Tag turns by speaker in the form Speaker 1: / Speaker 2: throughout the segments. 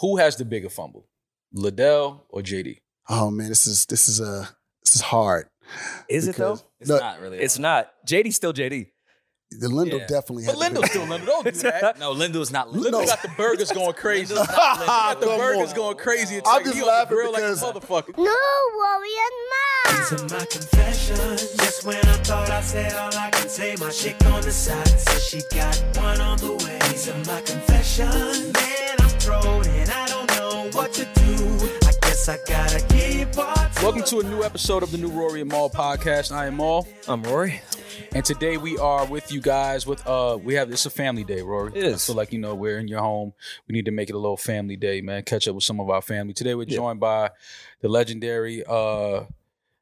Speaker 1: Who has the bigger fumble, Liddell or JD?
Speaker 2: Oh man, this is this is uh, this is hard.
Speaker 3: Is it though?
Speaker 2: because
Speaker 1: It's
Speaker 2: No.
Speaker 1: not really.
Speaker 3: It's not. JD's still JD.
Speaker 2: The Lindell
Speaker 1: Yeah.
Speaker 2: definitely
Speaker 1: But
Speaker 2: had the
Speaker 1: Lindell's still Lindell. Don't do that.
Speaker 4: No, Lindell's not
Speaker 1: Lindell
Speaker 2: No.
Speaker 4: Lindell.
Speaker 1: got the burgers going crazy.
Speaker 4: Lindell's
Speaker 1: got
Speaker 4: not Lindell.
Speaker 1: the
Speaker 2: Come
Speaker 1: burgers
Speaker 2: on.
Speaker 1: going crazy. It's
Speaker 2: I'm
Speaker 1: like
Speaker 2: just
Speaker 1: he on the
Speaker 2: laughing
Speaker 1: grill like a
Speaker 2: because-
Speaker 1: motherfucker.
Speaker 5: No worry and mom.
Speaker 6: to my confessions. Just when I thought I said all I can say, my chick on the side says she got one on the way. These are my confessions. Man, I'm thrown and I don't know what to do. I guess I gotta keep on.
Speaker 1: Welcome to a new episode of the New Rory and Maul podcast. I am Maul,
Speaker 3: I'm Rory.
Speaker 1: and today we are with you guys. With uh, we have it's a family day, Rory.
Speaker 3: It is.
Speaker 1: I feel like you know we're in your home. We need to make it a little family day, man. Catch up with some of our family. Today we're joined by the legendary. uh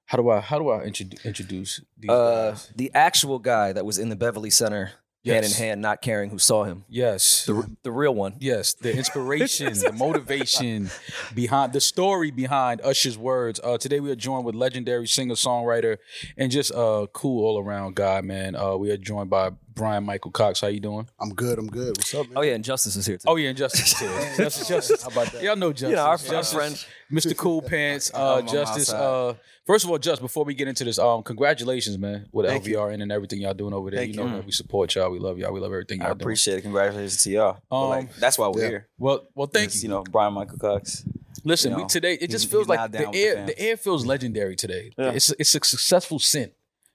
Speaker 1: How do I how do I introdu- introduce these
Speaker 3: Uh,
Speaker 1: guys?
Speaker 3: the actual guy that was in the Beverly Center, hand in
Speaker 1: Yes.
Speaker 3: hand, not caring who saw him.
Speaker 1: Yes,
Speaker 3: The real one.
Speaker 1: Yes, the inspiration, the motivation behind the story behind Usher's words. Uh, today we are joined with legendary singer songwriter and just a cool all around guy, man. Uh, we are joined by Brian Michael Cox. How you doing?
Speaker 2: I'm good. I'm good. What's up, man?
Speaker 3: Oh yeah, and Justice is here too.
Speaker 1: Oh yeah, and Justice too. Justice, Justice. How about that? Y'all know Justice.
Speaker 3: You know, our, our
Speaker 1: Justice,
Speaker 3: friend.
Speaker 1: Mr. Cool Pants, uh,
Speaker 4: I'm
Speaker 1: Justice.
Speaker 4: outside.
Speaker 1: Uh, first of all, just before we get into this, um, congratulations, man, with
Speaker 4: Thank you.
Speaker 1: LVRN and everything y'all doing over there.
Speaker 4: Thank
Speaker 1: you know,
Speaker 4: you.
Speaker 1: man, we support y'all. We love y'all. We love everything y'all
Speaker 4: I
Speaker 1: doing.
Speaker 4: appreciate it. Congratulations to y'all. But,
Speaker 1: Um,
Speaker 4: like, that's why we're
Speaker 2: yeah.
Speaker 4: here.
Speaker 1: Well, well, thank
Speaker 4: It's,
Speaker 1: you.
Speaker 4: You know, Brian Michael Cox.
Speaker 1: Listen,
Speaker 4: You
Speaker 1: we
Speaker 4: know,
Speaker 1: today it just
Speaker 4: he's-
Speaker 1: feels
Speaker 4: he's
Speaker 1: like
Speaker 4: not down
Speaker 1: the
Speaker 4: with the
Speaker 1: air the,
Speaker 4: fans. Mm-hmm.
Speaker 1: air feels legendary today.
Speaker 4: Yeah.
Speaker 1: It's it's a successful scent.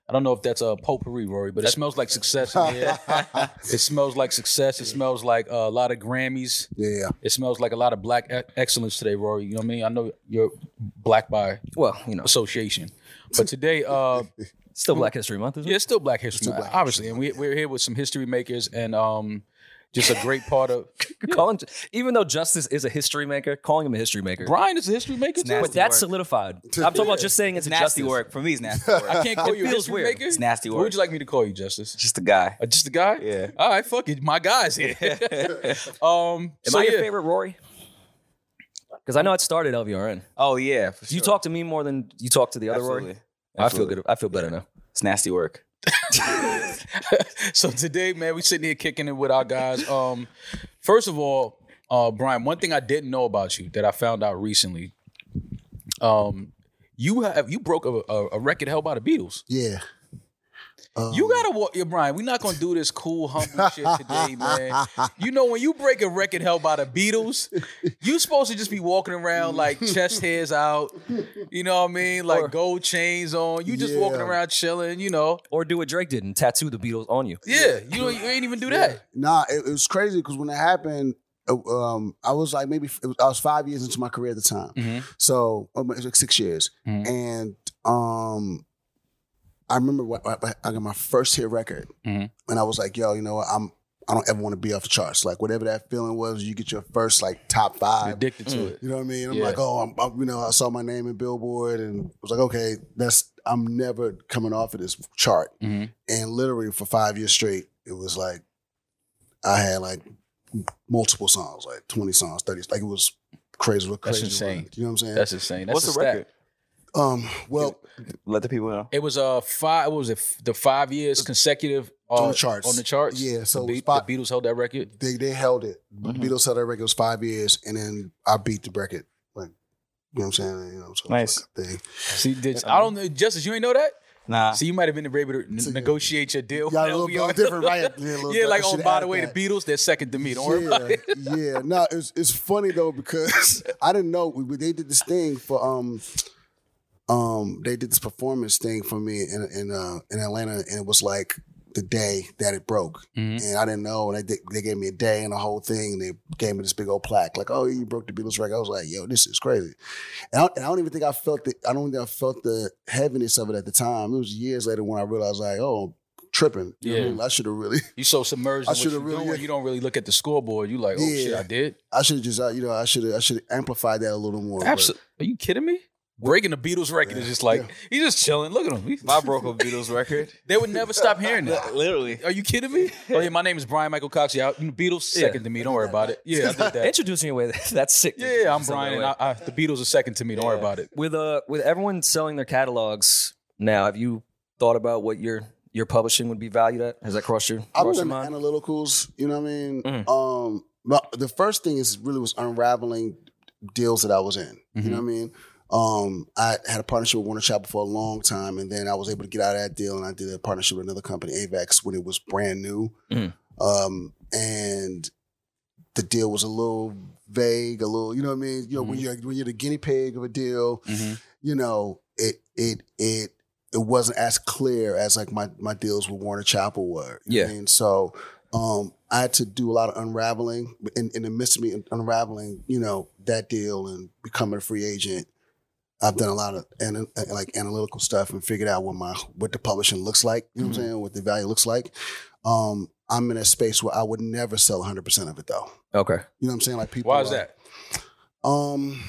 Speaker 1: I don't know if that's a potpourri, Rory, but it smells like success in the air. it smells like success. It smells like uh, a lot of Grammys.
Speaker 2: Yeah,
Speaker 1: It smells like a lot of black e- excellence today, Rory. You know what I mean? I know you're black by
Speaker 3: Well, you know,
Speaker 1: association, but today, uh,
Speaker 3: still Black History Month, isn't
Speaker 1: yeah,
Speaker 3: it?
Speaker 1: it's still Black History
Speaker 2: Still
Speaker 1: Month,
Speaker 2: Black
Speaker 1: obviously, and we, we're here with some history makers and um, just a great part of.
Speaker 3: Calling, even though Justice is a history maker, calling him a history maker.
Speaker 1: Brian is a history maker too.
Speaker 4: nasty.
Speaker 3: But that's
Speaker 4: work.
Speaker 3: solidified. I'm talking about just saying it's,
Speaker 4: It's
Speaker 3: a
Speaker 4: nasty
Speaker 3: justice.
Speaker 4: work. For me, it's nasty work.
Speaker 1: I can't call you a
Speaker 3: feels
Speaker 1: history
Speaker 3: weird.
Speaker 1: maker.
Speaker 4: It's nasty
Speaker 1: What would
Speaker 4: work.
Speaker 1: you like me to call you, Justice?
Speaker 4: Just a guy.
Speaker 1: Uh, just a guy?
Speaker 4: Yeah.
Speaker 1: All right, fuck it. My guy's here. um,
Speaker 3: Am
Speaker 1: so
Speaker 3: I your
Speaker 1: yeah.
Speaker 3: favorite Rory? Because I know it started LVRN.
Speaker 4: Oh yeah. For
Speaker 3: You
Speaker 4: sure.
Speaker 3: talk to me more than you talk to the other Rory.
Speaker 4: Absolutely.
Speaker 3: I feel
Speaker 4: Absolutely.
Speaker 3: good. I feel better now.
Speaker 4: It's nasty work.
Speaker 1: So today, man, we sitting here kicking it with our guys. Um, first of all, uh, Brian, one thing I didn't know about you that I found out recently, um, you have you broke a, a, a record held by the Beatles.
Speaker 2: yeah. Um,
Speaker 1: You gotta walk, yeah, Brian. We're not gonna do this cool humble shit today, man. You know when you break a record held by the Beatles, you supposed to just be walking around like chest hairs out. You know what I mean? Like
Speaker 3: Or-
Speaker 1: gold chains on. You just walking
Speaker 2: Yeah.
Speaker 1: around chilling. You know?
Speaker 3: Or do what Drake did and tattoo the Beatles on you.
Speaker 1: Yeah. You don't, you ain't even do that.
Speaker 2: Nah, it, it was crazy because when it happened, uh, um, I was like maybe it was, I was five years into my career at the time,
Speaker 1: Mhm.
Speaker 2: so um, it was like six years,
Speaker 1: Mhm.
Speaker 2: and um, I remember when I I got my first hit record,
Speaker 1: Mhm.
Speaker 2: and I was like, yo, you know what, I'm. I don't ever want to be off the charts. Like whatever that feeling was, you get your first like top five.
Speaker 1: Addicted to it.
Speaker 2: You know what I mean? I'm
Speaker 1: Yeah.
Speaker 2: like, oh, I'm, I'm, you know, I saw my name in Billboard, and was like, okay, that's I'm never coming off of this chart.
Speaker 1: Mhm.
Speaker 2: And literally for five years straight, it was like I had like multiple songs, like 20 songs, 30, like it was crazy. What
Speaker 1: That's
Speaker 2: crazy
Speaker 1: insane.
Speaker 2: run. You know what I'm saying?
Speaker 1: That's insane. That's
Speaker 4: What's
Speaker 1: a
Speaker 4: the
Speaker 1: stat.
Speaker 4: record?
Speaker 2: um, well,
Speaker 4: Let the people know.
Speaker 1: It was uh five. What was it? F- The five years consecutive uh,
Speaker 2: On the charts.
Speaker 1: On the charts.
Speaker 2: Yeah, so
Speaker 1: the,
Speaker 2: it
Speaker 1: Be-
Speaker 2: was five-
Speaker 1: the Beatles held that record.
Speaker 2: they they held it.
Speaker 1: Mm-hmm.
Speaker 2: The Beatles held that record it was five years, and then I beat the record. Like, you know what I'm saying? You know, so it was
Speaker 4: Nice.
Speaker 2: like a thing.
Speaker 1: See, did, I don't know, Justice. You ain't know that.
Speaker 4: Nah.
Speaker 1: So you might have been able to n-
Speaker 2: So, yeah.
Speaker 1: negotiate your deal.
Speaker 2: Y'all
Speaker 1: with
Speaker 2: a little,
Speaker 1: LBR.
Speaker 2: little different, right? Yeah, a little
Speaker 1: Oh, yeah, like
Speaker 2: I
Speaker 1: oh,
Speaker 2: should
Speaker 1: by
Speaker 2: add
Speaker 1: the way,
Speaker 2: that.
Speaker 1: the Beatles they're second to me. Don't worry
Speaker 2: yeah,
Speaker 1: about it.
Speaker 2: yeah, no, it's it's funny though because I didn't know we, we- they did this thing for um um they did this performance thing for me in in uh in Atlanta and it was like the day that it broke
Speaker 1: Mm-hmm.
Speaker 2: and I didn't know and they did, they gave me a day and the whole thing and they gave me this big old plaque like oh you broke the Beatles record I was like yo this is crazy and I, and I don't even think I felt the I don't think I felt the heaviness of it at the time it was years later when I realized like oh I'm tripping You know what I
Speaker 1: Yeah.
Speaker 2: mean? I should have really
Speaker 1: You so submerged in
Speaker 2: I
Speaker 1: what
Speaker 2: should've
Speaker 1: you're
Speaker 2: really-
Speaker 1: doing, you don't really look at the scoreboard. You like, oh
Speaker 2: Yeah.
Speaker 1: shit, I did.
Speaker 2: I should have just, uh, you know, I should have, I should amplify that a little more. but-
Speaker 1: Absolutely. Are you kidding me? Breaking the Beatles record is just like
Speaker 2: Yeah.
Speaker 1: he's just chilling. Look at him. He-
Speaker 4: I broke a Beatles record.
Speaker 1: they would never stop hearing that.
Speaker 4: Literally.
Speaker 1: Are you kidding me? Oh yeah, my name is Brian Michael Cox. Yeah, I'm the Beatles second to me. Don't worry about it. Yeah, I did that.
Speaker 3: Introducing your way. That's sick.
Speaker 1: Yeah, yeah, I'm
Speaker 3: Introducing
Speaker 1: Brian,
Speaker 3: your
Speaker 1: and
Speaker 3: way.
Speaker 1: I, I, the Beatles are second to me. Don't worry about it.
Speaker 3: with uh with everyone selling their catalogs now, have you thought about what your your publishing would be valued at? Has that crossed your
Speaker 2: I
Speaker 3: crossed
Speaker 2: was
Speaker 3: your
Speaker 2: in the
Speaker 3: mind?
Speaker 2: analyticals, you know what I mean?
Speaker 3: Mhm.
Speaker 2: Um, But the first thing is really was unraveling deals that I was in. You know what I mean? Um, I had a partnership with Warner Chapel for a long time, and then I was able to get out of that deal, and I did a partnership with another company, Avex, when it was brand new.
Speaker 3: Mhm.
Speaker 2: Um, and the deal was a little vague, a little, you know what I mean? You know, when you're when you're the guinea pig of a deal,
Speaker 1: Mhm.
Speaker 2: you know, it it it it wasn't as clear as like my my deals with Warner Chapel were. you know what I
Speaker 3: Yeah.
Speaker 2: mean? so um I had to do a lot of unraveling in, in the midst of me unraveling, you know, that deal and becoming a free agent. I've done a lot of ana- uh, like analytical stuff and figured out what my what the publishing looks like. You know
Speaker 1: Mm-hmm.
Speaker 2: what I'm saying? What the value looks like. Um, I'm in a space where I would never sell 100 percent of it though.
Speaker 3: Okay.
Speaker 2: You know what I'm saying? Like people.
Speaker 1: Why is
Speaker 2: are-
Speaker 1: that?
Speaker 2: um,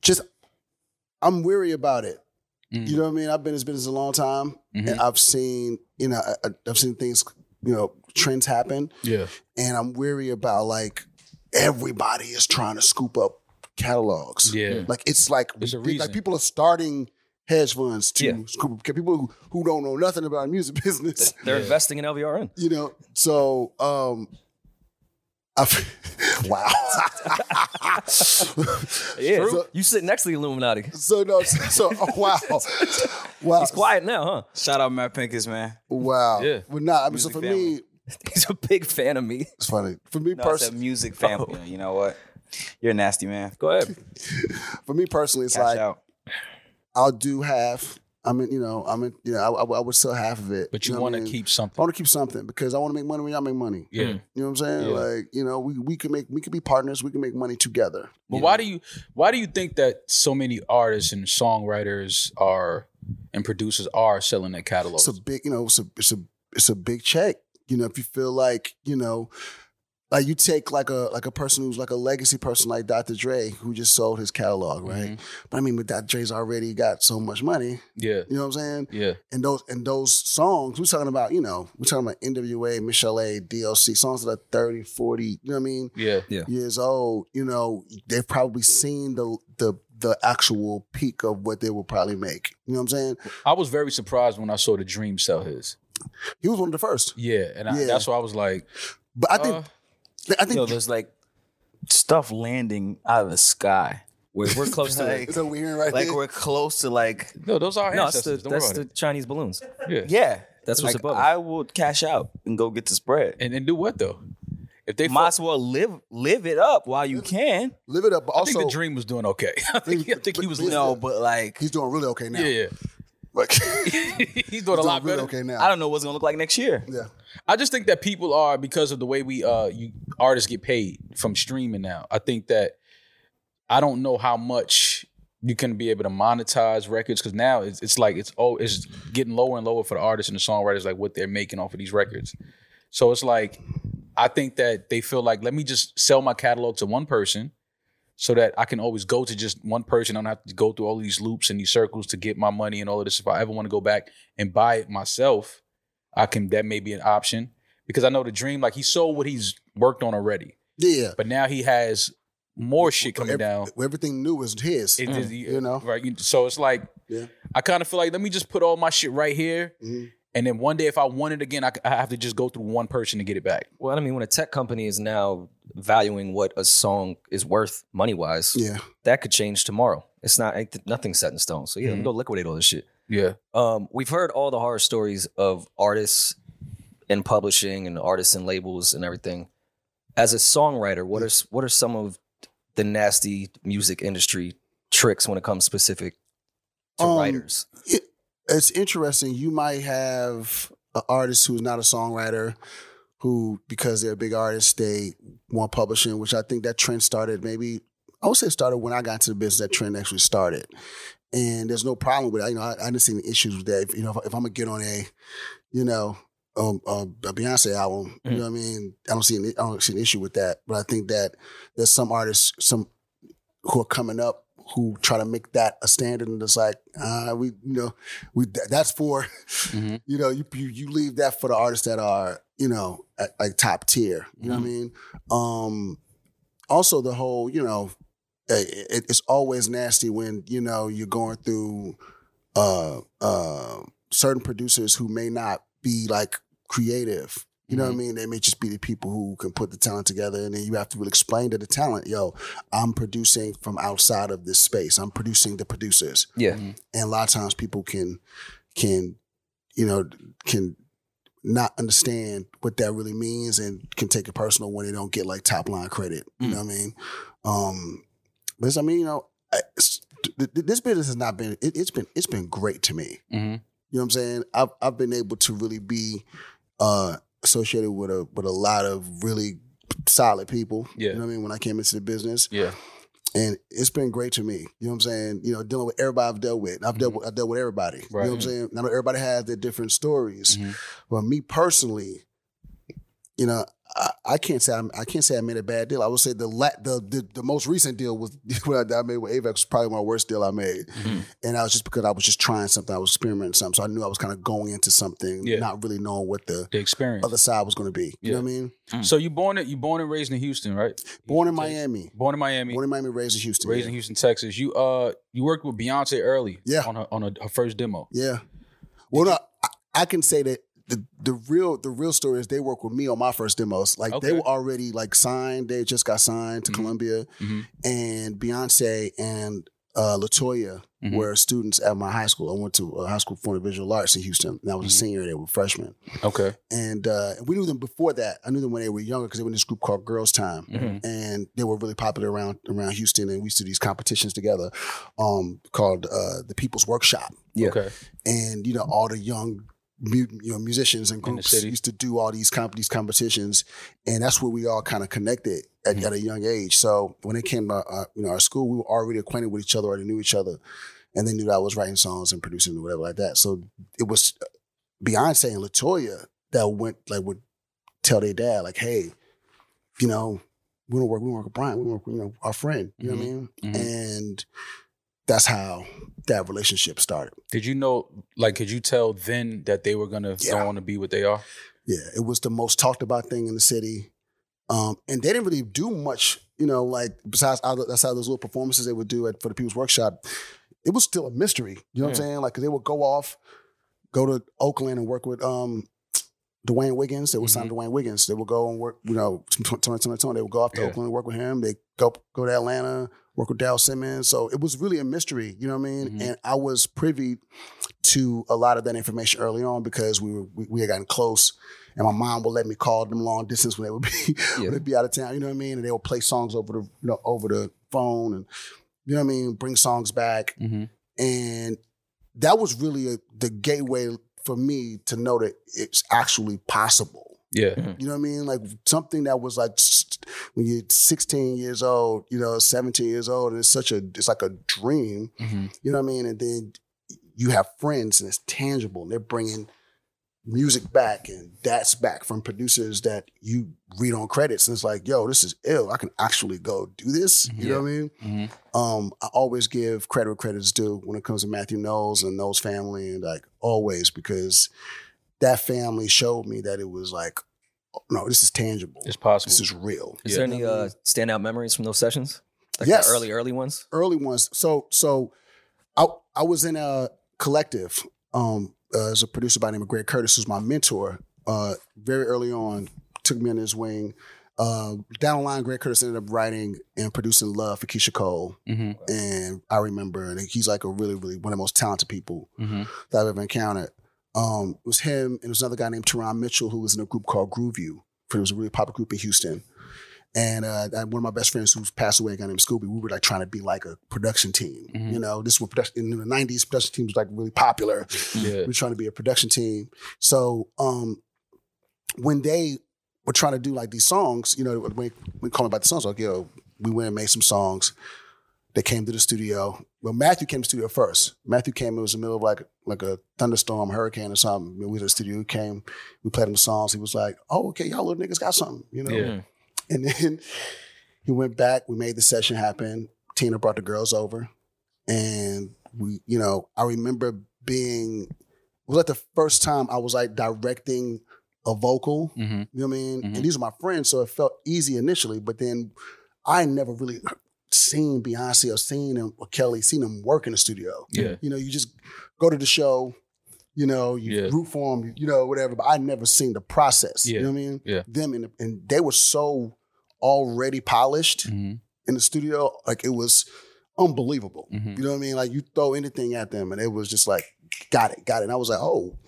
Speaker 2: just I'm weary about it.
Speaker 1: Mhm.
Speaker 2: You know what I mean? I've been in this business a long time,
Speaker 1: Mhm.
Speaker 2: and I've seen you know I, I- I've seen things you know trends happen,
Speaker 1: Yeah.
Speaker 2: and I'm weary about like everybody is trying to scoop up catalogs.
Speaker 1: Yeah.
Speaker 2: Like it's like
Speaker 1: There's a
Speaker 2: ridic-
Speaker 1: reason.
Speaker 2: like people are starting hedge funds to
Speaker 3: Yeah.
Speaker 2: scoop up people who, who don't know nothing about music business
Speaker 3: They're
Speaker 1: Yeah.
Speaker 3: investing in LVRN.
Speaker 2: you know so um I, wow
Speaker 3: Yeah.
Speaker 2: True.
Speaker 3: so you sit next to the Illuminati.
Speaker 2: so no so, so oh, wow wow
Speaker 3: He's quiet now, huh?
Speaker 4: Shout out Matt Pincus, man.
Speaker 2: wow
Speaker 1: Yeah.
Speaker 2: well nah, I mean so
Speaker 4: Music
Speaker 2: for me
Speaker 4: family.
Speaker 3: He's a big fan of me.
Speaker 2: it's funny for me
Speaker 4: No, it's a
Speaker 2: personally
Speaker 4: music family. You know what? You're a nasty man.
Speaker 3: Go ahead.
Speaker 2: for me personally it's
Speaker 4: Cash
Speaker 2: like
Speaker 4: out.
Speaker 2: I'll do half I mean you know I mean you know I, I, I would sell half of it
Speaker 1: But you
Speaker 2: know what I
Speaker 1: want to
Speaker 2: mean?
Speaker 1: keep
Speaker 2: I
Speaker 1: something.
Speaker 2: want to keep something because I want to make money when y'all make money
Speaker 1: Yeah.
Speaker 2: you know what I'm saying
Speaker 1: Yeah.
Speaker 2: like you know we we could make we could be partners we can make money together
Speaker 1: But why do you why do you think that so many artists and songwriters are and producers are selling their catalogs?
Speaker 2: it's a big, you know, it's a it's a it's a big check. You know, if you feel like you know, like you take like a like a person who's like a legacy person like Dr. Dre who just sold his catalog, right? But I mean, but Dr. Dre's already got so much money.
Speaker 1: yeah.
Speaker 2: You know what I'm saying?
Speaker 1: Yeah.
Speaker 2: And those and those songs, we're talking about, you know, we're talking about NWA, Michelle A, DLC, songs that are 30, 40, you know what I mean?
Speaker 1: Yeah.
Speaker 2: years old, you know, they've probably seen the the the actual peak of what they will probably make. You know what I'm saying?
Speaker 1: I was very surprised when I saw the Dream sell his.
Speaker 2: He was one of the first.
Speaker 1: Yeah. And I,
Speaker 2: Yeah.
Speaker 1: that's why I was like,
Speaker 2: But I think
Speaker 1: uh,
Speaker 2: I think
Speaker 4: Yo, there's like stuff landing out of the sky.
Speaker 3: We're, we're close to
Speaker 4: Like-
Speaker 3: the.
Speaker 2: Is that what we're hearing right
Speaker 4: Like
Speaker 2: there?
Speaker 4: we're close to like
Speaker 1: no, those are our
Speaker 3: No, that's the,
Speaker 1: ancestors. Don't
Speaker 3: that's
Speaker 1: worry
Speaker 3: the
Speaker 1: about
Speaker 3: Chinese balloons.
Speaker 1: it. Yeah.
Speaker 4: yeah.
Speaker 3: That's what's
Speaker 4: like,
Speaker 3: above.
Speaker 4: I would cash out and go get the spread.
Speaker 1: And then do what though? If they
Speaker 4: Might
Speaker 1: fuck-
Speaker 4: as well live live it up while you can.
Speaker 2: Live it up, but
Speaker 1: I think
Speaker 2: also
Speaker 1: the Dream was doing okay. I think, I think he was.
Speaker 2: But- but-
Speaker 4: No, but like
Speaker 2: he's doing really okay now.
Speaker 1: yeah. Yeah.
Speaker 2: Like, he's
Speaker 1: He's doing a
Speaker 2: doing
Speaker 1: lot
Speaker 2: really
Speaker 1: better.
Speaker 2: okay now.
Speaker 4: I don't know what's gonna look like next year.
Speaker 2: Yeah,
Speaker 1: I just think that people are because of the way we uh you artists get paid from streaming now. I think that I don't know how much you can be able to monetize records because now it's, it's like it's oh it's getting lower and lower for the artists and the songwriters like what they're making off of these records. So it's like I think that they feel like let me just sell my catalog to one person so that I can always go to just one person. I don't have to go through all these loops and these circles to get my money and all of this. If I ever want to go back and buy it myself, I can that may be an option. Because I know the dream, like he sold what he's worked on already.
Speaker 2: yeah.
Speaker 1: But now he has more shit coming
Speaker 2: Every-
Speaker 1: down.
Speaker 2: Everything new is his. Mm.
Speaker 1: It- it-
Speaker 2: you know?
Speaker 1: Right. you- So it's like
Speaker 2: Yeah.
Speaker 1: I kind of feel like let me just put all my shit right here.
Speaker 2: Mhm.
Speaker 1: And then one day if I want it again, I, c- I have to just go through one person to get it back.
Speaker 3: well, I mean, when a tech company is now valuing what a song is worth money wise,
Speaker 2: Yeah,
Speaker 3: that could change tomorrow. It's not ain't th- nothing set in stone. So yeah, let me
Speaker 1: Mhm.
Speaker 4: Mm-hmm.
Speaker 3: go liquidate all this shit.
Speaker 1: Yeah.
Speaker 3: Um, we've heard all the horror stories of artists and publishing and artists and labels and everything. As a songwriter, what are s- what are some of the nasty music industry tricks when it comes specific to
Speaker 2: Um,
Speaker 3: writers?
Speaker 2: It- it's interesting. You might have an artist who's not a songwriter, who because they're a big artist, they want publishing. Which I think that trend started maybe. I would say it started when I got into the business. That trend actually started, and there's no problem with it. You know, I, I didn't see any issues with that. If, you know, if, if I'm gonna get on a, you know, um, um, a Beyonce album, you know what I mean? I don't see an I don't see an issue with that. But I think that there's some artists, some who are coming up who try to make that a standard and it's like uh we you know we th- that's for you know you, you you leave that for the artists that are you know at, like top tier you know what i mean um also the whole you know it, it- it's always nasty when you know you're going through uh uh certain producers who may not be like creative You know what I mean? They may just be the people who can put the talent together, and then you have to really explain to the talent, yo, I'm producing from outside of this space. I'm producing the producers,
Speaker 3: Yeah.
Speaker 1: Mm-hmm.
Speaker 2: and a lot of times people can can you know can not understand what that really means and can take it personal when they don't get like top line credit.
Speaker 1: Mm.
Speaker 2: You know what I mean? Um, but I mean, you know, I- it's- th- th- this business has not been it, it's been it's been great to me.
Speaker 1: Mm-hmm.
Speaker 2: You know what I'm saying? I've I've been able to really be uh, associated with a with a lot of really solid people.
Speaker 1: Yeah.
Speaker 2: You know what I mean? When I came into the business,
Speaker 1: Yeah.
Speaker 2: and it's been great to me. You know what I'm saying? You know, dealing with everybody I've dealt with. I've dealt with, I've dealt with everybody. You
Speaker 1: Mm-hmm. Right.
Speaker 2: know what I'm saying? Now everybody has their different stories.
Speaker 1: Mhm.
Speaker 2: But me personally, you know, I, I can't say I'm, I can't say I made a bad deal. I would say the la- the, the the most recent deal was what I, I made with Avex was probably one of the worst deal I made,
Speaker 1: Mm-hmm.
Speaker 2: and that was just because I was just trying something, I was experimenting something, so I knew I was kind of going into something,
Speaker 1: Yeah.
Speaker 2: not really knowing what the
Speaker 1: The experience.
Speaker 2: other side was going to be. You know what I mean?
Speaker 1: So you born you born and raised in Houston, right?
Speaker 2: Born in Miami,
Speaker 1: Born in Miami,
Speaker 2: born in Miami, raised in Houston.
Speaker 1: raised in Houston, Texas. You uh you worked with Beyonce early.
Speaker 2: Yeah.
Speaker 1: On her on her, her first demo.
Speaker 2: Yeah. Well, no, I, I can say that the, the real the real story is they work with me on my first demos. Like
Speaker 1: Okay.
Speaker 2: they were already like signed. They just got signed to
Speaker 1: Mhm.
Speaker 2: Columbia,
Speaker 1: Mhm.
Speaker 2: and Beyonce and uh, Latoya
Speaker 1: Mhm.
Speaker 2: were students at my high school. I went to uh, high school for the visual arts in Houston. And I was a senior. They were freshmen,
Speaker 1: Okay.
Speaker 2: and uh, we knew them before that. I knew them when they were younger because they were in this group called Girls Time
Speaker 1: Mhm.
Speaker 2: and they were really popular around around Houston. And we used to do these competitions together, um, called uh, the People's Workshop.
Speaker 3: Yeah.
Speaker 1: Okay.
Speaker 2: And you know, all the young mu- you know musicians and
Speaker 1: In the
Speaker 2: groups
Speaker 1: city.
Speaker 2: used to do all these comp- these competitions, and that's where we all kind of connected at,
Speaker 1: Mm-hmm.
Speaker 2: at a young age. So when it came to uh, you know our school, we were already acquainted with each other, already knew each other, and they knew that I was writing songs and producing and whatever like that. So it was uh, Beyonce and Latoya that went like would tell their dad like, hey, you know, we don't work, we don't work with Brian, we work with you know our friend. You know what I mean?
Speaker 1: Mhm.
Speaker 2: And that's how that relationship started.
Speaker 1: Did you know like could you tell then that they were gonna
Speaker 2: Yeah.
Speaker 1: go on to be what they are?
Speaker 2: Yeah, it was the most talked about thing in the city. Um, and they didn't really do much, you know, like besides other- that's how those little performances they would do at, for the People's Workshop. It was still a mystery. You know what I'm saying? Like 'cause they would go off, go to Oakland and work with um, Dwayne Wiggins. They would sign Dwayne Wiggins. They would go and work, you know, Tony Tony Tony. They would go off to
Speaker 1: Yeah.
Speaker 2: Oakland and work with him. They go go to Atlanta, work with Dow Simmons. So it was really a mystery. You know what I mean?
Speaker 1: Mhm.
Speaker 2: And I was privy to a lot of that information early on because we were we, we had gotten close, and my mom would let me call them long distance when they would be
Speaker 3: Yeah.
Speaker 2: when they'd be out of town. You know what I mean? And they would play songs over the you know, over the phone, and you know what I mean. Bring songs back,
Speaker 1: Mm-hmm.
Speaker 2: and that was really a, the gateway for me to know that it's actually possible.
Speaker 1: Yeah.
Speaker 2: You know what I mean? Like something that was like s- when you're 16 years old, you know, 17 years old, and it's such a it's like a dream.
Speaker 1: Mm-hmm.
Speaker 2: You know what I mean? And then you have friends and it's tangible. And they're bringing music back and that's back from producers that you read on credits. And it's like, yo, this is ill. I can actually go do this. You know what I mean?
Speaker 1: Mm-hmm.
Speaker 2: Um, I always give credit where credit's due when it comes to Matthew Knowles and Knowles family and like always because that family showed me that it was like, oh, no, this is tangible.
Speaker 1: It's possible.
Speaker 2: This is real.
Speaker 3: Is there any uh, standout memories from those sessions? Like
Speaker 2: Yes.
Speaker 3: the early, early ones?
Speaker 2: early ones. So so I I was in a collective um uh, as a producer by the name of Greg Curtis, who's my mentor. Uh, very early on, took me under his wing. Uh, down the line, Greg Curtis ended up writing and producing "Love" for Keisha Cole,
Speaker 1: mm-hmm.
Speaker 2: and I remember, and he's like a really, really one of the most talented people
Speaker 1: Mm-hmm.
Speaker 2: that I've ever encountered. Um, it was him and it was another guy named Teron Mitchell who was in a group called Groove You. It was a really popular group in Houston. And uh, I- one of my best friends who's passed away, a guy named Scooby, we were like trying to be like a production team.
Speaker 1: Mhm.
Speaker 2: You know, this was production in the 90s, production team was like really popular.
Speaker 1: Yeah.
Speaker 2: We were trying to be a production team. So um, when they were trying to do like these songs, you know, when we call about the songs, like, yo, we went and made some songs. They came to the studio. Well, Matthew came to the studio first. Matthew came, it was in the middle of like like a thunderstorm, hurricane or something. We was at the studio, he came, we played him the songs. He was like, oh, okay, y'all little niggas got something, you know?
Speaker 1: Yeah.
Speaker 2: And then he went back. We made the session happen. Tina brought the girls over, and we, you know, I remember being it was like the first time I was like directing a vocal.
Speaker 1: Mm-hmm.
Speaker 2: You know what I mean?
Speaker 1: Mhm.
Speaker 2: And these are my friends, so it felt easy initially. But then I never really seen Beyonce or seen him or Kelly, seen them work in the studio.
Speaker 1: Yeah.
Speaker 2: You know, you just go to the show, You know, you
Speaker 1: Yeah.
Speaker 2: root for them, you know, whatever. But I never seen the process. You
Speaker 1: Yeah.
Speaker 2: know what I mean?
Speaker 1: Yeah.
Speaker 2: Them and and they were so already polished
Speaker 1: Mhm.
Speaker 2: in the studio, like it was unbelievable.
Speaker 1: Mhm.
Speaker 2: You know what I mean? Like you throw anything at them, and it was just like, got it, got it. And I was like, oh,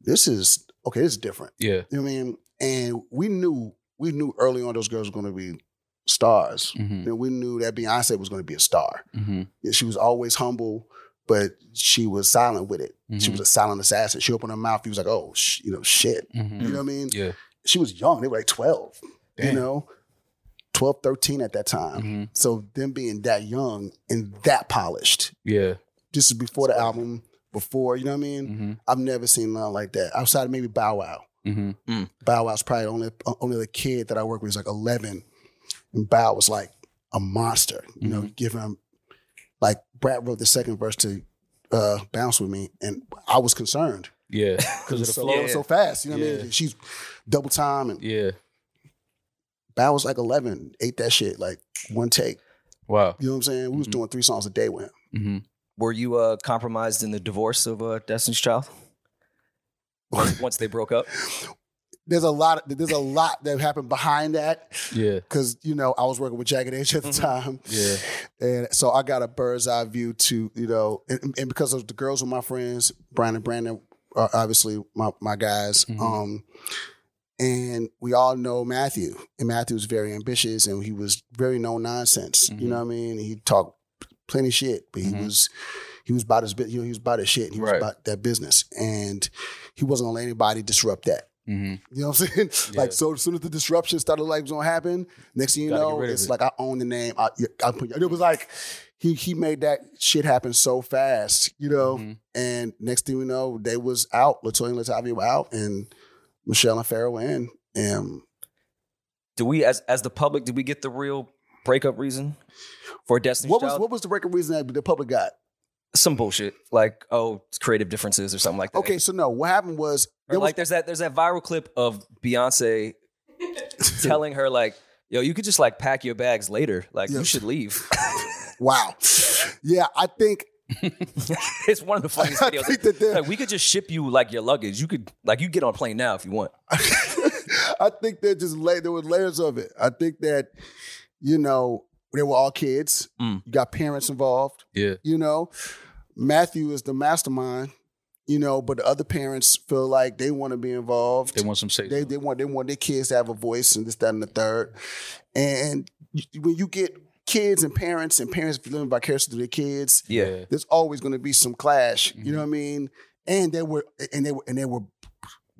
Speaker 2: this is okay. This is different.
Speaker 1: Yeah.
Speaker 2: You know what I mean? And we knew we knew early on those girls were going to be stars.
Speaker 1: Mhm.
Speaker 2: And we knew that Beyonce was going to be a star.
Speaker 1: Mhm.
Speaker 2: Yeah, She was always humble, but she was silent with it. She
Speaker 1: Mhm.
Speaker 2: was a silent assassin. She opened her mouth. He was like, "Oh, sh-, you know, shit."
Speaker 1: Mhm.
Speaker 2: You know what I mean?
Speaker 1: Yeah.
Speaker 2: She was young. They were like twelve. You
Speaker 1: Damn.
Speaker 2: know, 12, 13 at that time.
Speaker 1: Mhm.
Speaker 2: So them being that young and that polished.
Speaker 1: Yeah.
Speaker 2: This is before the album. Before you know what I mean?
Speaker 1: Mhm.
Speaker 2: I've never seen nothing like that outside of maybe Bow Wow.
Speaker 1: Mhm.
Speaker 2: Bow Wow's probably the only only the kid that I worked with was like eleven, and Bow was like a monster. You know,
Speaker 1: Mm-hmm.
Speaker 2: give him like Brad wrote the second verse to uh, bounce with me, and I was concerned
Speaker 1: Yeah.
Speaker 2: because it's
Speaker 1: the
Speaker 2: so,
Speaker 1: flow.
Speaker 2: so fast. You know what I
Speaker 1: Yeah.
Speaker 2: mean? She's double time, and
Speaker 1: Yeah.
Speaker 2: Bow was like eleven, ate that shit like one take.
Speaker 1: Wow.
Speaker 2: You know what I'm saying? We was
Speaker 1: Mhm.
Speaker 2: doing three songs a day with him.
Speaker 1: Mm-hmm.
Speaker 3: Were you uh, compromised in the divorce of uh, Destiny's Child? Once- Once they broke up,
Speaker 2: There's a lot. There's a lot that happened behind that
Speaker 1: Yeah.
Speaker 2: because you know I was working with Jagged Edge at the time.
Speaker 1: Mm-hmm. Yeah.
Speaker 2: And so I got a bird's eye view to, you know, and, and because of the girls were my friends, Brian and Brandon are obviously my, my guys.
Speaker 1: Mhm.
Speaker 2: Um, and we all know Matthew. And Matthew was very ambitious and he was very no nonsense. You know what I mean? He talked plenty of shit, but he
Speaker 1: Mhm.
Speaker 2: was he was about his bu- you know, he was about his shit. He was
Speaker 1: Right.
Speaker 2: about that business. And he wasn't gonna let anybody disrupt that.
Speaker 1: Mm-hmm.
Speaker 2: You know what I'm saying? Like
Speaker 1: Yeah.
Speaker 2: so, as soon as the disruption started, like was gonna happen. Next thing you
Speaker 1: Gotta get
Speaker 2: know,
Speaker 1: rid of
Speaker 2: it's
Speaker 1: it.
Speaker 2: like I own the name. I, I put, it was like he he made that shit happen so fast, you know.
Speaker 1: Mhm.
Speaker 2: And next thing we know, they was out. Latoya and Latavia were out, and Michelle and Farrah were in. And
Speaker 3: do we, as as the public, did we get the real breakup reason for Destiny's
Speaker 2: what was
Speaker 3: Child?
Speaker 2: what was the record reason that the public got?
Speaker 3: Some bullshit, like oh, it's creative differences or something like that.
Speaker 2: Okay, so no, what happened was
Speaker 3: Or
Speaker 2: there was
Speaker 3: like there's that there's that viral clip of Beyonce telling her like, "Yo, you could just like pack your bags later. Like
Speaker 2: Yeah.
Speaker 3: you should leave."
Speaker 2: wow, yeah. I think
Speaker 3: it's one of the funniest
Speaker 2: I
Speaker 3: videos.
Speaker 2: think that there-
Speaker 3: Like, we could just ship you like your luggage. You could like you get on a plane now if you want.
Speaker 2: I think that just la- there were layers of it. I think that you know they were all kids.
Speaker 3: Mm.
Speaker 2: You got parents involved.
Speaker 1: Yeah.
Speaker 2: You know, Matthew is the mastermind. You know, but the other parents feel like they want to be involved.
Speaker 1: They want some say.
Speaker 2: They they want they want their kids to have a voice and this that and the third. And you- when you get kids and parents and parents living vicariously through their kids,
Speaker 3: Yeah.
Speaker 2: there's always going to be some clash.
Speaker 1: Mm-hmm.
Speaker 2: You know what I mean? And they were and they were and they were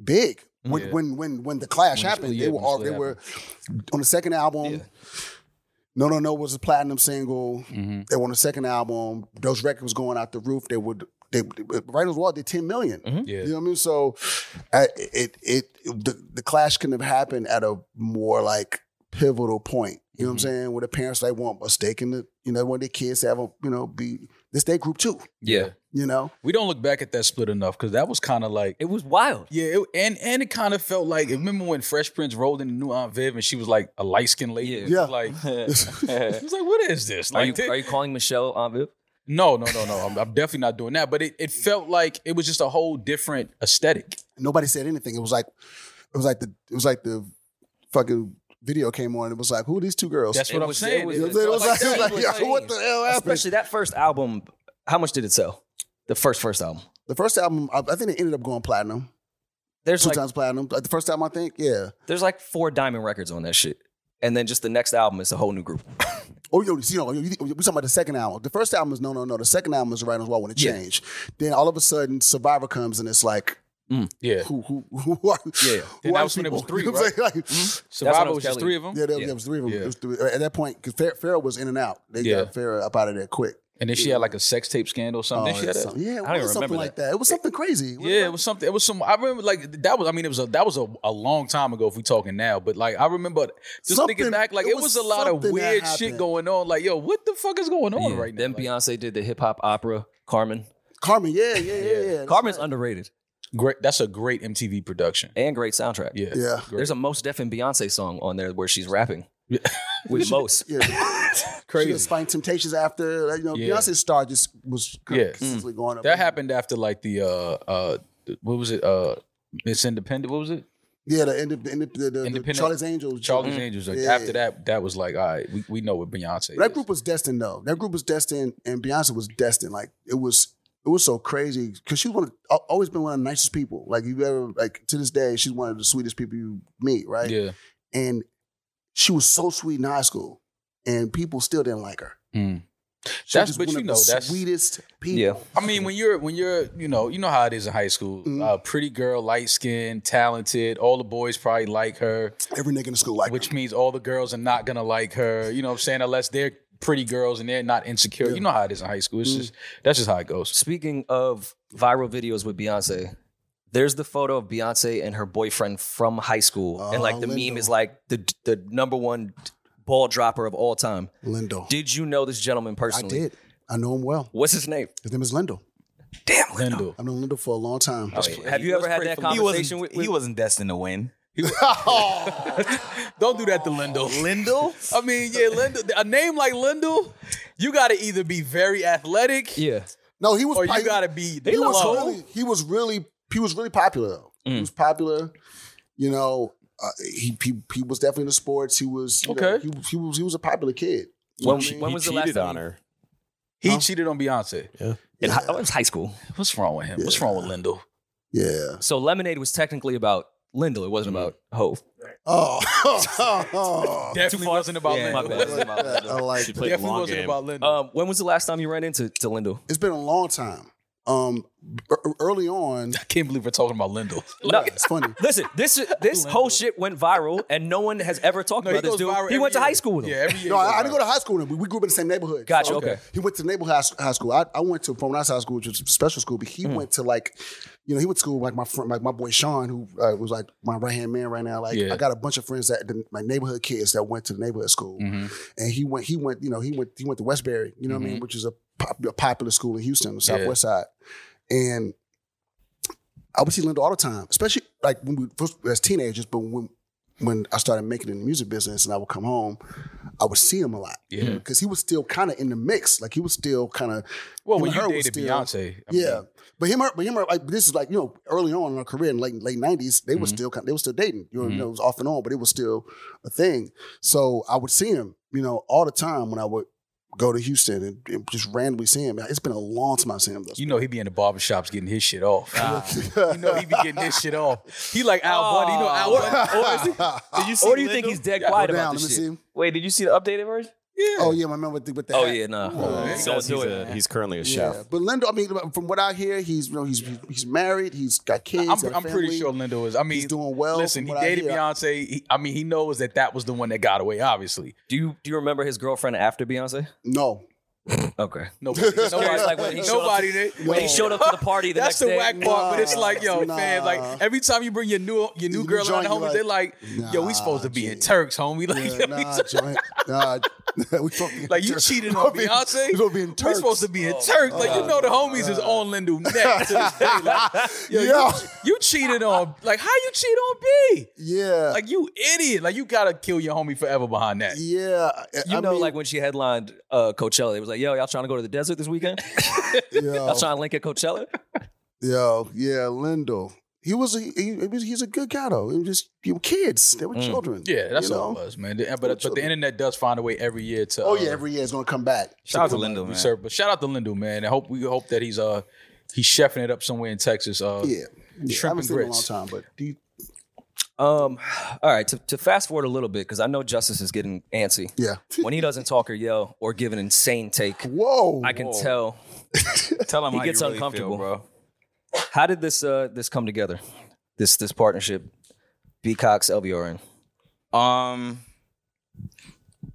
Speaker 2: big when
Speaker 1: Yeah.
Speaker 2: when when when the clash
Speaker 1: When the
Speaker 2: happened.
Speaker 1: split-
Speaker 2: they
Speaker 1: yeah,
Speaker 2: were
Speaker 1: when the
Speaker 2: all they
Speaker 1: split
Speaker 2: were on the second album.
Speaker 3: Yeah.
Speaker 2: No, no, no was a platinum single.
Speaker 1: Mm-hmm.
Speaker 2: They were on the second album. Those records was going out the roof. They would they right on the wall did ten million.
Speaker 1: Yeah.
Speaker 2: You know what I mean? So, I, it it the, the clash couldn't have happened at a more like pivotal point. You know what I'm saying? Where the parents they want a stake in the you know they want their kids to have a you know be this their group too.
Speaker 3: Yeah.
Speaker 2: You know,
Speaker 1: We don't look back at that split enough because that was kind of like.
Speaker 3: It was wild.
Speaker 1: Yeah, it, and and it kind of felt like remember when Fresh Prince rolled in the new Aunt Viv and she was like a light skinned lady.
Speaker 3: Yeah.
Speaker 1: It was
Speaker 2: Yeah.
Speaker 1: like it
Speaker 3: are
Speaker 1: was like what is this? Like
Speaker 3: you
Speaker 1: thi-
Speaker 3: are you calling Michelle on Viv?
Speaker 1: no no no no I'm, I'm definitely not doing that. But it, it felt like it was just a whole different aesthetic.
Speaker 2: nobody said anything. It was like it was like the it was like the fucking video came on. and It was like who are these two girls?
Speaker 1: That's
Speaker 3: It
Speaker 1: what I'm
Speaker 3: was-
Speaker 1: saying.
Speaker 3: it
Speaker 2: you know
Speaker 3: was-
Speaker 2: what I'm saying? It was
Speaker 3: Like,
Speaker 2: like, it was
Speaker 3: that
Speaker 2: like,
Speaker 3: was
Speaker 2: yo, what the hell happened?
Speaker 3: Especially that first album. How much did it sell? The first first album.
Speaker 2: the first album, I, I think it ended up going platinum,
Speaker 3: There's
Speaker 2: two
Speaker 3: like
Speaker 2: times platinum. Like, The first time I think, yeah.
Speaker 3: there's like four diamond records on that shit. And then just the next album is a whole new group.
Speaker 2: Oh, yo, you know, you- we talking about the second album. The first album is no, no, no. The second album is right on the wall when it
Speaker 3: Yeah.
Speaker 2: changed. Then all of a sudden, Survivor comes and it's like,
Speaker 1: Yeah,
Speaker 2: who, who, who are,
Speaker 3: Yeah, yeah.
Speaker 2: who
Speaker 1: Then that
Speaker 2: are
Speaker 1: was when it was
Speaker 2: people?
Speaker 1: three,
Speaker 2: You know what I'm saying? Like,
Speaker 3: what I
Speaker 1: Survivor
Speaker 3: was
Speaker 1: was just
Speaker 3: telling
Speaker 1: three
Speaker 3: you.
Speaker 1: of them,
Speaker 2: Yeah, there,
Speaker 3: Yeah.
Speaker 2: there was three of them.
Speaker 1: Yeah.
Speaker 2: It was three- at that point, because Pharaoh was in and out. They
Speaker 1: Yeah.
Speaker 2: got Pharaoh up out of there quick.
Speaker 1: and then she had like a sex tape scandal or something. Didn't she
Speaker 2: Oh, yeah,
Speaker 1: have that?
Speaker 2: something, yeah, it
Speaker 3: I don't even
Speaker 2: was something
Speaker 3: remember
Speaker 2: like
Speaker 3: that.
Speaker 2: that. It was something crazy. What-
Speaker 1: Yeah, it was something. It was some. I remember like that was. I mean, it was a that was a, a long time ago. If we talking now, but like I remember just
Speaker 2: Something-
Speaker 1: thinking back, like
Speaker 2: it
Speaker 1: it,
Speaker 2: was
Speaker 1: was, a lot of
Speaker 2: something that
Speaker 1: weird
Speaker 2: happened.
Speaker 1: shit going on. Like, yo, what the fuck is going on
Speaker 3: Yeah.
Speaker 1: right now?
Speaker 3: then
Speaker 1: Like,
Speaker 3: Beyonce did the hip hop opera Carmen.
Speaker 2: Carmen, yeah, yeah, yeah, yeah. That's
Speaker 3: Carmen's
Speaker 2: right.
Speaker 3: underrated
Speaker 1: great. That's a great MTV production.
Speaker 3: and great soundtrack.
Speaker 1: Yeah,
Speaker 2: Yeah.
Speaker 1: great.
Speaker 3: There's a most deaf and Beyonce song on there where she's rapping. with most.
Speaker 2: Yeah, she was
Speaker 1: Crazy.
Speaker 2: fighting Temptations after like, you know
Speaker 1: Yeah.
Speaker 2: Beyonce's star just was
Speaker 1: Yeah. Mm.
Speaker 2: consistently going up.
Speaker 1: That happened after like the uh uh what was it uh Miss Independent? What was it?
Speaker 2: Yeah, the, end of, the, end of- the, the, the
Speaker 1: Independent-
Speaker 2: Charlie's Angels.
Speaker 1: Charlie's Angels. Like,
Speaker 2: Yeah.
Speaker 1: After that, that was like, all right, we, we know what Beyonce.
Speaker 2: But that
Speaker 1: is.
Speaker 2: group was destined though. That group was destined, and Beyonce was destined. Like it was, it was so crazy because she's one of, al- always been one of the nicest people. Like you ever like to this day, she's one of the sweetest people you meet, right?
Speaker 1: Yeah.
Speaker 2: And she was so sweet in high school, and people still didn't like her.
Speaker 1: Mm.
Speaker 2: She
Speaker 1: That's-
Speaker 2: was just
Speaker 1: but
Speaker 2: one
Speaker 1: you
Speaker 2: of
Speaker 1: know,
Speaker 2: the
Speaker 1: that's-
Speaker 2: sweetest people.
Speaker 3: Yeah.
Speaker 1: I mean, when you're when you're you know you know how it is in high school.
Speaker 3: Mm-hmm.
Speaker 2: Mhm.
Speaker 1: Uh, pretty girl, light skinned, talented. All the boys probably like her,
Speaker 2: Every nigga in the school liked
Speaker 1: which
Speaker 2: her.
Speaker 1: means all the girls are not gonna like her. You know what I'm saying? Unless they're pretty girls and they're not insecure.
Speaker 2: Yeah.
Speaker 1: You know how it is in high school.
Speaker 3: Mm-hmm.
Speaker 1: It's just that's just how it goes.
Speaker 3: Speaking of viral videos with Beyonce, there's the photo of Beyonce and her boyfriend from high school, and like
Speaker 2: Oh,
Speaker 3: the meme
Speaker 2: Lindo.
Speaker 3: is like the the number one ball dropper of all time.
Speaker 2: Lindo.
Speaker 3: Did you know this gentleman
Speaker 2: I
Speaker 3: personally?
Speaker 2: did. I know him well.
Speaker 3: What's his name?
Speaker 2: His name is Lindo.
Speaker 1: Lindell.
Speaker 2: I've known Lindo for a long time.
Speaker 1: Let's pray-
Speaker 3: Oh, Have you
Speaker 1: let's
Speaker 3: ever had
Speaker 1: pray
Speaker 3: that
Speaker 1: for
Speaker 4: He
Speaker 1: Lindell.
Speaker 4: wasn't.
Speaker 3: Conversation with-
Speaker 4: he wasn't destined to win.
Speaker 1: Oh. Don't do that to Lindell.
Speaker 4: Lindell.
Speaker 1: I mean, yeah, Lindell. A name like Lindell, you got to either be very athletic,
Speaker 3: Yeah.
Speaker 2: No, he was.
Speaker 1: or Oh, you
Speaker 2: probably-
Speaker 1: got to be. They
Speaker 2: he was
Speaker 1: love-
Speaker 2: really he was really he was really popular though.
Speaker 3: Mm.
Speaker 2: He was popular, you know. Uh, he, he he was definitely in the sports. He was you know,
Speaker 1: Okay.
Speaker 2: he, he was he was a popular kid.
Speaker 3: When,
Speaker 2: He-
Speaker 3: when
Speaker 7: he
Speaker 3: was the last
Speaker 7: cheated
Speaker 3: time
Speaker 7: on
Speaker 3: you-
Speaker 7: her.
Speaker 1: He cheated on Beyonce.
Speaker 3: In hi- oh, it was high school.
Speaker 1: What's wrong with him? What's wrong with Lindell?
Speaker 2: Yeah.
Speaker 3: So Lemonade was technically about Lindell. It
Speaker 1: Mm-hmm.
Speaker 3: wasn't about Hove.
Speaker 2: Oh. oh.
Speaker 1: Definitely wasn't about
Speaker 3: Yeah,
Speaker 1: Lindell.
Speaker 3: my bad.
Speaker 2: I like
Speaker 7: She
Speaker 2: that.
Speaker 7: played the
Speaker 1: Definitely
Speaker 7: long
Speaker 1: wasn't
Speaker 7: game.
Speaker 1: about Lindell.
Speaker 2: Uh,
Speaker 3: Um, when was the last time you ran into to Lindell?
Speaker 2: It's been a long time. Um, ear- early on,
Speaker 1: I can't believe we're talking about Lindell.
Speaker 3: No.
Speaker 2: it's funny.
Speaker 3: Listen, this this whole shit went viral, and no one has ever talked about this dude. He went to high school with him.
Speaker 1: Yeah, every year.
Speaker 2: No, I, I didn't go to high school with him. We, we grew up in the same neighborhood.
Speaker 3: Gotcha,
Speaker 2: So,
Speaker 3: okay.
Speaker 2: He went to neighborhood high, high school. I, I went to Fort Knox High School, which was a special school, but he
Speaker 1: Mm.
Speaker 2: went to like, you know, he went to school with, like my friend, like my boy Sean, who uh, was like my right hand man right now. Like
Speaker 1: Yeah.
Speaker 2: I got a bunch of friends that the, my neighborhood kids that went to the neighborhood school,
Speaker 1: Mm. Mm-hmm.
Speaker 2: and he went, he went, you know, he went, he went to Westbury, you know what I mean, which is a, pop, a popular school in Houston, the
Speaker 1: Yeah.
Speaker 2: Southwest side, and. I would see Linda all the time, especially like when we first as teenagers. But when when I started making it in the music business, and I would come home, I would see him a lot.
Speaker 1: Yeah.
Speaker 2: Because he was still kind of in the mix. Like he was still kind of.
Speaker 1: Well, when
Speaker 2: him and
Speaker 1: you
Speaker 2: her was
Speaker 1: dated
Speaker 2: still-
Speaker 1: Beyonce, I mean,
Speaker 2: Yeah. But him, her- but him, her- like this is like you know early on in our career in late late nineties, they were
Speaker 1: Mm-hmm.
Speaker 2: still kind, they were still dating. You know, you know, it was off and on, but it was still a thing. So I would see him, you know, all the time when I would go to Houston and, and just randomly see him. It's been a long time I seen him.
Speaker 1: you know he be in the barbershops getting his shit off. you know he be getting his shit off. He like
Speaker 2: Oh.
Speaker 1: Al Bundy. You know Al Bundy.
Speaker 7: Did you see
Speaker 3: Or do you think
Speaker 7: Lindell?
Speaker 3: he's dead
Speaker 1: Yeah,
Speaker 3: quiet
Speaker 2: Go
Speaker 3: about
Speaker 2: down, let me
Speaker 3: this shit?
Speaker 2: see.
Speaker 4: Wait, did you see the updated version?
Speaker 2: Oh yeah, my man with the, with the
Speaker 3: Oh
Speaker 2: hat.
Speaker 3: yeah, nah.
Speaker 1: Yeah.
Speaker 7: He
Speaker 3: Don't
Speaker 7: says
Speaker 3: do
Speaker 7: he's,
Speaker 3: it.
Speaker 7: a- he's currently a
Speaker 2: Yeah,
Speaker 7: chef.
Speaker 2: but Lindo, I mean, from what I hear, he's you know he's he's married, he's got kids. got
Speaker 1: I'm,
Speaker 2: a
Speaker 1: I'm pretty
Speaker 2: family.
Speaker 1: sure Lindell is. I mean,
Speaker 2: He's doing well
Speaker 1: Listen,
Speaker 2: from
Speaker 1: he
Speaker 2: what I
Speaker 1: dated
Speaker 2: hear.
Speaker 1: Beyonce. He, I mean, he knows that that was the one that got away. Obviously,
Speaker 3: Do you do you remember his girlfriend after Beyonce?
Speaker 2: No,
Speaker 3: Okay.
Speaker 1: nobody. nobody,
Speaker 3: like when he showed up-
Speaker 1: nobody did.
Speaker 3: When he showed up to the party the
Speaker 1: That's
Speaker 3: next
Speaker 1: the
Speaker 3: day.
Speaker 1: whack part, but it's like, yo,
Speaker 2: Nah.
Speaker 1: fam, like every time you bring your new your new
Speaker 2: You
Speaker 1: girl around
Speaker 2: join,
Speaker 1: the
Speaker 2: you
Speaker 1: homies, they're like, yo, we
Speaker 2: nah,
Speaker 1: supposed to be in
Speaker 2: G.
Speaker 1: Turks, homie. Like,
Speaker 2: yeah, nah, joint, nah. we fucking
Speaker 1: like you cheated on Beyonce.
Speaker 2: We supposed to be in
Speaker 1: We
Speaker 2: Turks.
Speaker 1: supposed to be in Turks. Like you know, the homies is on Lindell neck to this day. Like, yo,
Speaker 2: Yeah.
Speaker 1: You, you cheated on like how you cheat on B?
Speaker 2: yeah,
Speaker 1: Like you idiot. Like you gotta kill your homie forever behind that.
Speaker 2: yeah. I-
Speaker 3: You
Speaker 2: I
Speaker 3: know,
Speaker 2: mean,
Speaker 3: like when she headlined uh, Coachella, it was like, "Yo, y'all trying to go to the desert this weekend?
Speaker 2: yo,
Speaker 3: Y'all trying to link at Coachella?"
Speaker 2: yo, yeah, Lindo. He was a, he, he was he's a good guy though. He was just he was kids. They were children.
Speaker 1: Mm. Yeah, that's
Speaker 2: you
Speaker 1: all
Speaker 2: know?
Speaker 1: it was, man. The- But but the
Speaker 2: children.
Speaker 1: internet does find a way every year to.
Speaker 2: Oh
Speaker 1: uh,
Speaker 2: yeah, every year it's gonna come back.
Speaker 4: Shout out to Lindo, man.
Speaker 1: resurf- But shout out to Lindo, man. I hope we hope that he's uh he's chefing it up somewhere in Texas. Uh,
Speaker 2: Yeah, yeah. I
Speaker 1: Shrimp
Speaker 2: haven't
Speaker 1: and
Speaker 2: seen him in a long
Speaker 1: grits.
Speaker 2: time, but he,
Speaker 3: Um, all right. To, to fast forward a little bit, because I know Justice is getting antsy
Speaker 2: yeah.
Speaker 3: when he doesn't talk or yell or give an insane take.
Speaker 2: Whoa,
Speaker 3: I can tell.
Speaker 4: Tell him
Speaker 3: He
Speaker 4: how
Speaker 3: gets
Speaker 4: you really
Speaker 3: uncomfortable.
Speaker 4: feel, bro.
Speaker 3: How did this uh, this come together? This this partnership, B Cox LVRN.
Speaker 4: Um,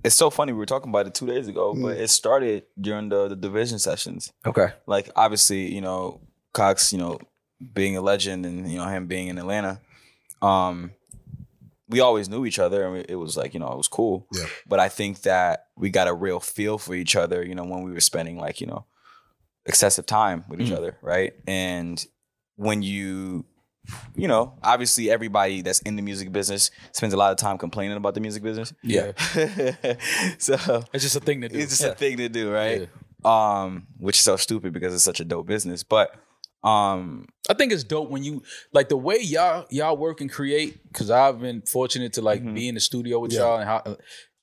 Speaker 4: it's so funny. We were talking about it two days ago, but it started during the, the division sessions.
Speaker 3: Mm. Okay.
Speaker 4: Like, obviously, you know, Cox, you know, being a legend and, you know, him being in Atlanta, um, we always knew each other and we- it was like, you know, it was cool.
Speaker 2: Yeah.
Speaker 4: But I think that we got a real feel for each other, you know, when we were spending like, you know, excessive time with each other, right? And when you you know, obviously everybody that's in the music business spends a lot of time complaining about the music business.
Speaker 1: Yeah.
Speaker 4: so
Speaker 1: It's just a thing to do.
Speaker 4: it's just a thing to do, right? Um, which is so stupid because it's such a dope business. But um,
Speaker 1: I think it's dope when you like the way y'all y'all work and create. Because I've been fortunate to like
Speaker 4: Mm-hmm.
Speaker 1: be in the studio with
Speaker 2: Yeah.
Speaker 1: y'all, and how uh,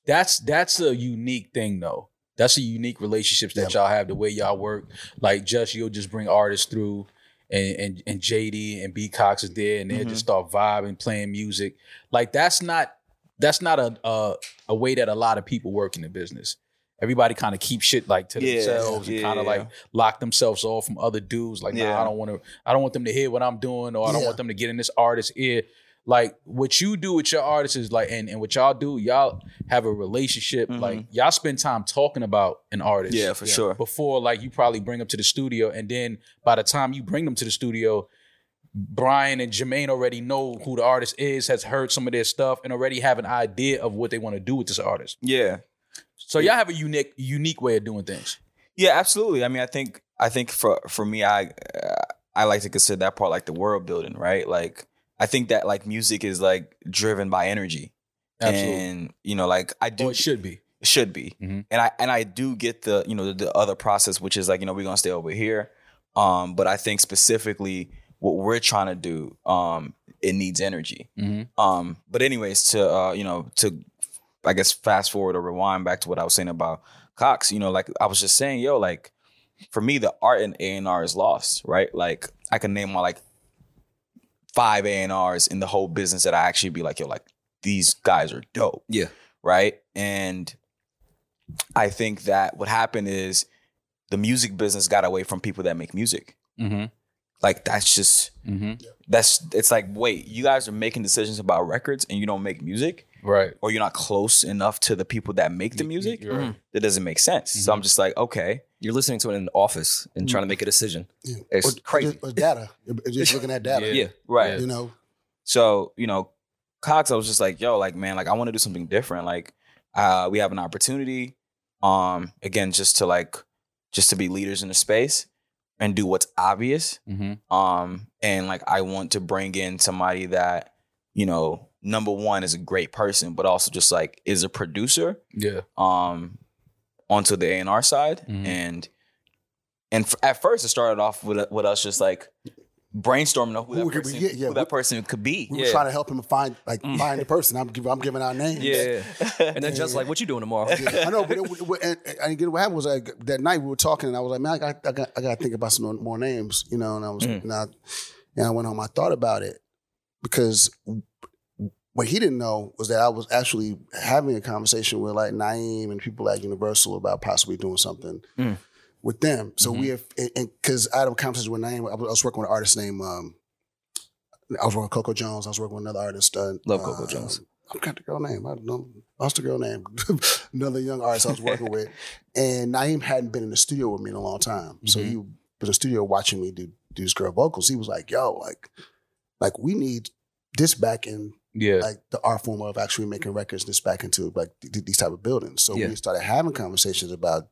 Speaker 1: that's that's a unique thing though. That's a unique relationships that y'all have. The way y'all work, like just you'll just bring artists through, and and, and JD and B Cox is there, and they will just
Speaker 4: Mm-hmm.
Speaker 1: start vibing, playing music. Like that's not that's not a a, a way that a lot of people work in the business. Everybody kind of keeps shit like to
Speaker 4: Yeah,
Speaker 1: themselves and
Speaker 4: yeah,
Speaker 1: kind of
Speaker 4: yeah.
Speaker 1: like lock themselves off from other dudes. Like, nah,
Speaker 4: Yeah.
Speaker 1: I don't want to, I don't want them to hear what I'm doing, or I don't
Speaker 2: Yeah.
Speaker 1: want them to get in this artist's ear. Like what you do with your artists is like, and, and what y'all do, y'all have a relationship.
Speaker 4: Mhm.
Speaker 1: Like y'all spend time talking about an artist.
Speaker 4: yeah, for sure.
Speaker 1: Before like you probably bring them to the studio, and then by the time you bring them to the studio, Brian and Jermaine already know who the artist is, has heard some of their stuff, and already have an idea of what they want to do with this artist.
Speaker 4: Yeah.
Speaker 1: So y'all have a unique unique way of doing things.
Speaker 4: Yeah, absolutely. I mean, I think I think for for me, I uh, I like to consider that part like the world building, right? Like I think that like music is like driven by energy,
Speaker 1: Absolutely.
Speaker 4: and you know, like I do
Speaker 1: or it should be.
Speaker 4: it should be,
Speaker 1: Mhm.
Speaker 4: and I and I do get the you know the, the other process, which is like you know we're gonna stay over here, um, but I think specifically what we're trying to do, um, it needs energy,
Speaker 1: Mhm.
Speaker 4: um, but anyways, to uh, you know, to I guess fast forward or rewind back to what I was saying about Cox. You know, like I was just saying, yo, like for me, the art in A and R is lost, right? Like I can name my like five A and R's in the whole business that I actually be like, yo, like these guys are dope,
Speaker 3: Yeah.
Speaker 4: right? And I think that what happened is the music business got away from people that make music.
Speaker 1: Mm-hmm.
Speaker 4: Like that's just
Speaker 1: Mm-hmm.
Speaker 4: that's it's like wait you guys are making decisions about records and you don't make music
Speaker 1: Right.
Speaker 4: or you're not close enough to the people that make the music
Speaker 1: You're Mm-hmm. right.
Speaker 4: that doesn't make sense so i'm just like okay
Speaker 3: You're listening to it in an office and trying to make a decision.
Speaker 2: Yeah.
Speaker 3: It's
Speaker 2: Or- or
Speaker 3: crazy.
Speaker 2: just- Or, data. You're just looking at data.
Speaker 1: Yeah.
Speaker 3: Yeah.
Speaker 4: right
Speaker 2: You know,
Speaker 4: so you know cox i was just like yo like man like i want to do something different like uh we have an opportunity um again just to like just to be leaders in the space and do what's obvious
Speaker 1: Mm-hmm.
Speaker 4: um and like i want to bring in somebody that you know number one is a great person but also just like is a producer
Speaker 1: Yeah.
Speaker 4: um onto the A&R side
Speaker 2: Mm-hmm.
Speaker 1: Mhm.
Speaker 4: and and f- at first it started off with with us just like brainstorming of who,
Speaker 2: Who
Speaker 4: that,
Speaker 2: could we
Speaker 4: person,
Speaker 2: get? Yeah,
Speaker 4: who that
Speaker 2: we-
Speaker 4: person could be
Speaker 2: we
Speaker 4: yeah.
Speaker 2: were trying to help him find like
Speaker 4: Mm.
Speaker 2: find the person. I'm giving, I'm giving out names.
Speaker 3: Yeah. And then just like, what you doing tomorrow?
Speaker 2: I know, but it, it, and, and I get what happened was like that night we were talking, and I was like, man, I got, I got, I got to think about some more- more names, you know. And I was,
Speaker 4: Mm.
Speaker 2: and I, and I went home. I thought about it because what he didn't know was that I was actually having a conversation with like Naeem and people at Universal about possibly doing something
Speaker 4: Mm.
Speaker 2: with them. So
Speaker 3: Mm-hmm.
Speaker 2: we have, and because I had a conversation with Naeem, I was, I was working with an artist named. Um, I was working with Coco Jones. I was working with another artist. Uh,
Speaker 3: Love Coco
Speaker 2: uh,
Speaker 3: Jones.
Speaker 2: I forgot the girl name. I don't know. Lost the girl name. Another young artist I was working with. And Naeem hadn't been in the studio with me in a long time. So he was in the studio watching me do, do this girl vocals. He was like, yo, like, like we need this back in
Speaker 1: Yeah.
Speaker 2: like the art form of actually making records this back into like th- these type of buildings. So
Speaker 3: Yeah.
Speaker 2: we started having conversations about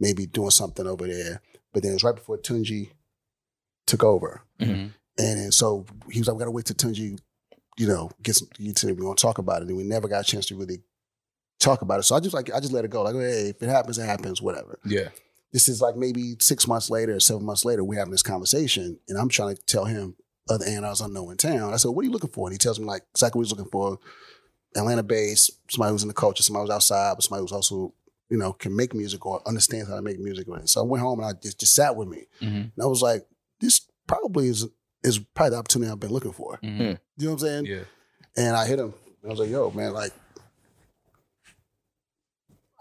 Speaker 2: maybe doing something over there. But then it was right before Tunji took over.
Speaker 1: Mhm.
Speaker 2: And, then so he was like, we gotta wait till Tunji, you know, gets you to we gonna talk about it. And we never got a chance to really talk about it. So I just like I just let it go. Like, hey, if it happens, it happens, whatever.
Speaker 1: Yeah.
Speaker 2: This is like maybe six months later, seven months later, we're having this conversation, and I'm trying to tell him other and I was unknown in town. I said, What are you looking for? And he tells me like exactly what he's looking for. Atlanta based, somebody who's in the culture, somebody who's outside, but somebody who's also, you know, can make music or understands how to make music. And so I went home and I just, just sat with me.
Speaker 4: Mm-hmm.
Speaker 1: Mhm.
Speaker 2: And I was like, this probably is is probably the opportunity I've been looking for.
Speaker 4: Mm-hmm.
Speaker 3: Hmm.
Speaker 1: Mhm.
Speaker 2: You know what I'm saying?
Speaker 1: Yeah.
Speaker 2: And I hit him. I was like, yo, man, like,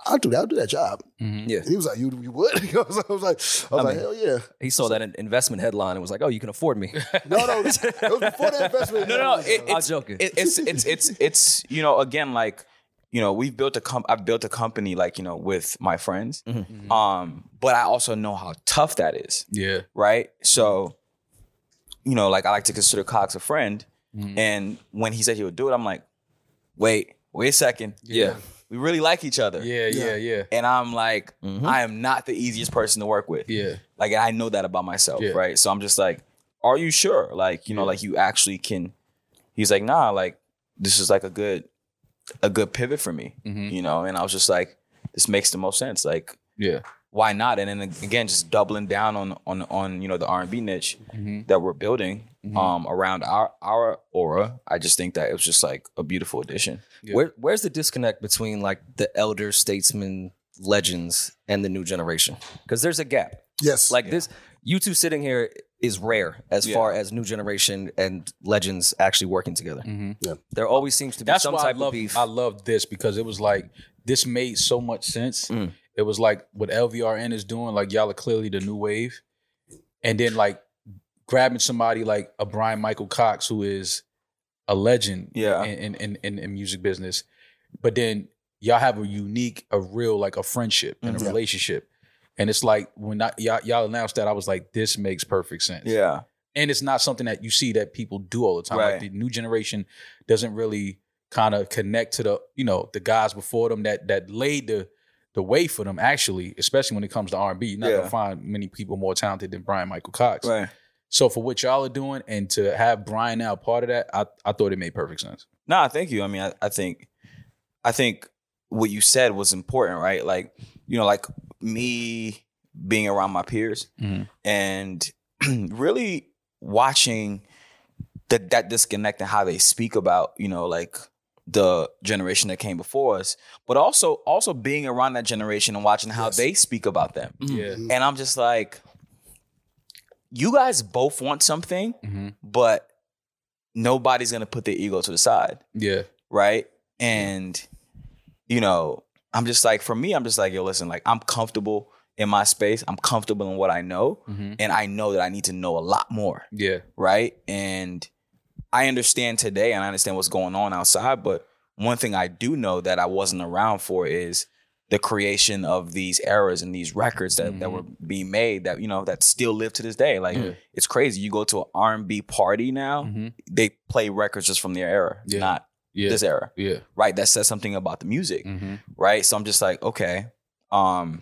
Speaker 2: I'll do that. I'll do that job.
Speaker 4: Mm-hmm.
Speaker 1: Mhm.
Speaker 3: Yeah.
Speaker 2: And he was like, you, you would? I was, I was like, I was
Speaker 3: I
Speaker 2: like,
Speaker 3: mean-
Speaker 2: hell yeah.
Speaker 3: He saw that in- investment headline and was like, oh, you can afford me.
Speaker 2: No, no, it was before the investment.
Speaker 4: No, no, no, it-
Speaker 3: I'm joking.
Speaker 4: it, it's it's it's it's you know again like you know we've built a com- I've built a company like you know with my friends
Speaker 2: Mm-hmm.
Speaker 4: um but I also know how tough that is
Speaker 1: Yeah.
Speaker 4: right? So,
Speaker 1: Mm-hmm.
Speaker 4: you know, like I like to consider Cox a friend.
Speaker 1: Mhm.
Speaker 4: And when he said he would do it, I'm like, wait, wait a second.
Speaker 1: Yeah.
Speaker 4: We really like each other.
Speaker 1: Yeah. Yeah. Yeah.
Speaker 4: And I'm like,
Speaker 3: Mhm.
Speaker 4: I am not the easiest person to work with.
Speaker 1: Yeah.
Speaker 4: Like I know that about myself,
Speaker 1: Yeah.
Speaker 4: right? So I'm just like, are you sure? Like, you know, like you actually can. He's like, nah, like this is like a good, a good pivot for me,
Speaker 1: Mhm.
Speaker 4: you know? And I was just like, this makes the most sense. Like,
Speaker 1: Yeah.
Speaker 4: why not? And then again, just doubling down on, on, on, you know, the R and B niche
Speaker 1: Mhm.
Speaker 4: that we're building
Speaker 1: Mhm.
Speaker 4: um, around our, our aura. I just think that it was just like a beautiful addition.
Speaker 1: Yeah.
Speaker 3: Where where's the disconnect between like the elder statesmen legends and the new generation? Because there's a gap.
Speaker 2: Yes.
Speaker 3: Like this, you two sitting here is rare as
Speaker 4: Yeah.
Speaker 3: far as new generation and legends actually working together.
Speaker 1: Mhm.
Speaker 3: There always seems to be
Speaker 1: That's
Speaker 3: some
Speaker 1: why I
Speaker 3: type of
Speaker 1: love
Speaker 3: beef.
Speaker 1: I love this because it was like this made so much sense.
Speaker 4: Mm.
Speaker 1: It was like what LVRN is doing, like y'all are clearly the new wave. And then like grabbing somebody like a Brian Michael Cox, who is a legend
Speaker 4: Yeah.
Speaker 1: in, in, in, in, in music business. But then y'all have a unique, a real, like a friendship and a
Speaker 4: Mm-hmm.
Speaker 2: Mhm.
Speaker 1: relationship. And it's like when I, y'all, y'all announced that, I was like, this makes perfect sense
Speaker 4: Yeah.
Speaker 1: and it's not something that you see that people do all the time. Like
Speaker 4: Right.
Speaker 1: the new generation doesn't really kind of connect to the you know the guys before them that that laid the the way for them actually, especially when it comes to R and B. You're not
Speaker 4: Yeah.
Speaker 1: gonna find many people more talented than Brian Michael Cox.
Speaker 4: Right.
Speaker 1: So for what y'all are doing and to have Brian now part of that, I I thought it made perfect sense.
Speaker 4: Nah, thank you. I mean, I, I think, I think what you said was important, right? Like, you know, like me being around my peers
Speaker 1: Mhm.
Speaker 4: and really watching that that disconnect and how they speak about, you know, like the generation that came before us, but also also being around that generation and watching how
Speaker 2: Yes.
Speaker 4: they speak about them.
Speaker 1: Yeah.
Speaker 4: And I'm just like, you guys both want something,
Speaker 1: hmm
Speaker 4: but nobody's gonna put their ego to the side
Speaker 1: Yeah.
Speaker 4: right? And you know, I'm just like for me, I'm just like, yo, listen, like I'm comfortable in my space. I'm comfortable in what I know,
Speaker 1: hmm
Speaker 4: and I know that I need to know a lot more,
Speaker 1: Yeah.
Speaker 4: right? And I understand today and I understand what's going on outside, but one thing I do know that I wasn't around for is the creation of these eras and these records that, that
Speaker 1: Mhm.
Speaker 4: were being made that you know that still live to this day. Like
Speaker 1: Yeah.
Speaker 4: it's crazy. You go to an R and B party now,
Speaker 1: hmm
Speaker 4: they play records just from their era,
Speaker 1: Yeah.
Speaker 4: not
Speaker 1: Yeah.
Speaker 4: this era
Speaker 1: yeah.
Speaker 4: right that says something about the music
Speaker 1: hmm
Speaker 4: right so i'm just like okay um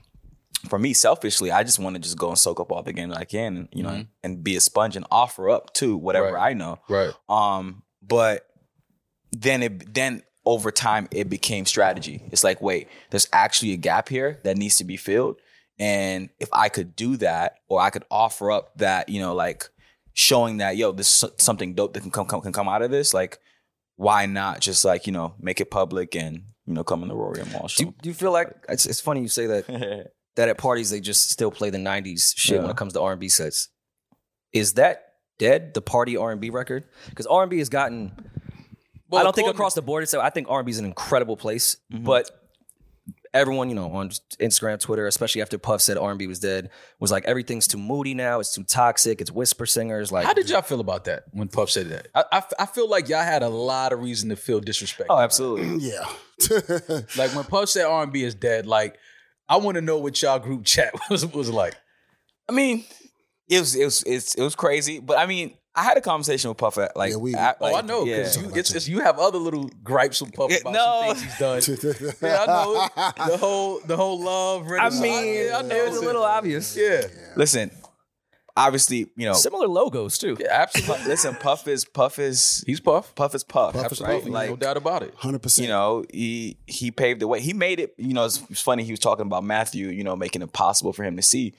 Speaker 4: for me selfishly i just want to just go and soak up all the game that i can and you know
Speaker 1: Mhm.
Speaker 4: and be a sponge and offer up to whatever
Speaker 1: Right.
Speaker 4: i know
Speaker 1: Right.
Speaker 4: um but then it then over time it became strategy it's like wait there's actually a gap here that needs to be filled and if i could do that or i could offer up that you know like showing that yo this is something dope that can come, come can come out of this like why not just like you know make it public and you know come in the rory and
Speaker 3: do, you,
Speaker 4: marshall
Speaker 3: do you feel like it's, it's funny you say that that at parties they just still play the 90s shit when
Speaker 4: Yeah.
Speaker 3: it comes to R&B sets. Is that dead the party R&B record? Cuz R&B has gotten I don't think across the board it's I think R&B is an incredible place,
Speaker 4: Mhm.
Speaker 3: but everyone, you know, on Instagram, Twitter, especially after Puff said R&B was dead, was like everything's too moody now, it's too toxic, it's whisper singers like
Speaker 1: How did y'all feel about that when Puff said that? I, I, I feel like y'all had a lot of reason to feel disrespected.
Speaker 4: oh absolutely
Speaker 2: yeah.
Speaker 1: Like when Puff said R and B is dead, like I want to know what y'all group chat was was like.
Speaker 4: I mean, it was it was it's, it was crazy, but I mean, I had a conversation with Puff at like,
Speaker 2: Yeah, we-
Speaker 4: at,
Speaker 1: Oh, I
Speaker 4: like,
Speaker 1: know
Speaker 4: yeah.
Speaker 1: because you it's, it's you have other little gripes with Puff
Speaker 4: Yeah,
Speaker 1: about
Speaker 4: no.
Speaker 1: some things he's done. yeah, I know the whole the whole love.
Speaker 3: I
Speaker 1: Renaissance.
Speaker 3: mean,
Speaker 1: yeah, I know
Speaker 3: it was a little obvious.
Speaker 1: Yeah,
Speaker 4: Listen, obviously, you know,
Speaker 3: Similar logos too.
Speaker 1: yeah, absolutely.
Speaker 4: Puff, listen, Puff is Puff is
Speaker 1: He's Puff.
Speaker 4: Puff is Puff,
Speaker 2: Puff is
Speaker 4: right?
Speaker 2: Puff,
Speaker 4: Like
Speaker 1: no doubt about it.
Speaker 2: Hundred percent.
Speaker 4: you know, he he paved the way. He made it. You know, it's, it's funny. He was talking about Matthew. You know, making it possible for him to see.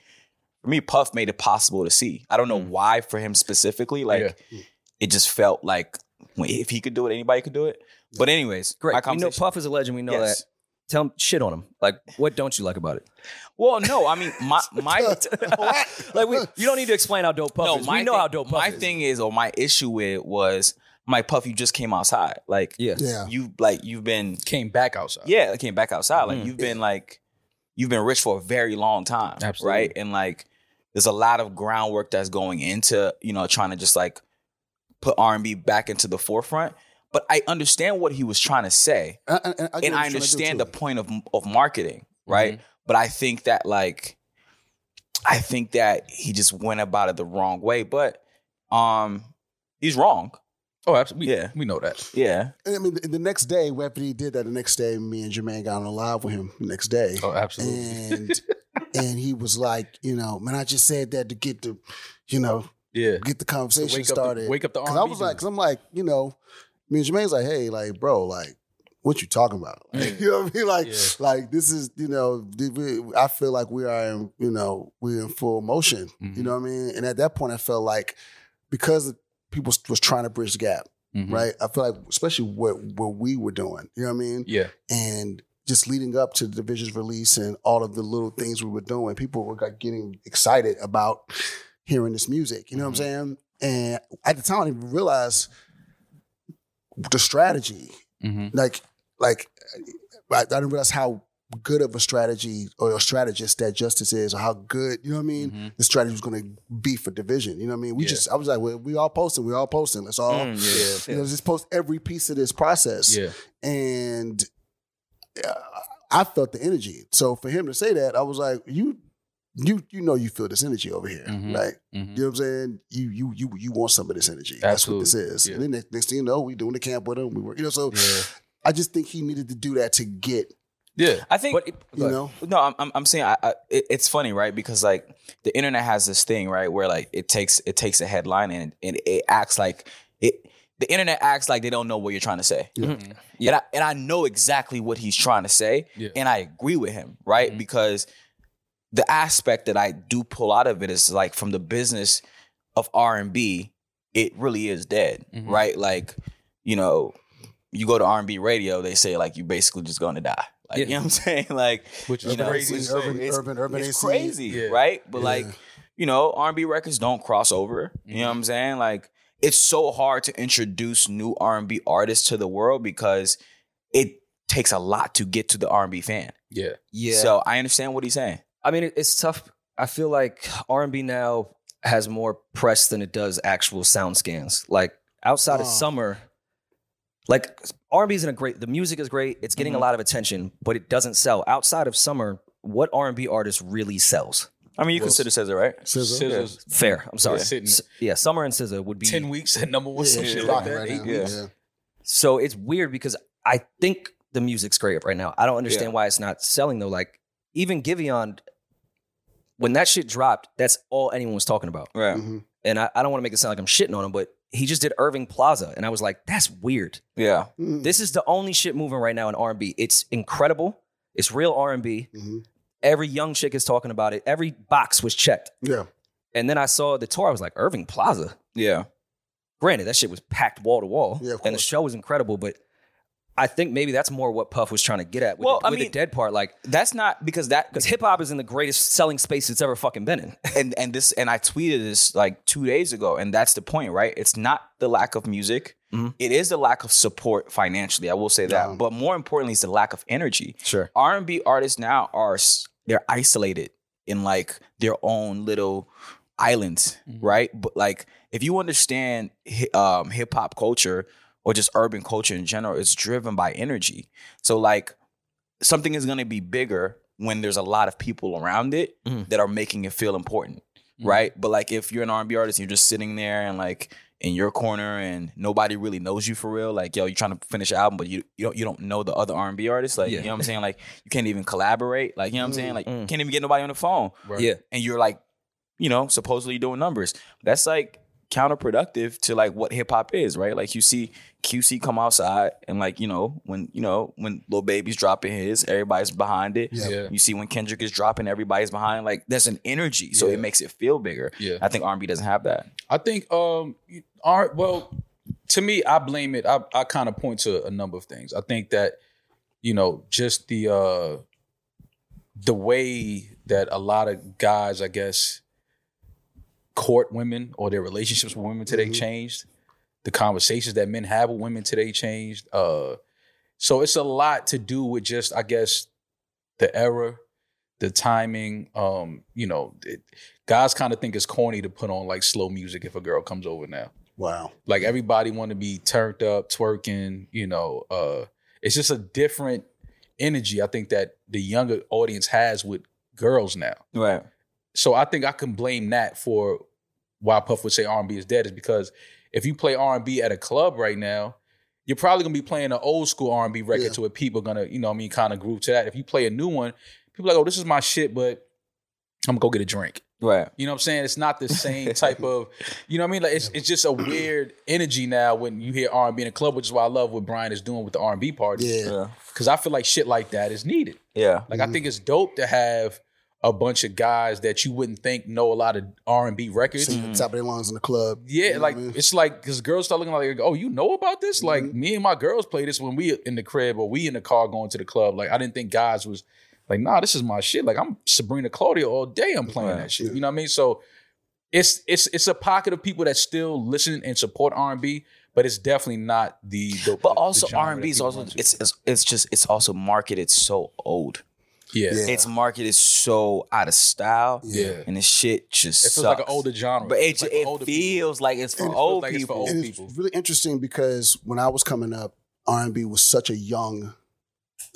Speaker 4: For me, Puff made it possible to see. I don't
Speaker 3: Mm.
Speaker 4: know why for him specifically. Like it just felt like when- if he could do it, anybody could do it. But anyways,
Speaker 3: Great.
Speaker 4: my
Speaker 3: We know
Speaker 4: conversation-
Speaker 3: Puff is a legend, we know
Speaker 4: Yes.
Speaker 3: that. Tell him shit on him. Like what don't you like about it?
Speaker 4: Well, no, I mean my my
Speaker 3: Like we, you don't need to explain how dope Puff
Speaker 4: no,
Speaker 3: is.
Speaker 4: my
Speaker 3: We know
Speaker 4: thing,
Speaker 3: how dope Puff
Speaker 4: my
Speaker 3: is.
Speaker 4: thing is, or my issue with was my puff. You just came outside, like
Speaker 3: yeah.
Speaker 2: Yeah.
Speaker 4: you like you've been
Speaker 1: Came back outside.
Speaker 4: uh, yeah, I came back outside.
Speaker 2: Mm.
Speaker 4: Like you've been like you've been rich for a very long time,
Speaker 1: Absolutely.
Speaker 4: right? And like there's a lot of groundwork that's going into you know trying to just like put R and B back into the forefront. But I understand what he was trying to say,
Speaker 2: And, and- and I, get what
Speaker 4: and I
Speaker 2: you're trying to do,
Speaker 4: understand the
Speaker 2: too. Mm-hmm.
Speaker 4: point of of marketing, right? But I think that like I think that he just went about it the wrong way. But um he's wrong.
Speaker 1: Oh, absolutely.
Speaker 4: Yeah.
Speaker 1: we know that.
Speaker 4: Yeah.
Speaker 2: And I mean, the, the next day, after he did that, the next day, me and Jermaine got on a live with him. The next day,
Speaker 1: Oh, absolutely.
Speaker 2: and and he was like, you know, man, I just said that to get the, you know,
Speaker 1: Yeah.
Speaker 2: get the conversation
Speaker 1: wake up the-
Speaker 2: started.
Speaker 1: wake up the
Speaker 2: Because I
Speaker 1: R&B
Speaker 2: was like,
Speaker 1: dude.
Speaker 2: because I'm like, you know, me and Jermaine's like, hey, like, bro, like, what you talking about? Like, You know what I mean? Like,
Speaker 1: Yeah.
Speaker 2: like this is, you know, the- we- I feel like we are, in, you know, we're in full motion. You
Speaker 1: Mhm.
Speaker 2: know what I mean? And at that point, I felt like because people was trying to bridge the gap,
Speaker 1: Mhm.
Speaker 2: right? I feel like, especially what what we were doing. You know what I mean?
Speaker 1: Yeah.
Speaker 2: and just leading up to the division's release and all of the little things we were doing, people were like getting excited about hearing this music. You know what
Speaker 1: Mm-hmm.
Speaker 2: I'm saying? And at the time, I didn't even realize the strategy.
Speaker 1: Mm-hmm.
Speaker 2: Like, like I, I didn't realize how good of a strategy or a strategist that Justice is, or how good you know what I mean.
Speaker 1: Mhm.
Speaker 2: The strategy was going to be for division. You know what I mean? We
Speaker 1: Yeah.
Speaker 2: just, I was like, well, we all posting, we all posting. Let's all,
Speaker 4: Mm, yeah.
Speaker 2: you know, just post every piece of this process
Speaker 1: Yeah.
Speaker 2: and uh, I felt the energy. So for him to say that, I was like, you, you, you know, you feel this energy over here,
Speaker 1: Mhm.
Speaker 2: right?
Speaker 1: Mhm.
Speaker 2: You know what I'm saying? You, you, you, you want some of this energy. That's what this
Speaker 1: Absolutely.
Speaker 2: is.
Speaker 1: Yeah.
Speaker 2: And then next, next thing you know, we doing the camp with him. We were, you know, so
Speaker 1: Yeah.
Speaker 2: I just think he needed to do that to get,
Speaker 1: Yeah.
Speaker 4: I think
Speaker 3: But it-
Speaker 2: you know,
Speaker 4: No, I'm I'm, I'm saying I, I, it, it's funny, right? Because like the internet has this thing, right, where like it takes it takes a headline and and it acts like it. The internet acts like they don't know what you're trying to say.
Speaker 1: Mm-hmm.
Speaker 4: And I and I know exactly what he's trying to say,
Speaker 1: Yeah.
Speaker 4: and I agree with him, right?
Speaker 1: Mhm.
Speaker 4: Because the aspect that I do pull out of it is like from the business of R and B, it really is dead,
Speaker 1: Mhm.
Speaker 4: right? Like you know, you go to R and B radio, they say like you basically just going to die. Like
Speaker 1: Yeah.
Speaker 4: you know what I'm saying? Like
Speaker 1: Which is
Speaker 4: you know,
Speaker 1: crazy.
Speaker 4: it's-
Speaker 1: to say.
Speaker 2: urban,
Speaker 4: it's-
Speaker 2: urban, urban,
Speaker 4: it's
Speaker 2: AC.
Speaker 4: crazy,
Speaker 1: Yeah.
Speaker 4: right? But
Speaker 2: Yeah.
Speaker 4: like, you know, R&B records don't cross over. You know what I'm saying? Like, it's so hard to introduce new R&B artists to the world because it takes a lot to get to the R&B fan.
Speaker 1: Yeah.
Speaker 3: Yeah.
Speaker 4: So I understand what he's saying.
Speaker 3: I mean, it- it's tough. I feel like R and B now has more press than it does actual sound scans. Like outside
Speaker 2: Oh.
Speaker 3: of summer, like R and B is in a great. The music is great. It's getting
Speaker 1: Mm-hmm.
Speaker 4: Mhm.
Speaker 3: a lot of attention, but it doesn't sell outside of summer. What R and B artist really sells?
Speaker 4: I mean, you
Speaker 1: Well,
Speaker 4: consider SZA, right?
Speaker 2: Scissor.
Speaker 1: Scissors.
Speaker 3: Fair. I'm sorry.
Speaker 1: Yeah, sitting-
Speaker 3: S- yeah summer and SZA would be
Speaker 1: Ten weeks at number
Speaker 2: Yeah,
Speaker 1: one. some
Speaker 2: she's
Speaker 1: shit like
Speaker 2: rocking
Speaker 1: that.
Speaker 2: right
Speaker 1: Eight
Speaker 2: now.
Speaker 1: weeks.
Speaker 2: Yeah.
Speaker 3: So it's weird because I think the music's great right now. I don't understand why it's not selling though. Like even Giveon, when that shit dropped, that's all anyone was talking about.
Speaker 4: Right.
Speaker 2: Mhm.
Speaker 3: and I, I don't want to make it sound like I'm shitting on him, but he just did Irving Plaza, and I was like, that's weird.
Speaker 4: Yeah.
Speaker 2: Mhm.
Speaker 3: This is the only shit moving right now in R&B. It's incredible. It's real R&B.
Speaker 2: Mhm.
Speaker 3: Every young chick is talking about it. Every box was checked.
Speaker 2: Yeah.
Speaker 3: And then I saw the tour. I was like, Irving Plaza.
Speaker 4: Yeah.
Speaker 3: Granted, that shit was packed wall to wall,
Speaker 2: Yeah, of
Speaker 3: and the
Speaker 2: course.
Speaker 3: show was incredible. But I think maybe that's more what Puff was trying to get at with,
Speaker 4: Well,
Speaker 3: the,
Speaker 4: I
Speaker 3: with
Speaker 4: mean-
Speaker 3: the dead part, like
Speaker 4: That's not because that
Speaker 3: because hip hop is in the greatest selling space it's ever fucking been in.
Speaker 4: and and this and I tweeted this like two days ago, and that's the point, right? It's not the lack of music.
Speaker 3: Mhm.
Speaker 4: It is the lack of support financially. I will say that,
Speaker 2: Yeah.
Speaker 4: but more importantly, it's the lack of energy.
Speaker 3: Sure.
Speaker 4: R and B artists now are s- they're isolated in like their own little islands,
Speaker 3: Mm-hmm.
Speaker 4: right? But like if you understand hi- um, hip hop culture or just urban culture in general, it's driven by energy. So like something is gonna be bigger when there's a lot of people around it
Speaker 3: Mhm.
Speaker 4: that are making it feel important,
Speaker 3: Mm-hmm.
Speaker 4: right? But like if you're an R and B artist and you're just sitting there and like in your corner and nobody really knows you for real, like yo, you're trying to finish an album, but you you don't you don't know the other R and B artists, like
Speaker 3: Yeah.
Speaker 4: you know what I'm saying? Like you can't even collaborate, like you know what I'm saying? Like
Speaker 3: Mm.
Speaker 4: can't even get nobody on the phone
Speaker 1: Right.
Speaker 3: Yeah.
Speaker 4: and you're like, you know, supposedly doing numbers. That's like counterproductive to like what hip hop is, right? Like you see QC come outside and like, you know, when you know, when Lil Baby's dropping his, everybody's behind it.
Speaker 2: Yeah.
Speaker 1: Yeah.
Speaker 4: You see when Kendrick is dropping, everybody's behind. Like there's an energy. So
Speaker 1: Yeah.
Speaker 4: it makes it feel bigger.
Speaker 1: Yeah.
Speaker 4: I think R&B doesn't have that.
Speaker 1: I think um are well to me I blame it I I kind of point to a number of things. I think that you know just the uh the way that a lot of guys I guess court women or their relationships with women today
Speaker 2: Mhm.
Speaker 1: changed. The conversations that men have with women today changed uh so it's a lot to do with just I guess the era the timing um you know it, guys kind of think it's corny to put on like slow music if a girl comes over now.
Speaker 2: Wow.
Speaker 1: Like everybody want to be turned up, twerking, you know, uh it's just a different energy I think that the younger audience has with girls now.
Speaker 4: Right.
Speaker 1: So I think I can blame that for why Puff would say R&B is dead is because if you play R&B at a club right now, you're probably going to be playing an old school R&B record
Speaker 2: Yeah.
Speaker 1: to where people going to, you know what I mean, kind of groove to that. If you play a new one, people are like, "Oh, this is my shit, but I'm going to go get a drink."
Speaker 4: Right.
Speaker 1: You know what I'm saying? It's not the same type of, you know what I mean? Like it's, it's just a weird energy now when you hear R&B in a club, which is why I love what Brian is doing with the R&B party.
Speaker 2: Yeah.
Speaker 4: Yeah.
Speaker 1: Cuz I feel like shit like that is needed.
Speaker 4: Yeah.
Speaker 1: Like I think it's dope to have a bunch of guys that you wouldn't think know a lot of R&B records.
Speaker 2: See, the top of their lungs in the club.
Speaker 1: Yeah,
Speaker 2: You know
Speaker 1: like
Speaker 2: what I mean? Mm-hmm.
Speaker 1: it's like because girls start looking like, oh, you know about this? Like me and my girls play this when we in the crib or we in the car going to the club. Like I didn't think guys was like, nah, this is my shit. Like I'm Sabrina Claudia all day. I'm playing
Speaker 4: Right.
Speaker 1: that shit. You know what I mean? So it's it's it's a pocket of people that still listen and support R and B, but it's definitely not the. the
Speaker 4: But
Speaker 1: the
Speaker 4: also
Speaker 1: genre that
Speaker 4: R and B is
Speaker 1: people
Speaker 4: also
Speaker 1: into.
Speaker 4: it's, it's it's just it's also marketed so old.
Speaker 1: yeah.
Speaker 2: Yeah.
Speaker 4: It's marketed so out of style.
Speaker 1: yeah.
Speaker 2: Yeah.
Speaker 4: And the shit just
Speaker 1: It feels like
Speaker 4: sucks.
Speaker 1: an older genre.
Speaker 4: But
Speaker 1: Oh, It's
Speaker 4: it,
Speaker 1: like for
Speaker 4: it
Speaker 1: older people.
Speaker 4: feels like it's for
Speaker 1: And it feels
Speaker 4: old
Speaker 1: like it's for
Speaker 4: people.
Speaker 1: old
Speaker 2: and
Speaker 1: people.
Speaker 2: it's really interesting because when I was coming up, R and B was such a young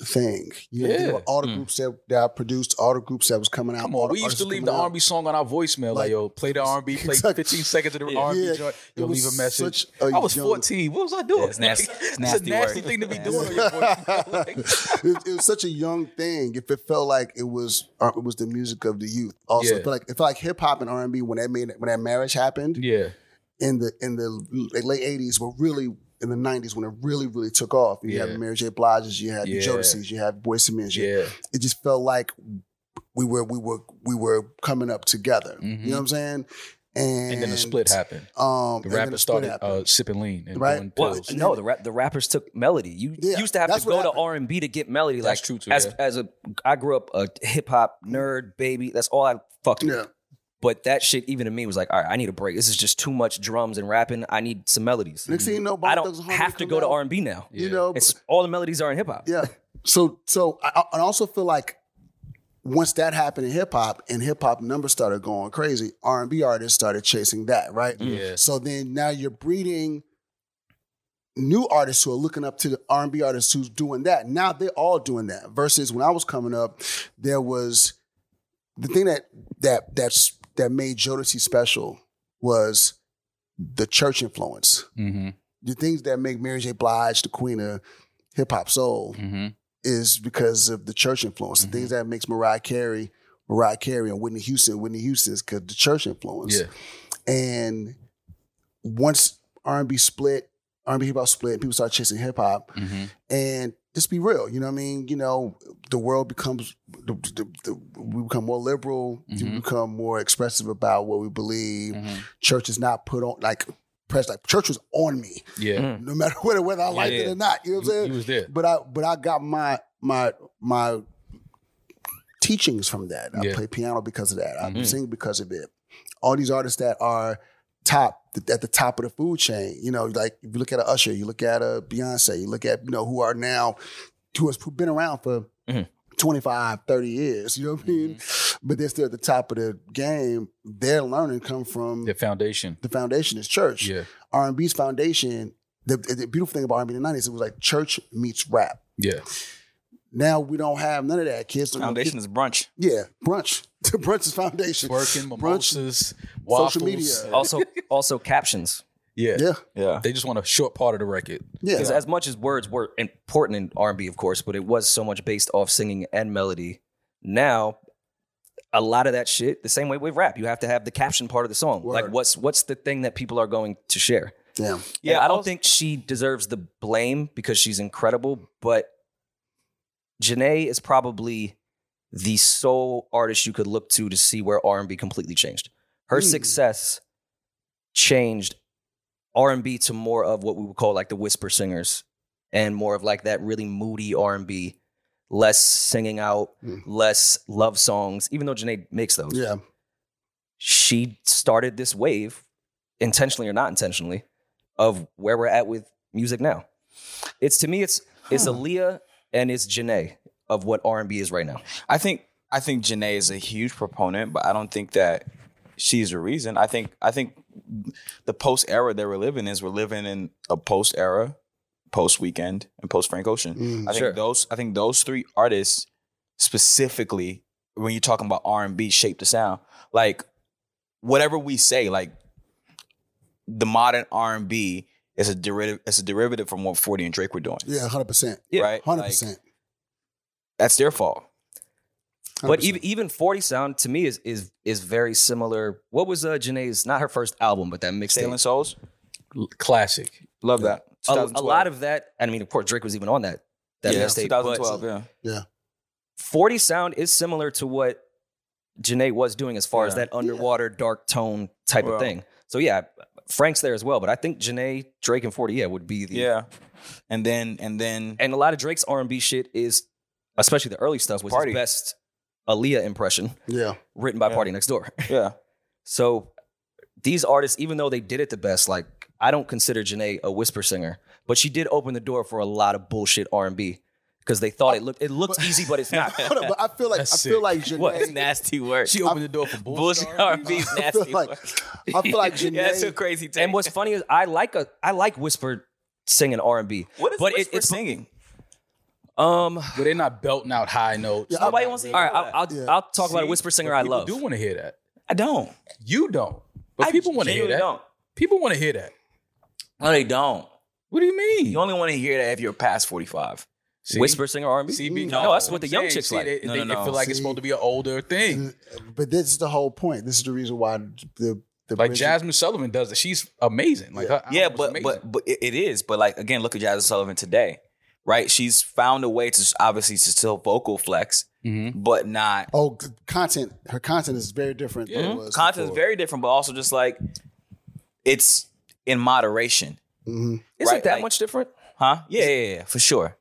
Speaker 2: thing. You know, think
Speaker 1: Yeah.
Speaker 2: about all the groups that, that I produced, all the groups that was coming out.
Speaker 1: Come
Speaker 2: all
Speaker 1: on,
Speaker 2: the
Speaker 1: we used
Speaker 2: artists
Speaker 1: to leave
Speaker 2: coming
Speaker 1: the
Speaker 2: out.
Speaker 1: R&B song on our voicemail. Like,
Speaker 2: Like-
Speaker 1: yo, play the R&B, play
Speaker 2: Exactly.
Speaker 1: 15 seconds of the
Speaker 4: Yeah.
Speaker 1: R&B
Speaker 2: Yeah.
Speaker 1: joint.
Speaker 2: It
Speaker 1: You'll leave a
Speaker 2: was
Speaker 1: message.
Speaker 2: such a
Speaker 1: I was
Speaker 2: young-
Speaker 1: 14. What was I doing?
Speaker 4: Yeah, it's nasty-
Speaker 1: Like,
Speaker 4: it's
Speaker 1: it's
Speaker 4: nasty
Speaker 1: a nasty
Speaker 4: work.
Speaker 1: thing to be doing. on your voicemail. Like,
Speaker 2: it, it was such a young thing. If it felt like it was, uh, it was the music of the youth. Also,
Speaker 1: Yeah.
Speaker 2: it felt like it felt like hip hop and R and B when that made when that marriage happened
Speaker 1: yeah.
Speaker 2: in the in the l- late eighties were really in the nineties when it really really took off. You
Speaker 1: Yeah.
Speaker 2: had Mary J. Blige's, you had
Speaker 1: Yeah.
Speaker 2: the Jodeci's, you had Boyz II Men's. you-
Speaker 1: Yeah.
Speaker 2: It just felt like we were we were we were coming up together.
Speaker 1: Mhm.
Speaker 2: You know what I'm saying? And,
Speaker 1: And then the split happened.
Speaker 2: Um,
Speaker 1: The
Speaker 2: and then
Speaker 1: rapper
Speaker 2: split
Speaker 1: started
Speaker 2: happened.
Speaker 1: uh, sipping lean and
Speaker 2: Right.
Speaker 1: doing
Speaker 3: Well,
Speaker 1: pills.
Speaker 3: no, the rap, the rappers took melody. You
Speaker 2: Yeah,
Speaker 3: used to have
Speaker 2: that's
Speaker 3: to
Speaker 2: what
Speaker 3: go to
Speaker 2: happened.
Speaker 3: R and B to get melody.
Speaker 1: That's
Speaker 3: like
Speaker 1: true, too,
Speaker 3: as
Speaker 1: yeah.
Speaker 3: as a I grew up a hip hop nerd baby. That's all I fucked with.
Speaker 1: uh,
Speaker 2: yeah.
Speaker 3: But that shit, even to me, was like, all right, I need a break. This is just too much drums and rapping. I need some melodies.
Speaker 2: Next thing you know, Bone
Speaker 3: I
Speaker 2: Thugs
Speaker 3: don't
Speaker 2: and Harmony
Speaker 3: have to
Speaker 2: come
Speaker 3: go to
Speaker 2: out.
Speaker 3: R and B now.
Speaker 2: You
Speaker 1: Yeah.
Speaker 2: know,
Speaker 3: It's all the melodies are in hip hop.
Speaker 2: Yeah. So so I, I also feel like once that happened in hip hop and hip hop numbers started going crazy, R and B artists started chasing that, right?
Speaker 1: Yeah.
Speaker 2: So then now you're breeding new artists who are looking up to the R and B artists who's doing that. Now they're all doing that. Versus when I was coming up, there was the thing that that that's that made Jodeci special was the church influence.
Speaker 1: Mm-hmm.
Speaker 2: The things that make Mary J. Blige the queen of hip hop soul
Speaker 1: Mm-hmm.
Speaker 2: is because of the church influence.
Speaker 1: Mhm.
Speaker 2: The things that makes Mariah Carey, Mariah Carey, and Whitney Houston, Whitney Houston's because the church influence.
Speaker 1: Yeah.
Speaker 2: And once R and B split, R and B hip hop split, people start chasing hip hop.
Speaker 1: Mm-hmm.
Speaker 2: And just be real, you know what I mean? You know, the world becomes the, the, the, we become more liberal,
Speaker 1: Mhm.
Speaker 2: we become more expressive about what we believe.
Speaker 1: Mhm.
Speaker 2: Church is not put on like press like church was on me,
Speaker 1: Yeah.
Speaker 2: no matter whether whether I liked it
Speaker 1: Yeah.
Speaker 2: or not. You know what I'm
Speaker 1: You,
Speaker 2: saying?
Speaker 1: you was there.
Speaker 2: but I but I got my my my teachings from that. I
Speaker 1: Yeah.
Speaker 2: play piano because of that. I
Speaker 1: Mhm.
Speaker 2: sing because of it. All these artists that are top at the top of the food chain, you know, like if you look at a Usher, you look at a Beyonce, you look at you know who are now who has been around for
Speaker 4: Mhm.
Speaker 2: 25, 30 years, you know what I mean? But they're still at the top of the game. Their learning come from
Speaker 1: The foundation.
Speaker 2: the foundation is church.
Speaker 1: Yeah.
Speaker 2: R&B's foundation, the, the beautiful thing about R&B in the 90s, it was like church meets rap.
Speaker 1: Yeah.
Speaker 2: Now we don't have none of that. Kids don't
Speaker 4: Foundation is brunch.
Speaker 2: Yeah, brunch. The brunch is foundation.
Speaker 1: Twerking,
Speaker 2: brunch.
Speaker 1: mimosas, waffles.
Speaker 2: media.
Speaker 3: Also, also captions.
Speaker 1: Yeah.
Speaker 2: Yeah,
Speaker 4: Yeah.
Speaker 1: They just want a short part of the record.
Speaker 2: yeah.
Speaker 3: Because as much as words were important in R and B, of course, but it was so much based off singing and melody. Now, a lot of that shit, the same way with rap, you have to have the caption part of the song.
Speaker 2: Word.
Speaker 3: Like, what's what's the thing that people are going to share?
Speaker 2: Damn.
Speaker 3: Yeah,
Speaker 4: Yeah,
Speaker 3: I don't
Speaker 4: also-
Speaker 3: think she deserves the blame because she's incredible, but Janae is probably the sole artist you could look to to see where R&B completely changed. Her
Speaker 2: Mm.
Speaker 3: success changed R&B to more of what we would call like the whisper singers and more of like that really moody R&B, less singing out,
Speaker 2: Mm.
Speaker 3: less love songs, even though Janae makes those
Speaker 2: Yeah.
Speaker 3: she started this wave, intentionally or not intentionally, of where we're at with music now. It's to me, it's it's Aaliyah and it's Janae of what R and B is right now.
Speaker 4: I think I think Janae is a huge proponent, but I don't think that she's the reason. I think I think the post era that we're living is we're living in a post era, post weekend, and post Frank Ocean.
Speaker 2: Mm.
Speaker 4: I think
Speaker 3: Sure.
Speaker 4: those I think those three artists specifically, when you're talking about R and B, shape the sound. Like whatever we say, like the modern R and B is a derivative. It's a derivative from what Forty and Drake were doing,
Speaker 2: Yeah, 100%.
Speaker 3: Yeah,
Speaker 4: right? Like,
Speaker 2: 100%.
Speaker 4: that's their fault.
Speaker 3: But even even 40 Sound to me is is is very similar. What was uh Janae's not her first album, but that
Speaker 4: Sailing
Speaker 3: mixtape?
Speaker 4: Souls.
Speaker 1: Classic.
Speaker 4: Love that.
Speaker 3: A, a lot of that. I mean, of course, Drake was even on that that
Speaker 4: yeah,
Speaker 3: mixtape. but
Speaker 4: 2012. Yeah.
Speaker 3: 40 Sound is similar to what Janae was doing as far as
Speaker 4: Yeah.
Speaker 3: that underwater dark tone type
Speaker 4: Well.
Speaker 3: of thing. So yeah, Frank's there as well, but I think Janae, Drake, and 40 yeah would be the
Speaker 4: Yeah. And then and then
Speaker 3: and a lot of Drake's R and B shit is, especially the early stuff, was
Speaker 4: Party.
Speaker 3: his best Aaliyah impression
Speaker 2: Yeah.
Speaker 3: written by
Speaker 4: Yeah.
Speaker 3: Party Next Door.
Speaker 4: yeah.
Speaker 3: So these artists, even though they did it the best, like I don't consider Janae a whisper singer, but she did open the door for a lot of bullshit R and B because they thought it looked it looked easy, but it's not.
Speaker 2: Hold up, but I feel like
Speaker 1: That's
Speaker 2: I
Speaker 1: sick.
Speaker 2: feel like Janae.
Speaker 7: What nasty word?
Speaker 1: She opened the door for bullshit.
Speaker 7: Bullshit R&B is
Speaker 2: I feel
Speaker 7: nasty.
Speaker 2: like
Speaker 7: word.
Speaker 2: I feel like
Speaker 7: yeah, that's a
Speaker 2: Janae.
Speaker 7: crazy take.
Speaker 3: and what's funny is I like a I like whisper singing R and B.
Speaker 7: What is
Speaker 3: but it-
Speaker 7: whisper
Speaker 3: it's-
Speaker 7: singing?
Speaker 3: Um,
Speaker 1: But they're not belting out high notes.
Speaker 2: Yeah, I-
Speaker 7: Nobody wants to hear
Speaker 3: all right, I'll
Speaker 7: that.
Speaker 3: I'll,
Speaker 2: Yeah.
Speaker 3: I'll talk about a
Speaker 1: See?
Speaker 3: whisper singer
Speaker 1: But
Speaker 3: I
Speaker 1: people
Speaker 3: love.
Speaker 1: do want to hear that.
Speaker 7: I don't.
Speaker 1: You don't. But
Speaker 7: I
Speaker 1: people want to hear that.
Speaker 7: genuinely Don't.
Speaker 1: People want to hear that.
Speaker 7: No, they don't.
Speaker 1: What do you mean?
Speaker 7: You only want to hear that if you're past 45.
Speaker 1: See?
Speaker 3: Whisper singer R and
Speaker 1: See,
Speaker 3: B.
Speaker 1: be-
Speaker 2: Mm,
Speaker 7: No,
Speaker 3: that's what the young
Speaker 1: saying.
Speaker 3: chicks
Speaker 1: See,
Speaker 3: like.
Speaker 1: They,
Speaker 7: No,
Speaker 1: they-
Speaker 7: no,
Speaker 1: they
Speaker 7: no.
Speaker 1: feel like it's
Speaker 2: See?
Speaker 1: supposed to be an older thing.
Speaker 2: Mm, But this is the whole point. This is the reason why the the
Speaker 1: Like
Speaker 2: Bridget-
Speaker 1: Jasmine Sullivan does it. She's amazing. Like her
Speaker 4: Yeah,
Speaker 1: album is
Speaker 4: but
Speaker 1: amazing.
Speaker 4: but but it, it is. But like again, look at Jazz Sullivan today, right? She's found a way to s- obviously to still vocal flex, but not hmm,
Speaker 2: Oh, c- content. Her content is very different. Than it was
Speaker 4: Mm-hmm. content is very different, but also just like it's in moderation,
Speaker 2: hmm
Speaker 3: Isn't
Speaker 4: right,
Speaker 3: that
Speaker 4: like-
Speaker 3: much different?
Speaker 4: huh? Yeah, yeah, yeah, for sure.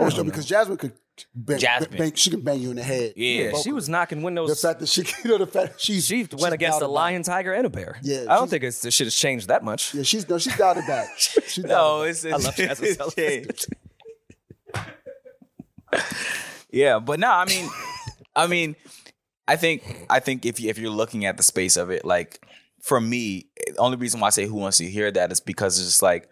Speaker 2: Oh, sure, because Jasmine could bang,
Speaker 4: Jasmine.
Speaker 2: bang- she could bang you in the head.
Speaker 4: Yeah,
Speaker 2: Vocally.
Speaker 3: she was knocking windows.
Speaker 2: the fact that she you know the fact that she's
Speaker 3: she
Speaker 2: she's
Speaker 3: went against
Speaker 2: dialed
Speaker 3: a
Speaker 2: it back.
Speaker 3: lion, tiger, and a bear.
Speaker 2: Yeah,
Speaker 3: I don't
Speaker 2: she's-
Speaker 3: think it's, this shit has changed that much.
Speaker 2: Yeah, she's no, she's dialed it back. She
Speaker 4: No,
Speaker 2: dialed it
Speaker 4: it's,
Speaker 3: I
Speaker 4: it's
Speaker 3: love Jasmine Sullivan.
Speaker 4: it's- yeah, but no, I mean, I mean, I think I think if you, if you're looking at the space of it, like for me, the only reason why I say who wants to hear that is because it's just like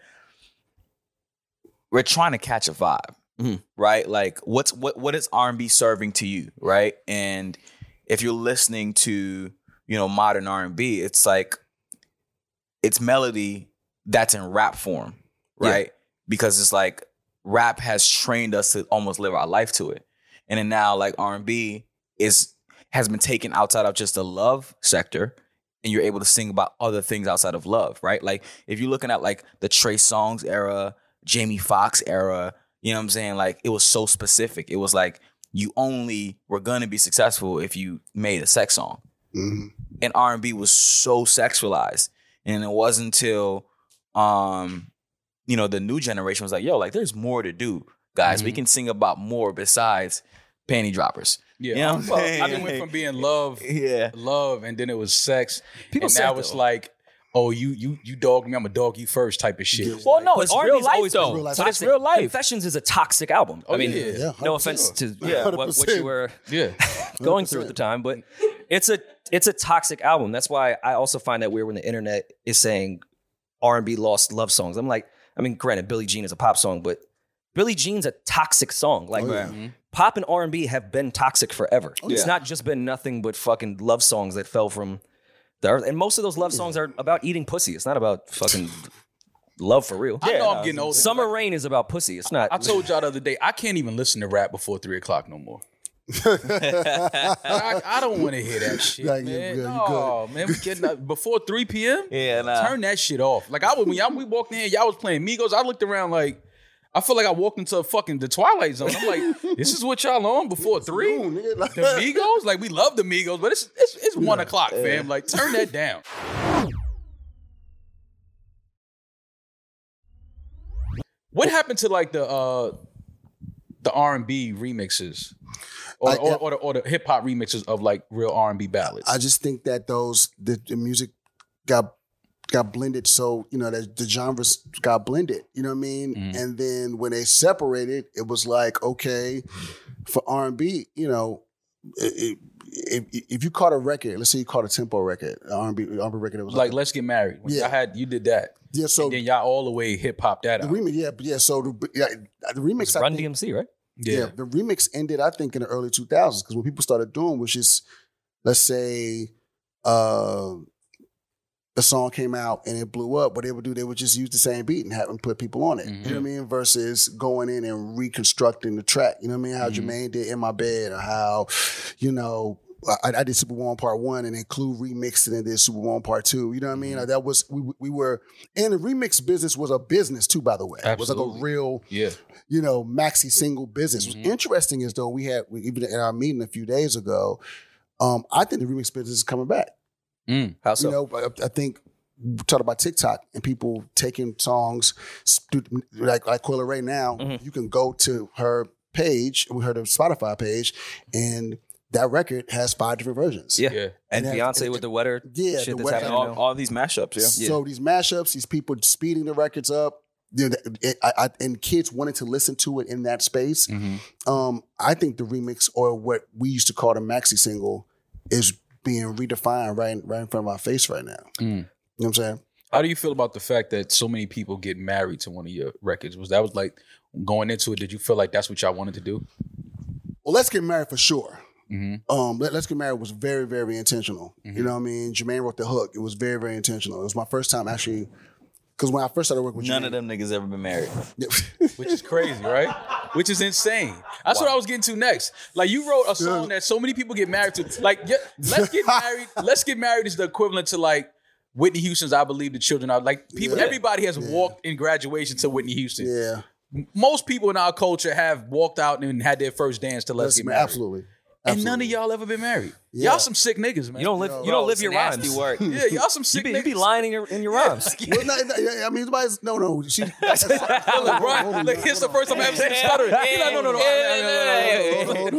Speaker 4: we're trying to catch a vibe,
Speaker 3: Mhm.
Speaker 4: right? Like what's what what is R and B serving to you, right? And if you're listening to you know modern R and B, it's like it's melody that's in rap form,
Speaker 3: Yeah.
Speaker 4: right? Because it's like rap has trained us to almost live our life to it, and then now like R and B is has been taken outside of just the love sector, and you're able to sing about other things outside of love, right? Like if you're looking at like the Trey Songs era, Jamie Foxx era, you know what I'm saying? Like it was so specific. It was like you only were gonna be successful if you made a sex song
Speaker 2: back. Mhm.
Speaker 4: and R and B was so sexualized, and it wasn't until, um, you know, the new generation was like, "Yo, like, there's more to do, guys.
Speaker 3: Mm-hmm.
Speaker 4: We can sing about more besides panty droppers."
Speaker 1: yeah.
Speaker 4: you know what I'm
Speaker 1: Well,
Speaker 4: saying?
Speaker 1: I mean, went from being love,
Speaker 4: Yeah,
Speaker 1: love, and then it was sex.
Speaker 3: People
Speaker 1: and
Speaker 3: say
Speaker 1: now
Speaker 3: that,
Speaker 1: it's
Speaker 3: though.
Speaker 1: like, oh, you you you dog me, I'm gonna dog you first type of shit. Oh,
Speaker 2: Yeah.
Speaker 7: Well, no,
Speaker 3: But
Speaker 7: it's
Speaker 3: R&B
Speaker 7: real
Speaker 3: is
Speaker 7: life
Speaker 3: always been
Speaker 7: though.
Speaker 2: real life.
Speaker 7: But it's
Speaker 3: Toxic.
Speaker 7: real life.
Speaker 3: Confessions is a toxic album.
Speaker 1: Oh,
Speaker 3: I mean,
Speaker 1: yeah.
Speaker 2: Yeah,
Speaker 3: no
Speaker 2: 100%.
Speaker 3: offense to
Speaker 4: Yeah.
Speaker 3: what, what you
Speaker 2: 100%.
Speaker 3: were
Speaker 1: Yeah.
Speaker 3: going through at the time, but it's a it's a toxic album. That's why I also find that weird when the internet is saying R and B lost love songs. I'm like, I mean, granted, Billie Jean is a pop song, but Billie Jean's a toxic song. Like
Speaker 2: Oh, yeah.
Speaker 1: Mm-hmm.
Speaker 3: pop and R and B have been toxic forever.
Speaker 4: yeah.
Speaker 3: It's not just been nothing but fucking love songs that fell from the earth, and most of those love songs are about eating pussy. It's not about fucking love for real.
Speaker 1: I know
Speaker 4: no,
Speaker 1: I'm getting older.
Speaker 3: Summer Rain is about pussy. It's not.
Speaker 1: I told y'all the other day, I can't even listen to rap before three o'clock no more. I, I don't want to hear that shit,
Speaker 2: Like, yeah,
Speaker 1: man.
Speaker 2: yeah, you
Speaker 1: no, man, we getting up before three p.m.
Speaker 4: yeah, nah.
Speaker 1: Turn that shit off. Like I was when y'all we walked in, y'all was playing Migos. I looked around like I feel like I walked into fucking the Twilight Zone. I'm like, this is what y'all on before three?
Speaker 2: Ooh, nigga, like-
Speaker 1: The Migos, like we love the Migos, but it's it's, it's one o'clock, fam. Like turn that down. What happened to like the uh the R and B remixes, or,
Speaker 2: I-
Speaker 1: or, or the, or the hip hop remixes of like real R and B ballads?
Speaker 2: I just think that those the, the music got got blended so you know that the genres got blended you know what i mean and then when they separated it was like okay for r&b you know i- i- if, if you caught a record let's say you caught a tempo record a r&b, R&B record it was
Speaker 1: like let's get married. When
Speaker 2: Yeah.
Speaker 1: y'all had you did that,
Speaker 2: yeah so
Speaker 1: and then y'all all the way hip hop that
Speaker 2: the
Speaker 1: out.
Speaker 2: remix yeah but yeah so the, yeah, the remix I
Speaker 3: Run
Speaker 2: think-
Speaker 3: DMC, right?
Speaker 2: yeah. the remix ended i think in the early 2000s because what people started doing was just let's say uh the song came out and it blew up, what they would do, they would just use the same beat and have and put people on it. You know what I mean? Versus going in and reconstructing the track. You know what I mean? How Jermaine did in my bed, or how, you know, I, I did Super One Part One, and then Clue remixed it and did Super One Part Two. You know what I mean? Like, that was we we were, and the remix business was a business too. By the way, it was like
Speaker 1: Absolutely.
Speaker 2: a real
Speaker 1: Yeah.
Speaker 2: you know, maxi single business.
Speaker 3: Mm-hmm.
Speaker 2: What's interesting is though we had we, even at our meeting a few days ago, um, I think the remix business is coming back.
Speaker 3: How so?
Speaker 2: You know, I, I think we talked about TikTok and people taking songs stu- like like Quilla Ray now.
Speaker 3: Mm-hmm.
Speaker 2: You can go to her page, we heard her Spotify page, and that record has five different versions.
Speaker 3: yeah.
Speaker 1: Yeah.
Speaker 3: And
Speaker 2: Yeah.
Speaker 3: Beyonce with the wetter
Speaker 2: Yeah,
Speaker 3: shit
Speaker 2: the
Speaker 3: that's
Speaker 2: wetter-
Speaker 4: And
Speaker 3: happening
Speaker 4: all,
Speaker 3: now.
Speaker 4: all these mashups, yeah.
Speaker 2: So these mashups, these people speeding the records up, you know, it, I, I, and kids wanting to listen to it in that space.
Speaker 1: Mm-hmm.
Speaker 2: Um, I think the remix, or what we used to call the maxi single, is being redefined right, right in front of our face right now. You know what I'm saying?
Speaker 1: How do you feel about the fact that so many people get married to one of your records? Was that was like going into it? Did you feel like that's what y'all wanted to do?
Speaker 2: Well, let's get married for sure.
Speaker 1: Mhm.
Speaker 2: Um, Let, us get married was very, very intentional. You know what I mean? Jermaine wrote the hook. It was very, very intentional. It was my first time actually, because when I first started working with
Speaker 4: None
Speaker 2: Jermaine-
Speaker 4: of them niggas ever been married.
Speaker 1: Which is crazy, right? Which is insane. That's what I was getting to next. Like you wrote a song that so many people get married to. Like yeah, let's get married. let's get married is the equivalent to like Whitney Houston's "I Believe the Children Are." Like people,
Speaker 2: Yeah.
Speaker 1: everybody has walked in graduation to Whitney Houston.
Speaker 2: yeah.
Speaker 1: Most people in our culture have walked out and had their first dance to "Let's
Speaker 2: That's-
Speaker 1: Get Married."
Speaker 2: Absolutely.
Speaker 1: And none of
Speaker 2: Absolutely.
Speaker 1: y'all ever been married.
Speaker 2: Yeah.
Speaker 1: Y'all some sick niggas, man.
Speaker 3: You don't live. you don't live your rhymes. You
Speaker 7: work.
Speaker 1: Yeah, y'all some sick
Speaker 3: be, you
Speaker 1: niggas.
Speaker 3: be lying in your in your rhymes.
Speaker 2: Well, not, not- yeah, I mean, nobody's no, no. She,
Speaker 1: Look, Brian, look, here's the first time I ever seen him stuttering. He's like, no, no, no.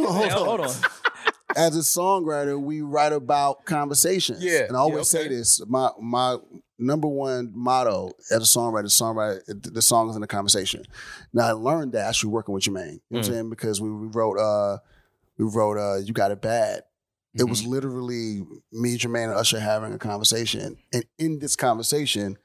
Speaker 2: hold on, hold on, hold on.
Speaker 3: Hold on.
Speaker 2: As a songwriter, we write about conversations.
Speaker 1: Yeah,
Speaker 2: and I always
Speaker 1: yeah,
Speaker 2: say
Speaker 1: okay.
Speaker 2: this: my my number one motto as a songwriter, songwriter, the the song is in the conversation. Now I learned that actually working with Jermaine. You know
Speaker 1: Mm.
Speaker 2: what I'm saying? Because we, we wrote uh we wrote uh you got it bad. It was
Speaker 1: Mm-hmm.
Speaker 2: literally me, Jermaine, and Usher having a conversation, and in this conversation,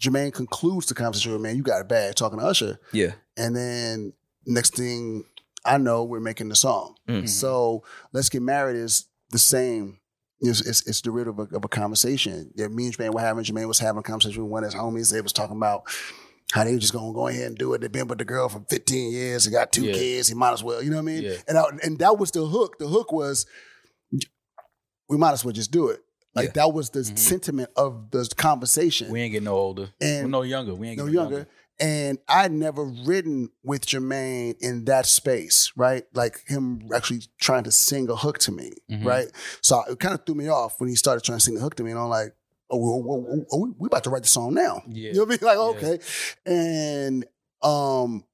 Speaker 2: Jermaine concludes the conversation with, "Man, you got it bad," talking to Usher.
Speaker 3: Yeah.
Speaker 2: And then next thing I know, we're making the song.
Speaker 1: Mm-hmm.
Speaker 3: Mhm.
Speaker 2: So let's get married is the same. It's, it's, it's derivative of a, of a conversation. Yeah, me and Jermaine were having, Jermaine was having a conversation with one of his homies. They was talking about how they were just gonna go ahead and do it. They've been with the girl for 15 years. He got two
Speaker 1: Yeah.
Speaker 2: kids. He might as well, you know what I mean?
Speaker 1: Yeah.
Speaker 2: And I, and that was the hook. The hook was we might as well just do it. Like that was
Speaker 1: Mm-hmm.
Speaker 2: the sentiment of the conversation
Speaker 1: We ain't getting no older.
Speaker 2: And-
Speaker 1: We're no younger. We ain't
Speaker 2: no
Speaker 1: getting
Speaker 2: younger. And I'd never ridden with Jermaine in that space, right? Like him actually trying to sing a hook to me, right? So it kind of threw me off when he started trying to sing the hook to me, and I'm like, oh, well, well, well, oh, we- we about to write the song now.
Speaker 1: Yeah.
Speaker 2: You know what I mean? Like,
Speaker 1: Yeah.
Speaker 2: okay. And um,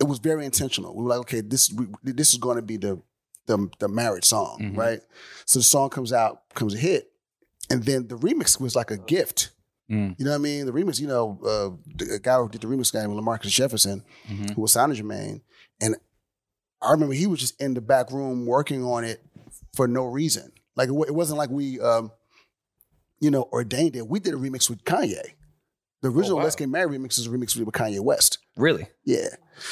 Speaker 2: it was very intentional. We were like, okay, this we, this is going to be the the the marriage song,
Speaker 1: Mhm.
Speaker 2: right? So the song comes out, becomes a hit, and then the remix was like a gift.
Speaker 1: Uh. Mm.
Speaker 2: You know what I mean? The remix, you know, uh, the a guy who did the remix guy named Lamarcus Jefferson,
Speaker 1: Mhm.
Speaker 2: who was signed to Jermaine, and I remember he was just in the back room working on it for no reason. Like it, wa- it wasn't like we, um, you know, ordained it. We did a remix with Kanye. The original
Speaker 7: wow.
Speaker 2: Let's Get Married remix is a remix with Kanye West.
Speaker 3: Really?
Speaker 2: Yeah,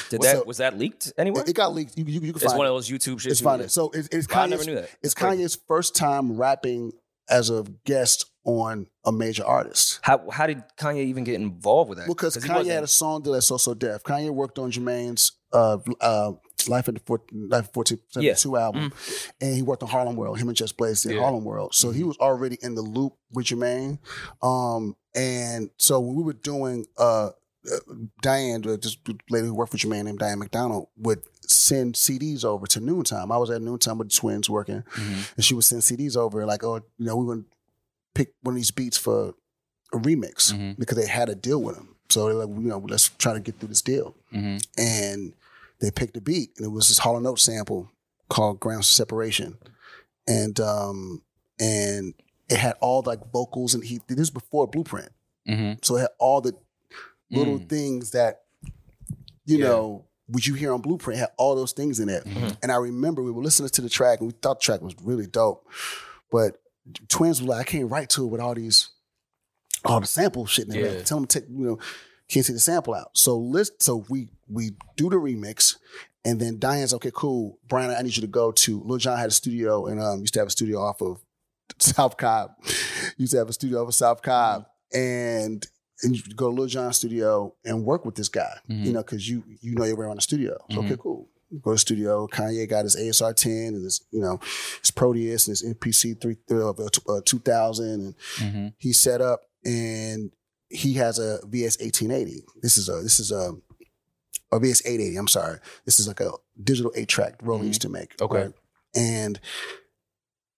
Speaker 3: Did
Speaker 2: What's
Speaker 3: that
Speaker 2: up?
Speaker 3: was that leaked anywhere?
Speaker 2: it, it got leaked. You, you, you can
Speaker 3: it's
Speaker 2: find
Speaker 3: one
Speaker 2: it.
Speaker 3: of those YouTube shits.
Speaker 2: It's
Speaker 3: you-
Speaker 2: fine. So it, it's
Speaker 3: Wow, I
Speaker 2: Kanye's,
Speaker 3: never knew that.
Speaker 2: It's
Speaker 3: That's crazy.
Speaker 2: Kanye's first time rapping as a guest on a major artist.
Speaker 3: How how did Kanye even get involved with that?
Speaker 2: Because
Speaker 3: 'Cause he
Speaker 2: Kanye
Speaker 3: wasn't-
Speaker 2: had a song deal that's so so deaf. Kanye worked on Jermaine's uh, uh, Life in the Four, Life in 1472
Speaker 3: Mm.
Speaker 2: album, and he worked on Harlem World. Him and Just Blaze did
Speaker 1: Yeah.
Speaker 2: Harlem World, so
Speaker 3: Mm-hmm.
Speaker 2: he was already in the loop with Jermaine. Um, and so when we were doing uh, uh, Diane, uh, this lady who worked for Jermaine named Diane McDonald, would send CDs over to Noontime. I was at Noontime with the twins working,
Speaker 3: Mm-hmm.
Speaker 2: and she would send CDs over, like, oh, you know, we wouldn't pick one of these beats for a
Speaker 3: Mm-hmm.
Speaker 2: remix because they had a deal with him. So they're like, you know, let's try to get through this deal. And they picked a beat, and it was this Hollow Note sample called "Grounds for Separation," and um, and it had all like vocals, and he this was before Blueprint, so it had all the little things that you know would you hear on Blueprint had all those things in it. And I remember we were listening to the track, and we thought the track was really dope, but Twins were like, I can't write to it with all these all the sample shit in there.
Speaker 1: Yeah.
Speaker 2: Tell them to take you know can't see the sample out. So list so we we do the remix and then Diane's okay, cool. Brian, I need you to go to Lil Jon had a studio and um used to have a studio off of South Cobb. used to have a studio over South Cobb, and and you go to Lil Jon's studio and work with this guy, you know, because you you know your way around the studio. So, okay, cool. Go to the studio. Kanye got his ASR ten and his you know his Proteus and his NPC three uh, uh, two thousand, and
Speaker 1: Mm-hmm.
Speaker 2: he set up and he has a VS eighteen eighty. This is a this is a a VS eight eighty. I'm sorry. This is like a digital eight track Roland used to make.
Speaker 1: Okay.
Speaker 2: and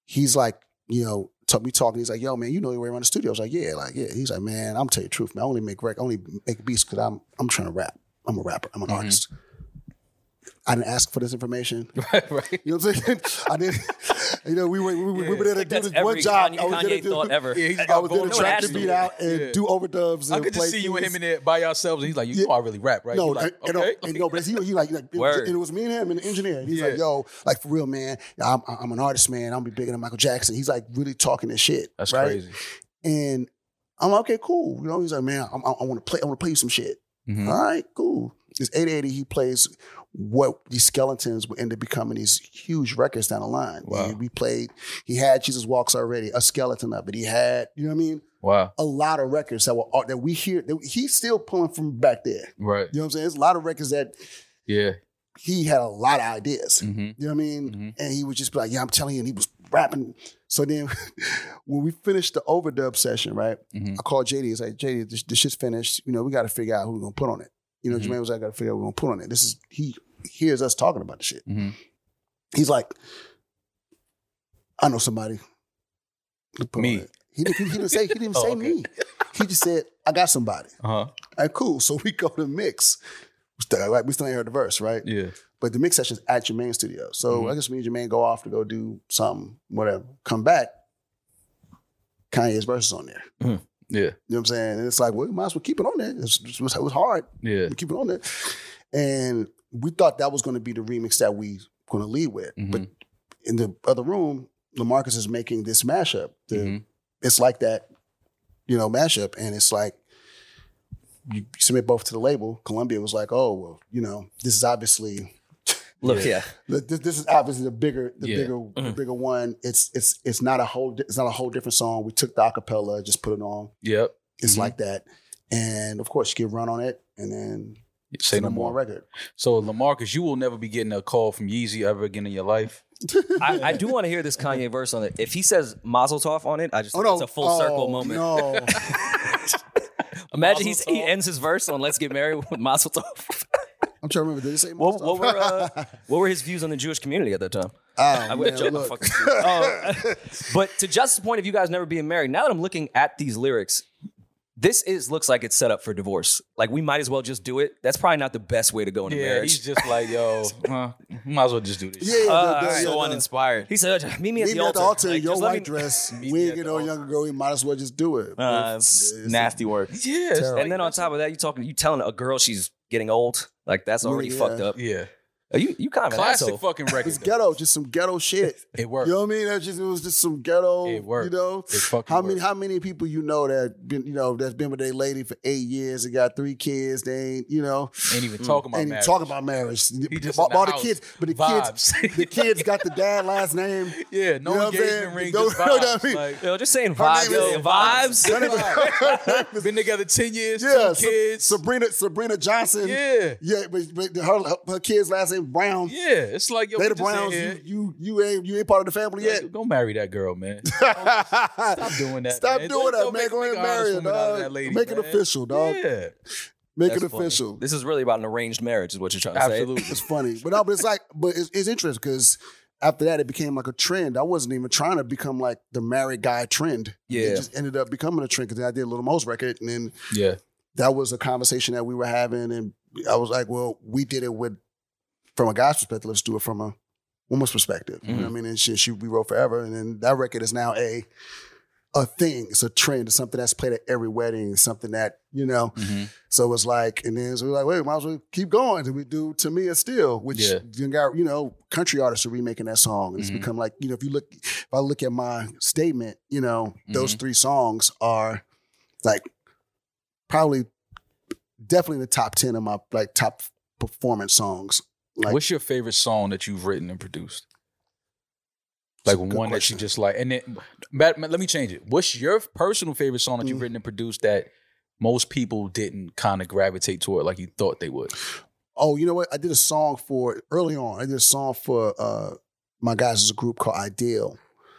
Speaker 2: he's like, you know, t- we talking. He's like, yo, man, you know your way around the studio. I was like, yeah, like yeah. He's like, man, I'm tell you the truth, man. I only make rec, I only make beats because I'm I'm trying to rap. I'm a rapper. I'm an artist. I didn't ask for this information.
Speaker 1: right.
Speaker 2: You know what I'm saying? I didn't. You know, we were we, we were there to do
Speaker 7: That's
Speaker 2: this
Speaker 7: every
Speaker 2: one job.
Speaker 7: Kanye,
Speaker 2: I was there to
Speaker 7: Kanye
Speaker 2: do-
Speaker 7: thought ever.
Speaker 1: Yeah, he's
Speaker 2: I
Speaker 1: got
Speaker 2: was there to
Speaker 1: gold
Speaker 2: track
Speaker 7: ass
Speaker 2: the
Speaker 7: to
Speaker 2: beat
Speaker 7: it.
Speaker 2: out and
Speaker 1: Yeah.
Speaker 2: do overdubs.
Speaker 1: I
Speaker 2: and
Speaker 1: could
Speaker 2: play
Speaker 1: just see you and
Speaker 2: things.
Speaker 1: him in there by yourselves, and he's like, "You,
Speaker 2: Yeah.
Speaker 1: you are really rap, right?"
Speaker 2: No,
Speaker 1: You're like,
Speaker 2: and- and,
Speaker 1: okay.
Speaker 2: no, and no, but he, he like, he like it, was-
Speaker 7: Word.
Speaker 2: it was me and him and the engineer. And he's
Speaker 1: Yeah.
Speaker 2: like, yo, like for real, man, I'm, I'm an artist, man. I'll be bigger than Michael Jackson. He's like really talking this shit.
Speaker 1: That's
Speaker 2: right?
Speaker 1: crazy.
Speaker 2: And I'm like, okay, cool. You know, he's like, man, I'm, I, I want to play. I want to play you some shit.
Speaker 1: Mhm.
Speaker 2: All right, cool. This 880, he plays what these skeletons would end up becoming these huge records down the line.
Speaker 1: Wow.
Speaker 2: And we played. He had Jesus Walks already, a skeleton of it. He had, you know what I mean?
Speaker 1: Wow.
Speaker 2: A lot of records that were that we hear. That he's still pulling from back there.
Speaker 1: Right.
Speaker 2: You know what I'm saying? There's a lot of records that
Speaker 1: Yeah.
Speaker 2: he had a lot of ideas.
Speaker 1: Mm-hmm.
Speaker 2: You know what I mean?
Speaker 1: Mhm.
Speaker 2: And he would just be like, yeah, I'm telling you. And he was rapping. So then when we finished the overdub session, right?
Speaker 1: Mhm.
Speaker 2: I called JD. It's like, JD, this, this shit's finished. You know, we got to figure out who we're going to put on it. You know,
Speaker 1: Mhm.
Speaker 2: Jermaine was like, I got to figure out who we're going to put on it. This is, he hears us talking about the shit.
Speaker 1: Mhm.
Speaker 2: He's like, I know somebody. to put on
Speaker 1: Me.
Speaker 2: it." He, didn't- he didn't say, he didn't even
Speaker 1: Oh,
Speaker 2: say
Speaker 1: okay.
Speaker 2: me. He just said, I got somebody.
Speaker 1: Uh huh.
Speaker 2: All right, cool. So we go to mix. We still, like, we still ain't heard the verse, right?
Speaker 1: Yeah.
Speaker 2: But the mix session's at Jermaine's studio. So
Speaker 1: Mhm.
Speaker 2: I guess me and Jermaine go off to go do something, whatever. Come back, Kanye's verse is on there.
Speaker 1: Yeah.
Speaker 2: You know what I'm saying? And it's like, well, we might as well keep it on there. It's- It was, it was hard.
Speaker 1: Yeah.
Speaker 2: We keep it on there. And we thought that was going to be the remix that we going to lead with. But in the other room, Lamarcus is making this mashup. The,
Speaker 1: Mhm.
Speaker 2: It's like that, you know, mashup. And it's like, you submit both to the label. Columbia was like, oh, well, you know, this is obviously
Speaker 3: Look, yeah.
Speaker 2: Look, this, this is obviously the bigger, the
Speaker 1: Yeah.
Speaker 2: bigger, the bigger one. It's it's it's not a whole it's not a whole different song. We took the acapella, just put it on.
Speaker 1: Yep.
Speaker 2: It's
Speaker 1: Mhm.
Speaker 2: like that, and of course you get run on it, and then
Speaker 1: Say
Speaker 2: it's
Speaker 1: no
Speaker 2: a
Speaker 1: more.
Speaker 2: record.
Speaker 1: So Lamarcus, you will never be getting a call from Yeezy ever again in your life.
Speaker 3: I, I do want to hear this Kanye verse on it. If he says Mazel Tov on it, I just
Speaker 2: Oh
Speaker 3: think
Speaker 2: no,
Speaker 3: it's a full circle moment.
Speaker 2: No,
Speaker 3: Imagine he's, he ends his verse on "Let's Get Married" with Mazel Tov.
Speaker 2: I'm trying to remember. Did it say
Speaker 3: what,
Speaker 2: Monster?
Speaker 3: what were uh, what were his views on the Jewish community at that time?
Speaker 2: Oh,
Speaker 3: I would have jumped the fucking. Oh, but to Justin's point of you guys never being married, now that I'm looking at these lyrics, this is looks like it's set up for divorce. Like we might as well just do it. That's probably not the best way to go into
Speaker 1: Yeah.
Speaker 3: marriage.
Speaker 1: He's just like, yo, uh, might as well just do this.
Speaker 2: yeah, yeah,
Speaker 3: Uh,
Speaker 2: the- the-
Speaker 3: alright,
Speaker 2: yeah,
Speaker 7: so
Speaker 2: the-
Speaker 7: uninspired.
Speaker 3: he said, "Meet me at
Speaker 2: Meet
Speaker 3: the
Speaker 2: me
Speaker 3: altar."
Speaker 2: at the altar in
Speaker 3: Like,
Speaker 2: your
Speaker 3: just let
Speaker 2: white
Speaker 3: me-
Speaker 2: dress.
Speaker 1: Meet me
Speaker 2: Wig
Speaker 1: at
Speaker 2: and
Speaker 1: the
Speaker 2: all
Speaker 1: altar.
Speaker 2: younger girl. We might as well just do it.
Speaker 7: Uh,
Speaker 2: It's- it's-
Speaker 7: nasty work.
Speaker 1: Yeah. it's
Speaker 2: Terrible.
Speaker 1: like-
Speaker 3: And then on top of that, you talking, you telling a girl she's getting old. Like that's already
Speaker 2: Yeah.
Speaker 3: fucked up.
Speaker 1: yeah.
Speaker 3: Are you you kind of
Speaker 1: Classic
Speaker 3: an asshole.
Speaker 1: fucking record.
Speaker 2: It's ghetto, just some ghetto shit.
Speaker 1: It worked.
Speaker 2: You know what I mean? That's just it was just some ghetto.
Speaker 1: It worked.
Speaker 2: You know,
Speaker 1: It fucking
Speaker 2: how many
Speaker 1: worked.
Speaker 2: how many people you know that been you know that's been with their lady for eight years and got three kids? They ain't you know
Speaker 1: Ain't
Speaker 3: Mm.
Speaker 1: even talking about
Speaker 2: ain't even
Speaker 1: marriage.
Speaker 2: talking about marriage.
Speaker 1: He just
Speaker 2: all,
Speaker 1: in the
Speaker 2: all the
Speaker 1: house.
Speaker 2: kids, but the
Speaker 1: Vibes.
Speaker 2: kids, the kids got the dad last name.
Speaker 1: Yeah, no
Speaker 2: You know what I'm
Speaker 1: engagement
Speaker 2: saying?
Speaker 1: ring,
Speaker 2: No-
Speaker 1: just
Speaker 2: no, no,
Speaker 1: vibes.
Speaker 2: I mean-
Speaker 1: like,
Speaker 3: Yo, just saying
Speaker 2: Her
Speaker 3: vibes.
Speaker 2: name is-
Speaker 3: yo, vibes.
Speaker 2: None of it-
Speaker 1: been together ten years,
Speaker 2: yeah,
Speaker 1: yeah,
Speaker 2: Sa-
Speaker 1: kids.
Speaker 2: Sabrina Sabrina Johnson.
Speaker 1: yeah,
Speaker 2: yeah, but, but her her kids last name Brown.
Speaker 1: yeah. It's like yo,
Speaker 2: they
Speaker 1: we
Speaker 2: the
Speaker 1: just in
Speaker 2: Browns.
Speaker 1: here.
Speaker 2: You, you you ain't you ain't part of the family yet.
Speaker 1: Like, Go marry that girl, man. Stop doing that.
Speaker 2: Stop
Speaker 1: man.
Speaker 2: doing
Speaker 1: Don't-
Speaker 2: that,
Speaker 1: don't
Speaker 2: man.
Speaker 1: make
Speaker 2: Go
Speaker 1: a
Speaker 2: ahead
Speaker 1: nigga honest
Speaker 2: and marry her,
Speaker 1: woman out of
Speaker 2: dog.
Speaker 1: that lady,
Speaker 2: Make it
Speaker 1: man.
Speaker 2: official, dog.
Speaker 1: Yeah,
Speaker 2: Make
Speaker 3: That's
Speaker 2: it
Speaker 3: funny.
Speaker 2: official.
Speaker 3: This is really about an arranged marriage, is what you're trying to
Speaker 1: absolutely.
Speaker 2: It's funny, but no, but it's like, but it's, it's interesting because after that, it became like a trend. I wasn't even trying to become like the married guy trend.
Speaker 3: Yeah.
Speaker 2: it just ended up becoming a trend because I did a little most record, and then
Speaker 1: yeah,
Speaker 2: that was a conversation that we were having, and I was like, well, we did it with from a guy's perspective. Let's do it from a woman's perspective. You know what I mean? And she, she we wrote forever, and then that record is now a a thing. It's a trend. It's something that's played at every wedding. Something that you know. So it's like, and then so we're like, wait, might as well keep going. And we do to me and still, which
Speaker 1: Yeah.
Speaker 2: then got you know country artists are remaking that song. And It's
Speaker 1: Mhm.
Speaker 2: become like you know if you look, if I look at my statement, you know
Speaker 1: Mm-hmm.
Speaker 2: those three songs are like probably definitely in the top ten of my like top performance songs. Like
Speaker 1: What's your favorite song that you've written and produced? Like
Speaker 2: Good
Speaker 1: one that you
Speaker 2: question.
Speaker 1: just like, and then Matt, Matt, let me change it. What's your personal favorite song that you've
Speaker 2: Mm.
Speaker 1: written and produced that most people didn't kind of gravitate toward like you thought they would?
Speaker 2: Oh, you know what? I did a song for early on. I did a song for uh, my guys. is a group called Ideal.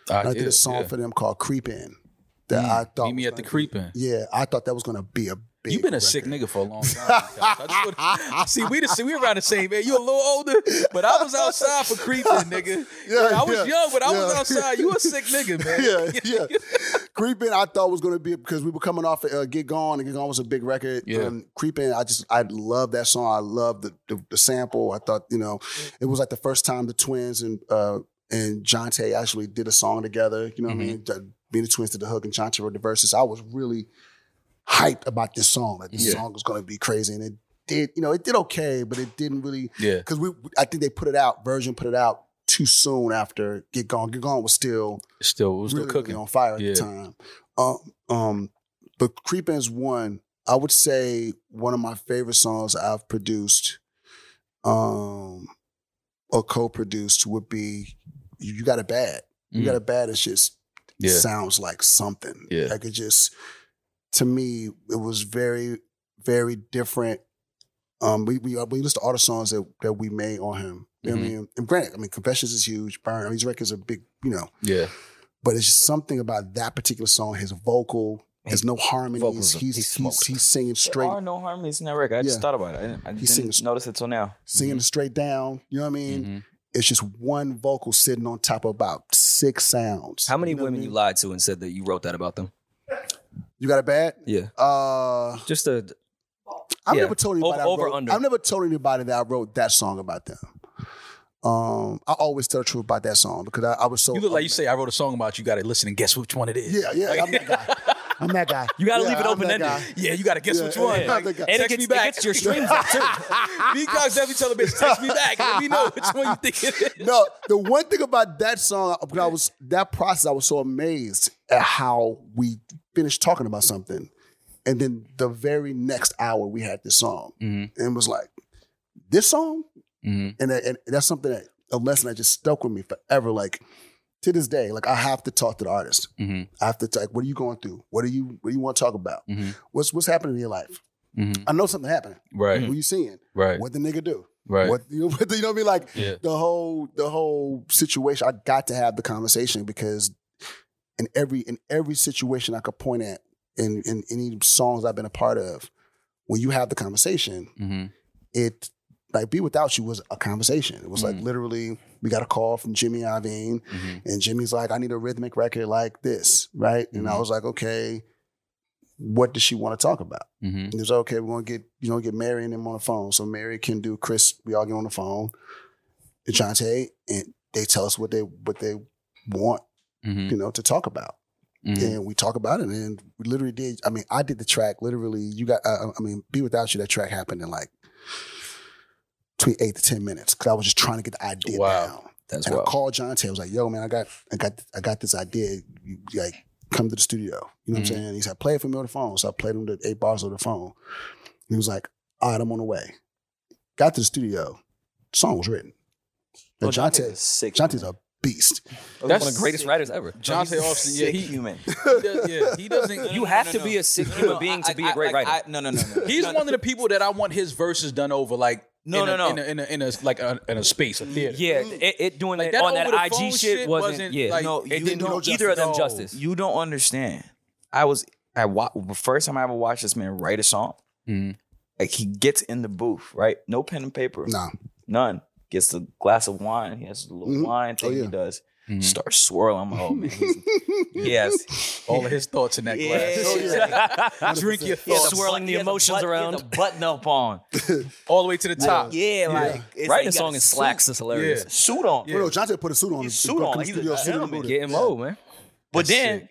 Speaker 2: And I, did a song for them called Creep In. That
Speaker 1: Mm.
Speaker 2: I thought
Speaker 1: Meet me
Speaker 2: was
Speaker 1: at the
Speaker 2: gonna be-
Speaker 1: creeping.
Speaker 2: Yeah, I thought that was gonna be a big.
Speaker 1: You've been a sick nigga for a long time. Josh. I just would- see, we the, see, we around the same age. You a little older, but I was outside for creeping, nigga.
Speaker 2: Yeah,
Speaker 1: I was
Speaker 2: yeah,
Speaker 1: young, but I was
Speaker 2: yeah.
Speaker 1: outside. You a sick nigga, man.
Speaker 2: yeah, yeah. Creeping, I thought was going to be because we were coming off uh, Get Gone, and Get Gone was a big record.
Speaker 1: Yeah.
Speaker 2: Um, Creeping, I just, I love that song. I love the, the the sample. I thought, you know, it was like the first time the twins and uh, and Jonte actually did a song together. You know
Speaker 1: Mm-hmm.
Speaker 2: what I mean? The- Being the twins did the hook and Jonte wrote the verses. I was really hyped about this song. Like this
Speaker 1: Yeah.
Speaker 2: song was going to be crazy, and it did. You know, it did okay, but it didn't really
Speaker 1: Yeah.
Speaker 2: because we. I think they put it out. Version put it out too soon after Get Gone. Get Gone was still
Speaker 1: Still, it was
Speaker 2: really,
Speaker 1: still cooking.
Speaker 2: really on fire at
Speaker 1: Yeah.
Speaker 2: the time. Um, um, but Creepin's one, I would say one of my favorite songs I've produced, um, or co-produced would be "You, You Got It Bad." You
Speaker 1: Mm.
Speaker 2: Got It Bad. It's just
Speaker 1: Yeah.
Speaker 2: sounds like something.
Speaker 1: Yeah.
Speaker 2: like it just to me, it was very, very different. Um, we we we list all the songs that that we made on him. You know what I
Speaker 1: Mm-hmm.
Speaker 2: mean, and granted, I mean, Confessions is huge. Burn, these records are big. You know,
Speaker 1: Yeah.
Speaker 2: but it's just something about that particular song. His vocal, there's no harmonies.
Speaker 3: vocals are-
Speaker 2: He's
Speaker 3: he
Speaker 2: he's,
Speaker 3: smoked.
Speaker 2: he's, singing straight,
Speaker 4: There are no harmonies in that record. I
Speaker 2: Yeah.
Speaker 4: just thought about it. I didn't, I didn't
Speaker 2: sings-
Speaker 4: notice it till now.
Speaker 3: Mm-hmm.
Speaker 2: singing straight down. You know what I mean?
Speaker 1: Mhm.
Speaker 2: It's just one vocal sitting on top of about six sounds.
Speaker 3: How many
Speaker 2: You know what I
Speaker 3: women
Speaker 2: mean?
Speaker 3: you lied to and said that you wrote that about them?
Speaker 2: You got it bad?
Speaker 3: Yeah,
Speaker 2: Uh,
Speaker 3: just a
Speaker 2: I've
Speaker 3: Yeah.
Speaker 2: never told anybody.
Speaker 3: Over- over,
Speaker 2: I wrote,
Speaker 3: under.
Speaker 2: I've never told anybody that I wrote that song about them. Um, I always tell the truth about that song because I, I was so.
Speaker 1: You look like you say I wrote a song about you. Got to listen and guess which one it is.
Speaker 2: Yeah, yeah. I'm that guy. I'm that guy.
Speaker 1: You gotta
Speaker 2: Yeah,
Speaker 1: leave it
Speaker 2: I'm
Speaker 1: open
Speaker 2: that
Speaker 1: ended.
Speaker 2: guy.
Speaker 1: Yeah, you gotta guess
Speaker 2: Yeah,
Speaker 1: which one.
Speaker 2: yeah, I'm that guy.
Speaker 1: Text
Speaker 3: And it gets-
Speaker 1: me back.
Speaker 3: it gets your streams up, too.
Speaker 1: Me guys definitely tell the bitch, text me back. Let me know which one you think it is.
Speaker 2: no, the one thing about that song, when I was that process, I was so amazed at how we finished talking about something, and then the very next hour we had this song,
Speaker 1: Mhm.
Speaker 2: and it was like this song,
Speaker 1: Mhm.
Speaker 2: and, that, and that's something that a lesson that just stuck with me forever. Like to this day, like I have to talk to the artist.
Speaker 1: Mhm.
Speaker 2: I have to like, what are you going through? What do you what do you want to talk about?
Speaker 1: Mhm.
Speaker 2: What's what's happening in your life?
Speaker 1: Mhm.
Speaker 2: I know something happening.
Speaker 1: Right,
Speaker 2: What you seeing?
Speaker 1: Mm-hmm. right,
Speaker 2: What the nigga do?
Speaker 1: right.
Speaker 2: What you know, what, you know what I mean? Like
Speaker 1: Yeah.
Speaker 2: the whole the whole situation. I got to have the conversation because in every in every situation I could point at in in any songs I've been a part of, when you have the conversation,
Speaker 1: Mm-hmm.
Speaker 2: it like be without you was a conversation. It was like
Speaker 1: Mm.
Speaker 2: literally we got a call from Jimmy Iovine,
Speaker 1: Mm-hmm.
Speaker 2: and Jimmy's like, I need a rhythmic record like this, right? And
Speaker 1: Mm-hmm.
Speaker 2: I was like, okay, what does she want to talk about?
Speaker 1: Mm-hmm.
Speaker 2: And it was okay, we're gonna get you know get Mary and them on the phone. So Mary can do Chris, we all get on the phone, and Jonte, and they tell us what they what they want,
Speaker 1: Mm-hmm.
Speaker 2: you know, to talk about.
Speaker 1: Mhm.
Speaker 2: And we talk about it and we literally did I mean, I did the track literally you got I, I mean, be without you, that track happened in like between eight to ten minutes. Cause I was just trying to get the idea
Speaker 1: Wow.
Speaker 2: down.
Speaker 3: that's
Speaker 2: And I
Speaker 3: wild.
Speaker 2: called John Tay. I was like, "Yo, man, I got, I got, I got this idea. You, like, come to the studio. You know
Speaker 4: Mm-hmm.
Speaker 2: what I'm saying?" He said, "Play it for me on the phone." So I played him the eight bars on the phone. And he was like, "All right, I'm on the way." Got to the studio. Song was written. And John
Speaker 4: Jonte's
Speaker 2: Tay,
Speaker 4: a sick.
Speaker 2: John Tay's a beast.
Speaker 1: That's
Speaker 3: one of the greatest writers ever.
Speaker 1: Jonte Austin. Yeah,
Speaker 4: sick
Speaker 1: he,
Speaker 4: human.
Speaker 1: he does, yeah, he doesn't.
Speaker 3: You have to be a sick human being to be a great writer.
Speaker 4: no, no, no, no.
Speaker 1: He's
Speaker 4: no,
Speaker 1: one of the people that I want his verses done over, like
Speaker 4: No,
Speaker 1: in a,
Speaker 4: no, no.
Speaker 1: in a, in a, in a like a, in a space, a theater.
Speaker 3: Mm, yeah, it, it doing
Speaker 1: mm. Like
Speaker 3: it
Speaker 1: that
Speaker 3: on
Speaker 1: over the
Speaker 3: that
Speaker 1: phone
Speaker 3: IG shit
Speaker 1: shit
Speaker 3: wasn't.
Speaker 1: wasn't,
Speaker 3: yeah,
Speaker 1: like,
Speaker 4: No,
Speaker 3: it
Speaker 4: you
Speaker 3: didn't do
Speaker 4: don't-
Speaker 3: either of them
Speaker 1: no.
Speaker 3: justice.
Speaker 4: You don't understand. I was I wa- the first time I ever watched this man write a song.
Speaker 3: Mm-hmm.
Speaker 1: Mhm.
Speaker 4: Like he gets in the booth, right? No pen and paper,
Speaker 2: Nah,
Speaker 4: none. Gets a glass of wine. He has a little
Speaker 2: Mhm.
Speaker 4: wine thing
Speaker 2: Oh, yeah.
Speaker 4: he does.
Speaker 3: Mm-hmm.
Speaker 1: Mhm.
Speaker 4: Starts swirling. I'm like, oh man. he's- yes.
Speaker 1: All of his thoughts in that
Speaker 3: Oh,
Speaker 1: glass. Drink your
Speaker 4: He has
Speaker 1: thoughts
Speaker 4: a
Speaker 3: Swirling the
Speaker 4: he has a
Speaker 3: emotions
Speaker 4: button- he has
Speaker 3: around.
Speaker 4: a Button up on.
Speaker 1: all the way to the top.
Speaker 4: Yeah, like it's like
Speaker 3: Writing
Speaker 4: he
Speaker 3: a
Speaker 4: got
Speaker 3: song in
Speaker 4: suit-
Speaker 3: slacks is hilarious.
Speaker 4: Suit on.
Speaker 1: Yeah.
Speaker 2: Bro, John Tay put a suit on.
Speaker 4: His
Speaker 2: He
Speaker 4: suit
Speaker 2: come
Speaker 4: on.
Speaker 2: to the
Speaker 4: He's a
Speaker 2: studio, suit and
Speaker 4: gentleman.
Speaker 2: booted.
Speaker 3: Getting
Speaker 2: Yeah.
Speaker 3: low, man.
Speaker 4: But then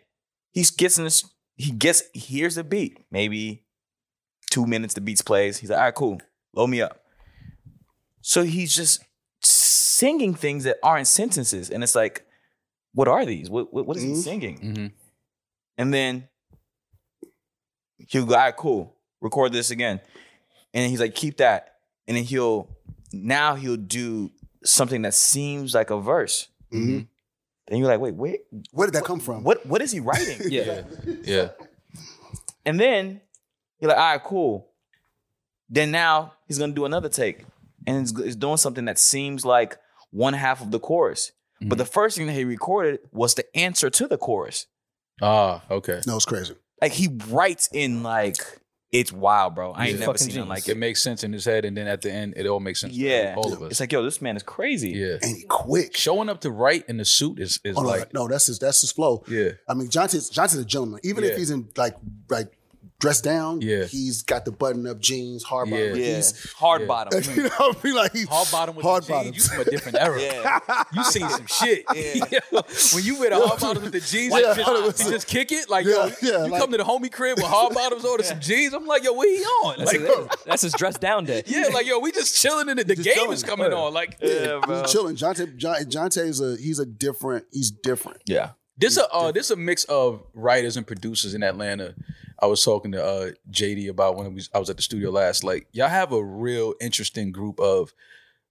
Speaker 4: he's gets in this, he gets he hears the beat. Maybe two minutes the beats plays. He's like, all right, cool. Load me up. So he's just singing things that aren't sentences. And it's like, what are these? What what, what
Speaker 3: Mm-hmm.
Speaker 4: is he
Speaker 2: Mhm.
Speaker 4: singing?
Speaker 1: Mhm.
Speaker 4: And then he'll go, all right, cool. Record this again. And he's like, keep that. And then he'll now he'll do something that seems like a verse.
Speaker 2: Mhm.
Speaker 4: And you're like, wait, wait,
Speaker 2: Where did that come from?
Speaker 4: what what is he writing?
Speaker 3: Yeah.
Speaker 1: Yeah.
Speaker 4: And then you're like, all right, cool. Then now he's gonna do another take, and it's, it's doing something that seems like one half of the chorus, but the first thing that he recorded was the answer to the chorus.
Speaker 1: Ah, okay.
Speaker 2: No, it's crazy.
Speaker 4: Like he writes in like it's wild, bro. I
Speaker 1: Yeah.
Speaker 4: ain't never
Speaker 3: Fucking
Speaker 4: seen nothing
Speaker 3: genius.
Speaker 4: like
Speaker 1: It
Speaker 4: it.
Speaker 1: makes sense in his head, and then at the end, it all makes sense.
Speaker 4: Yeah,
Speaker 1: for all of us.
Speaker 4: It's like, yo, this man is crazy.
Speaker 1: yeah,
Speaker 2: And he quick.
Speaker 1: showing up to write in the suit is is
Speaker 2: Oh, no,
Speaker 1: like
Speaker 2: no, that's his that's his flow.
Speaker 1: yeah,
Speaker 2: I mean, Johnson's Johnson's a gentleman. Even
Speaker 1: Yeah.
Speaker 2: if he's in like like dressed down,
Speaker 1: Yeah.
Speaker 2: he's got the button up jeans, hard
Speaker 1: Yeah.
Speaker 2: bottom.
Speaker 4: Yeah.
Speaker 2: He's
Speaker 4: hard
Speaker 1: Yeah.
Speaker 4: bottom.
Speaker 2: you know what I mean? Like he's
Speaker 1: hard bottom with
Speaker 2: hard
Speaker 1: the jeans.
Speaker 2: bottom.
Speaker 1: You from a different era.
Speaker 4: Yeah.
Speaker 1: You seen some shit. when you wear the hard bottoms with the jeans,
Speaker 2: Yeah,
Speaker 1: and
Speaker 2: hundred
Speaker 1: just,
Speaker 2: percent.
Speaker 1: and just kick it like
Speaker 2: Yeah,
Speaker 1: yo,
Speaker 2: yeah,
Speaker 1: you
Speaker 2: like-
Speaker 1: come to the homie crib with hard bottoms on and some jeans. I'm like, yo, what he on?
Speaker 3: That's,
Speaker 1: Like,
Speaker 3: his, that's his dress down day.
Speaker 1: yeah, like yo, we just chilling and the, the game is coming on. Like
Speaker 2: He's chilling. Jonte, John, Jonte is a he's a different. He's different.
Speaker 4: Yeah.
Speaker 1: This a uh, this a mix of writers and producers in Atlanta. I was talking to uh, JD about when we, I was at the studio last. Like y'all have a real interesting group of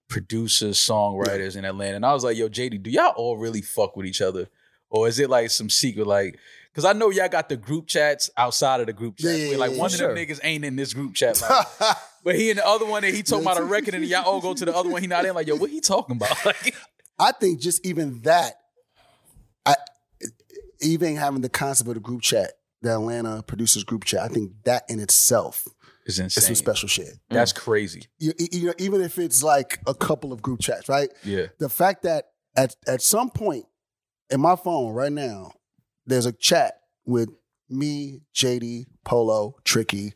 Speaker 1: producers, songwriters in Atlanta. And I was like, Yo, JD, do y'all all really fuck with each other, or is it like some secret? Like, because I know y'all got the group chats outside of the group chat.
Speaker 2: Yeah, yeah,
Speaker 1: where, like
Speaker 2: yeah,
Speaker 1: one
Speaker 2: yeah,
Speaker 1: of them niggas ain't in this group chat. Like, but he in the other one, and he talking about a record, and y'all all go to the other one. He not in. Like, yo, what he talking about? Like,
Speaker 2: I think just even that, I even having the concept of the group chat, the Atlanta producers group chat, I think that in itself
Speaker 1: it's
Speaker 2: is
Speaker 1: insane.
Speaker 2: some special shit.
Speaker 1: That's crazy.
Speaker 2: You, you know, even if it's like a couple of group chats, right?
Speaker 1: Yeah.
Speaker 2: The fact that at at some point in my phone right now, there's a chat with me, JD, Polo, Tricky,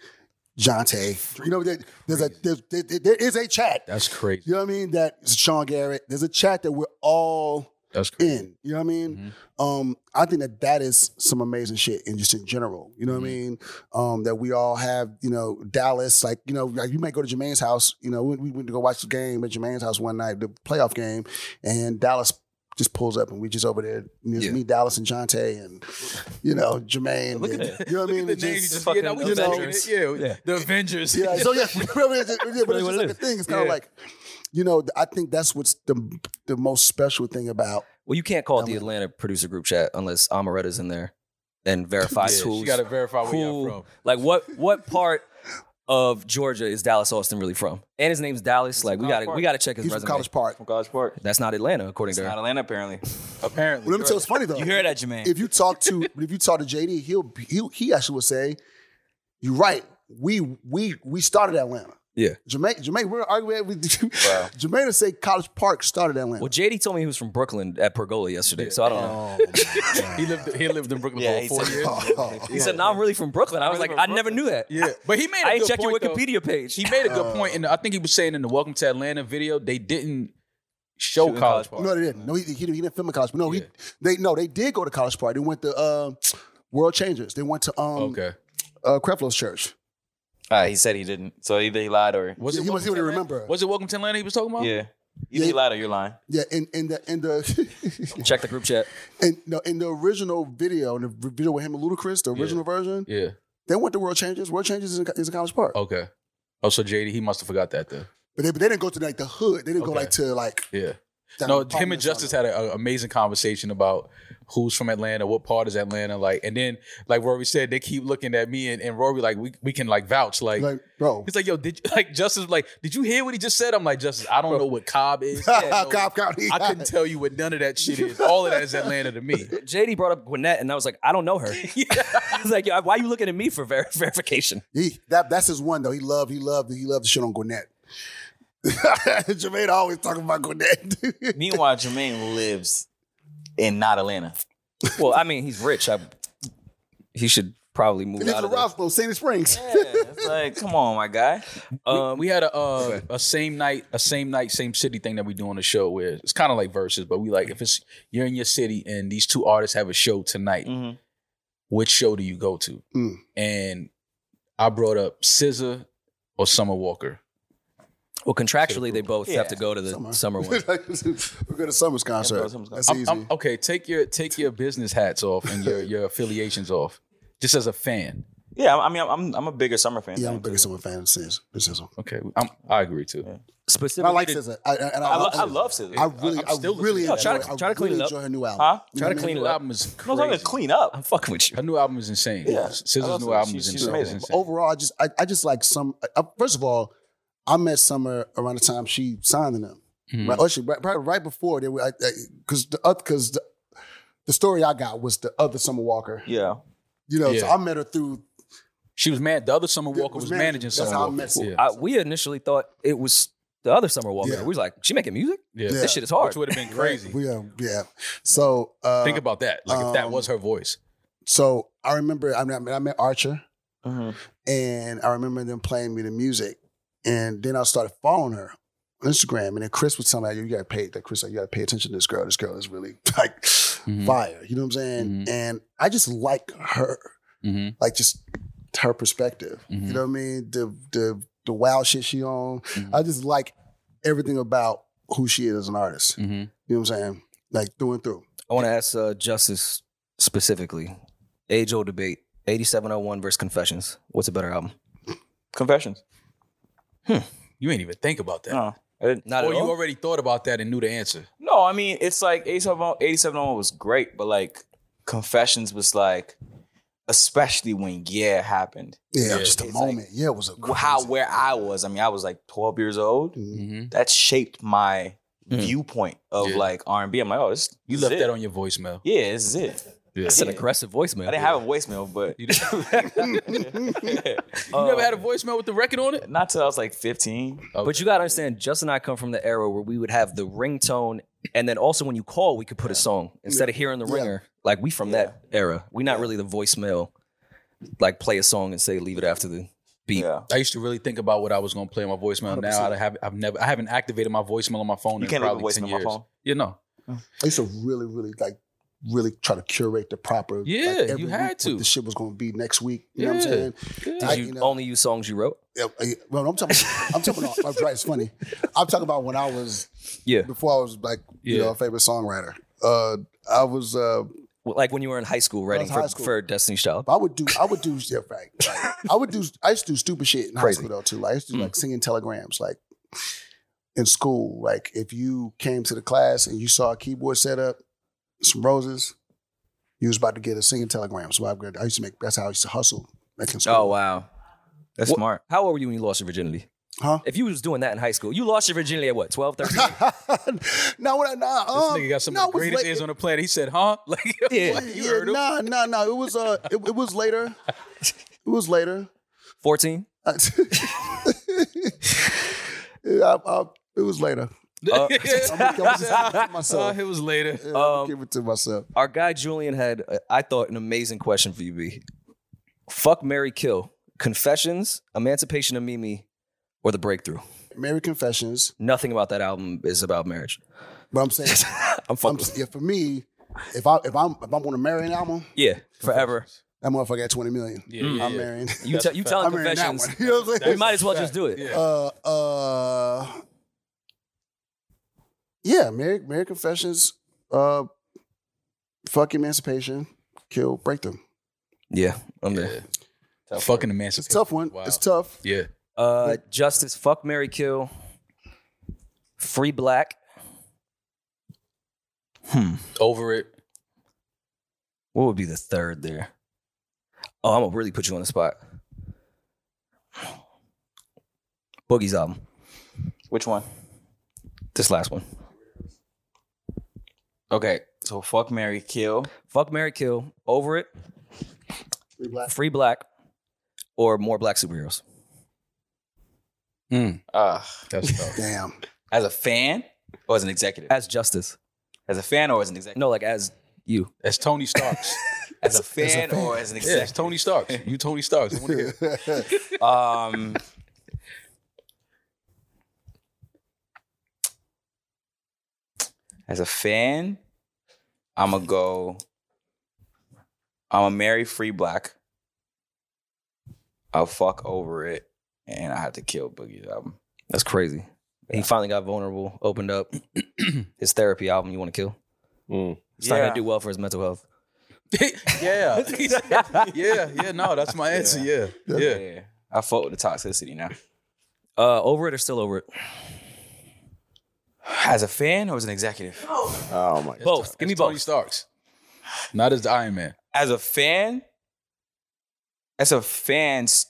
Speaker 2: Jonte. You know, there, there's a there's, there, there is a chat.
Speaker 1: That's crazy.
Speaker 2: You know what I mean? That Sean Garrett. There's a chat that we're all
Speaker 1: That's crazy.
Speaker 2: in. You know what I mean? Um, I think that that is some amazing shit, and just in general, you know what I mean? Um, that we all have, you know, Dallas, like you know, like you might go to Jermaine's house. You know, we, we went to go watch the game at Jermaine's house one night, the playoff game, and Dallas just pulls up, and we just over there, you know, it's
Speaker 3: Yeah.
Speaker 2: me, Dallas, and Jonte, and you know, Jermaine. Look at that. You know what I mean?
Speaker 1: the
Speaker 2: It
Speaker 1: name
Speaker 2: just-
Speaker 1: you just- yeah, no, we
Speaker 3: fucking
Speaker 1: just naming
Speaker 3: Avengers.
Speaker 1: it, yeah, the Avengers.
Speaker 2: yeah, so yeah, really, it's- yeah, but
Speaker 3: Really
Speaker 2: it's
Speaker 3: what
Speaker 2: just
Speaker 3: it
Speaker 2: like a
Speaker 3: is.
Speaker 2: thing. It's kind of
Speaker 1: Yeah.
Speaker 2: like, you know, I think that's what's the the most special thing about
Speaker 3: Well, you can't call it the Atlanta producer group chat unless Amaretta's in there and verifies
Speaker 1: Yeah,
Speaker 3: who's
Speaker 1: you got to verify where
Speaker 3: who,
Speaker 1: you're from.
Speaker 3: like what what part of Georgia is Dallas Austin really from? And his name's Dallas. like we got to we got to check his
Speaker 2: he's from
Speaker 3: resume.
Speaker 2: College Park.
Speaker 4: From College Park.
Speaker 3: That's not Atlanta, according
Speaker 4: It's
Speaker 3: to
Speaker 4: not
Speaker 3: her.
Speaker 4: Atlanta, apparently.
Speaker 1: Apparently,
Speaker 2: Well, let me tell you, it's funny though.
Speaker 7: You hear that, Jermaine?
Speaker 2: if you talk to if you talk to JD, he'll he he actually will say, "You're right. We we we started Atlanta."
Speaker 3: Yeah.
Speaker 2: Jermaine Jermaine we're arguing with Jermaine will say College Park started Atlanta.
Speaker 3: Well, JD told me he was from Brooklyn at Pergola yesterday, so I don't
Speaker 2: Oh,
Speaker 3: know.
Speaker 2: my God.
Speaker 1: he lived he lived in Brooklyn
Speaker 4: Yeah,
Speaker 1: for
Speaker 4: he
Speaker 1: four
Speaker 4: said-
Speaker 1: years.
Speaker 2: Oh,
Speaker 3: He said, "No, I'm really from Brooklyn." I was like, "I never knew that."
Speaker 1: Yeah, but he made. a
Speaker 3: I ain't
Speaker 1: good
Speaker 3: checked your
Speaker 1: point, though.
Speaker 3: Wikipedia page.
Speaker 1: He made a
Speaker 2: Uh,
Speaker 1: good point, and I think he was saying in the Welcome to Atlanta video they didn't show
Speaker 4: Shooting
Speaker 1: College Park.
Speaker 4: College
Speaker 2: no, they didn't. No, he, he, didn't- he didn't film at College Park. No, he, they no they did go to College Park. They went to uh, World Changers. They went to um
Speaker 1: okay,
Speaker 2: uh, Creflo's Church.
Speaker 4: Uh, he said he didn't. So either he lied or
Speaker 1: was
Speaker 2: Yeah, he
Speaker 1: Welcome
Speaker 2: must- he
Speaker 1: to
Speaker 2: would
Speaker 1: Atlanta?
Speaker 2: remember.
Speaker 1: Was it Welcome to Atlanta? He was talking about.
Speaker 4: yeah. Either he lied or you're lying.
Speaker 2: Yeah, in in the in the
Speaker 1: Oh.
Speaker 3: Check the group chat.
Speaker 2: in, no, in the original video, in the video with him and Ludacris, the original version,
Speaker 1: yeah.
Speaker 2: they went to World Changes. World Changes is in, is in College Park.
Speaker 1: Okay. Oh, so JD, he must have forgot that then.
Speaker 2: But they, but they didn't go to like the hood. They didn't go
Speaker 1: Okay.
Speaker 2: like to like.
Speaker 1: Yeah.
Speaker 2: down
Speaker 1: No, him
Speaker 2: the
Speaker 1: and
Speaker 2: apartments on
Speaker 1: Justice
Speaker 2: it.
Speaker 1: had an amazing conversation about who's from Atlanta, what part is Atlanta like, and then like Rory said, they keep looking at me and, and Rory like we, we can like vouch like,
Speaker 2: like, bro.
Speaker 1: he's like yo did you, like Justice was like did you hear what he just said? I'm like Justice, I don't know what Cobb is. I don't know-
Speaker 2: Cobb County.
Speaker 1: I couldn't tell you what none of that shit is. All of that is Atlanta to me.
Speaker 3: JD brought up Gwinnett, and I was like, "I don't know her." I was like, "Yo, "Why you looking at me for ver- verification?"
Speaker 2: He, that that's his one though. He loved he loved he loved the shit on Gwinnett. Jermaine always talking about Gwinnett.
Speaker 4: Meanwhile, Jermaine lives in not Atlanta.
Speaker 3: Well, I mean, he's rich. I, he should probably move
Speaker 2: He's
Speaker 3: out
Speaker 2: from
Speaker 3: of there.
Speaker 2: Roscoe, Sandy Springs.
Speaker 4: Yeah, it's like, come on, my guy.
Speaker 1: Um, we had a uh, a same night, a same night, same city thing that we do on the show where it's kind of like verses, but we like if it's you're in your city and these two artists have a show tonight,
Speaker 4: Mhm.
Speaker 1: which show do you go to?
Speaker 2: Mm.
Speaker 1: And I brought up SZA or Summer Walker.
Speaker 3: Well, contractually, they both have to go to the
Speaker 2: Summer.
Speaker 3: summer, one.
Speaker 2: We're going to summer's concert.
Speaker 4: Yeah, summer's
Speaker 2: That's
Speaker 1: I'm-
Speaker 2: easy.
Speaker 1: I'm- okay, take your take your business hats off and your your affiliations off, just as a fan.
Speaker 4: Yeah, I mean, I'm I'm, I'm a bigger summer fan.
Speaker 2: yeah, I'm a
Speaker 4: than-
Speaker 2: bigger summer fan since. This is
Speaker 1: Okay, I'm, I agree too.
Speaker 3: specifically.
Speaker 2: I like SZA. I, I, I,
Speaker 4: I, lo- I love SZA.
Speaker 2: I really,
Speaker 1: I'm
Speaker 2: I
Speaker 1: still
Speaker 2: really,
Speaker 1: listening
Speaker 4: to that. No, try to-
Speaker 2: enjoy-
Speaker 4: try to
Speaker 2: I
Speaker 4: clean
Speaker 2: really
Speaker 4: it up.
Speaker 2: enjoy her new album.
Speaker 4: Huh?
Speaker 2: You
Speaker 4: Try
Speaker 2: know
Speaker 4: to
Speaker 2: what I
Speaker 4: clean
Speaker 2: mean?
Speaker 1: Her
Speaker 4: it up.
Speaker 1: album is
Speaker 4: No, I'm talking
Speaker 1: crazy.
Speaker 4: about clean up.
Speaker 7: I'm fucking with you.
Speaker 1: Her new album is insane.
Speaker 4: Yeah. I
Speaker 1: SZA's
Speaker 4: love
Speaker 1: new
Speaker 4: her.
Speaker 1: album
Speaker 4: She-
Speaker 1: is
Speaker 4: she's
Speaker 1: insane.
Speaker 4: amazing.
Speaker 1: It's insane.
Speaker 2: Overall, I just, I, I just like some. I, I- first of all, I met Summer around the time she signed to them.
Speaker 1: Mhm.
Speaker 2: Right, actually, right, probably right before they were, because the because the, the story I got was the other Summer Walker.
Speaker 4: Yeah.
Speaker 2: You know, so
Speaker 1: Yeah.
Speaker 2: I met her through.
Speaker 1: She was man. The other Summer
Speaker 2: Yeah,
Speaker 1: Walker
Speaker 2: was
Speaker 1: was
Speaker 2: managing.
Speaker 1: managing
Speaker 2: That's
Speaker 1: Summer
Speaker 2: how I
Speaker 1: Walker.
Speaker 2: met Summer.
Speaker 1: Yeah.
Speaker 3: I, uh, we initially thought it was the other Summer Walker.
Speaker 2: Yeah.
Speaker 3: We was like, she making music?
Speaker 1: Yeah.
Speaker 2: Yeah.
Speaker 3: This shit is hard.
Speaker 1: Which would have been crazy.
Speaker 2: We, uh, yeah. So uh,
Speaker 1: Think about that. Like if that
Speaker 2: um,
Speaker 1: was her voice.
Speaker 2: So I remember I, mean, I met- I met Archer,
Speaker 1: Mm-hmm.
Speaker 4: Mhm.
Speaker 2: and I remember them playing me the music, and then I started following her on Instagram, and then Chris was telling me, "You got to pay that Chris, like, you got to pay attention to this girl. This girl is really like
Speaker 1: Mm-hmm.
Speaker 2: fire." You know what I'm saying?
Speaker 1: Mhm.
Speaker 2: And I just like her,
Speaker 1: Mm-hmm.
Speaker 2: like just her perspective. You know what I mean? The the the wild shit she on.
Speaker 1: Mhm.
Speaker 2: I just like everything about who she is as an artist.
Speaker 1: Mm-hmm.
Speaker 2: You know what I'm saying? Like through and through.
Speaker 3: I want to ask uh, Justice specifically. Age old debate 8701 versus Confessions. What's a better album?
Speaker 4: Confessions.
Speaker 1: You ain't even think about that.
Speaker 4: No. I didn't.
Speaker 3: Not
Speaker 1: or
Speaker 3: at
Speaker 1: you
Speaker 3: all.
Speaker 1: already thought about that and knew the answer.
Speaker 4: No, I mean it's like oh, 87 8701 was great, but like Confessions was like, especially when Yeah happened.
Speaker 2: Yeah,
Speaker 1: Yeah,
Speaker 2: just a
Speaker 4: it's
Speaker 2: moment. yeah, it was a
Speaker 4: How
Speaker 2: crazy-
Speaker 4: where I was. I mean, I was like 12 years old.
Speaker 2: Mhm.
Speaker 1: Mm-hmm.
Speaker 4: That shaped my
Speaker 3: Mm.
Speaker 4: viewpoint of
Speaker 1: Yeah.
Speaker 4: like R and B. I'm like, oh, this
Speaker 1: You
Speaker 4: this
Speaker 1: left
Speaker 4: is it.
Speaker 1: that on your voicemail.
Speaker 4: Yeah, this is it.
Speaker 1: Yeah.
Speaker 3: That's an
Speaker 4: Yeah.
Speaker 3: aggressive voicemail.
Speaker 4: I didn't have a voicemail, but
Speaker 1: You, uh, you never had a voicemail with the record on it?
Speaker 4: Uh, not till I was like 15.
Speaker 3: But you gotta understand, Justin and I come from the era where we would have the ringtone, and then also when you call, we could put a song instead of hearing the
Speaker 2: Yeah.
Speaker 3: ringer. Like we from that era, we not really the voicemail. Like play a song and say leave it after the beat.
Speaker 4: Yeah,
Speaker 1: I used to really think about what I was going to play on my voicemail. Now I have, I've never, I haven't activated my voicemail on my phone.
Speaker 4: you
Speaker 1: in
Speaker 4: can't leave a
Speaker 1: probably
Speaker 4: voicemail
Speaker 1: 10
Speaker 4: on my
Speaker 1: years.
Speaker 4: phone.
Speaker 1: Yeah, no,
Speaker 2: I used to really, really like really try to curate the proper. like,
Speaker 1: Yeah,
Speaker 2: every
Speaker 1: you had
Speaker 2: week
Speaker 1: to.
Speaker 2: What the shit was going to be next week. You know what I'm
Speaker 1: Yeah.
Speaker 2: saying?
Speaker 1: Yeah.
Speaker 2: I,
Speaker 3: Did you,
Speaker 2: you know,
Speaker 3: only use songs you wrote?
Speaker 2: yeah, yeah, well, I'm talking. I'm talking about. That's right. It's funny. I'm talking about when I was
Speaker 3: Yeah,
Speaker 2: before I was like you
Speaker 1: Yeah.
Speaker 2: know a favorite songwriter. Uh, I was. Uh,
Speaker 3: Well, like when you were in high school writing
Speaker 2: was
Speaker 3: for,
Speaker 2: high school.
Speaker 3: for Destiny's Child.
Speaker 2: I would do. I would do. Yeah, right, right. I would do. I used to do stupid shit in high
Speaker 3: Crazy.
Speaker 2: school though too. Like I used to do, like singing telegrams. Like in school, like if you came to the class and you saw a keyboard set up, some roses, you was about to get a singing telegram. So I, I used to make. That's how I used to hustle. Like in school.
Speaker 7: Oh wow, that's
Speaker 3: What-
Speaker 7: smart.
Speaker 3: How old were you when you lost your virginity?
Speaker 2: Huh?
Speaker 3: If you was doing that in high school, you lost your virginity at what? 12, 13?
Speaker 2: no, what I- nah,
Speaker 1: this
Speaker 2: um,
Speaker 1: nigga got some
Speaker 2: no,
Speaker 1: of the
Speaker 2: it was
Speaker 1: greatest
Speaker 2: late-
Speaker 1: ears on the planet. He said, "Huh?" Like,
Speaker 3: Yeah.
Speaker 1: you
Speaker 2: Yeah,
Speaker 1: heard him.
Speaker 2: nah, nah, nah. It was uh, it, it was later. It was later.
Speaker 3: 14?
Speaker 2: Yeah, I, I, it was later. I'm gonna- I'm gonna just give it to
Speaker 1: Uh,
Speaker 2: myself.
Speaker 1: it was later.
Speaker 2: Yeah, I'm gonna
Speaker 3: um,
Speaker 2: give it to myself.
Speaker 3: Our guy Julian had, uh, I thought, an amazing question for you, B. Fuck Mary Kill, Confessions, Emancipation of Mimi, or The Breakthrough?
Speaker 2: Mary Confessions,
Speaker 3: Nothing about that album is about marriage.
Speaker 2: but I'm saying,
Speaker 3: I'm
Speaker 2: I'm,
Speaker 3: fucking.
Speaker 2: yeah, for me, if I if I'm if I'm gonna marry an album,
Speaker 3: yeah, forever.
Speaker 2: that motherfucker got 20 million.
Speaker 1: Yeah, yeah,
Speaker 2: I'm
Speaker 1: yeah.
Speaker 2: marrying.
Speaker 3: You, tell you telling
Speaker 2: I'm marrying that
Speaker 3: Confessions.
Speaker 2: one. You know what I'm saying?
Speaker 3: We might as well just do it.
Speaker 1: Yeah.
Speaker 2: uh, uh, yeah, Mary, Mary Confessions, uh, fuck Emancipation, kill, break them.
Speaker 3: Yeah, I'm there.
Speaker 1: Fucking emancipation.
Speaker 2: It's a tough one.
Speaker 1: Wow.
Speaker 2: It's tough.
Speaker 1: Yeah.
Speaker 3: Uh, Justice, fuck Mary Kill, Free Black.
Speaker 1: Over it.
Speaker 3: What would be the third there? Oh, I'm gonna really put you on the spot. Boogie's album,
Speaker 4: Which one?
Speaker 3: this last one. Uh,
Speaker 4: Okay, so fuck Mary Kill.
Speaker 3: Fuck Mary Kill, Over It,
Speaker 2: Free black.
Speaker 3: Free Black, or More Black Superheroes.
Speaker 1: Mm,
Speaker 4: Uh,
Speaker 1: that's tough.
Speaker 2: Damn.
Speaker 4: as a fan or as an executive?
Speaker 3: As Justice.
Speaker 4: As a fan or as an executive?
Speaker 3: No, like as you.
Speaker 1: That's Tony Starks.
Speaker 4: as a fan or as an
Speaker 1: yeah, it's
Speaker 4: executive?
Speaker 1: Tony Starks. You Tony Starks. I want to hear. it.
Speaker 4: Um, as a fan, I'm gonna go. I'm gonna marry Free Black. I'll fuck over it, and I have to kill Boogie's album.
Speaker 3: That's crazy. He finally got vulnerable, opened up his therapy album, You Wanna Kill. It's not
Speaker 4: Yeah.
Speaker 3: gonna do well for his mental health.
Speaker 1: yeah. yeah. Yeah. No, that's my answer. Yeah. Yeah.
Speaker 4: Yeah, I fuck with the toxicity now.
Speaker 3: Uh, over It or Still Over It?
Speaker 4: As a fan or as an executive?
Speaker 2: Oh my god.
Speaker 1: Both. Give me both. Tony Starks. Not as the Iron Man.
Speaker 4: As a fan, as a fan, s-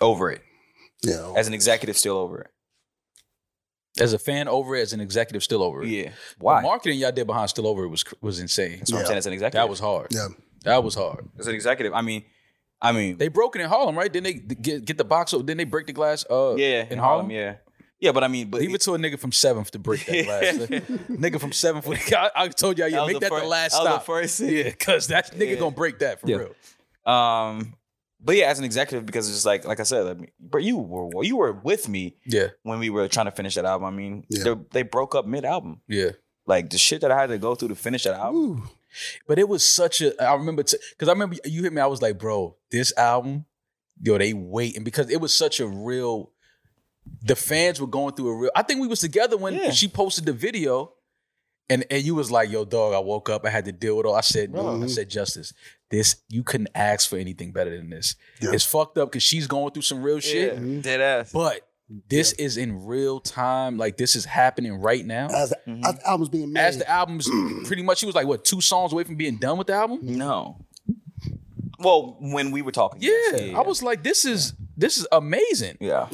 Speaker 4: over it.
Speaker 2: Yeah.
Speaker 4: As an executive, still over it.
Speaker 1: As a fan over it, as an executive still over it.
Speaker 4: Yeah.
Speaker 1: The marketing y'all did behind still over it was was insane.
Speaker 4: That's what I'm
Speaker 2: Yeah.
Speaker 4: saying. As an executive,
Speaker 1: That was hard.
Speaker 2: Yeah.
Speaker 1: That was hard.
Speaker 4: as an executive. I mean, I mean,
Speaker 1: They broke it in Harlem, right? Didn't they get, get the box? Didn't they break the glass? Uh,
Speaker 4: yeah,
Speaker 1: in Harlem.
Speaker 4: yeah, yeah. But I mean, but
Speaker 1: Leave it to a nigga from seventh to break that glass. nigga from seventh. would- I, I told y'all, yeah,
Speaker 4: was
Speaker 1: make that
Speaker 4: fir-
Speaker 1: the last
Speaker 4: that was
Speaker 1: stop.
Speaker 4: first.
Speaker 1: Yeah, because that nigga
Speaker 4: Yeah.
Speaker 1: gonna break that for
Speaker 3: Yeah.
Speaker 1: real.
Speaker 4: Um, but yeah, as an executive, because it's just like like I said, I mean, but you were you were with me
Speaker 1: Yeah,
Speaker 4: when we were trying to finish that album. I mean,
Speaker 2: Yeah.
Speaker 4: they they broke up mid album.
Speaker 1: yeah.
Speaker 4: Like the shit that I had to go through to finish that album.
Speaker 2: Ooh.
Speaker 1: But it was such a. I remember because I remember you hit me. I was like, bro, this album, yo, they waiting because it was such a real. The fans were going through a real. I think we was together when
Speaker 4: Yeah.
Speaker 1: she posted the video, and and you was like, yo, dog, I woke up, I had to deal with all. I said, I said, justice. This you couldn't ask for anything better than this.
Speaker 2: Yeah.
Speaker 1: It's fucked up because she's going through some real shit.
Speaker 2: Mhm.
Speaker 7: Dead ass.
Speaker 1: But this is in real time. Like this is happening right now. As,
Speaker 2: As the, as the album's being made.
Speaker 1: the album's pretty much, she was like what two songs away from being done with the album.
Speaker 4: No. Well, when we were talking,
Speaker 1: Yeah,
Speaker 4: yes,
Speaker 1: I was like, this is this is amazing.
Speaker 4: yeah.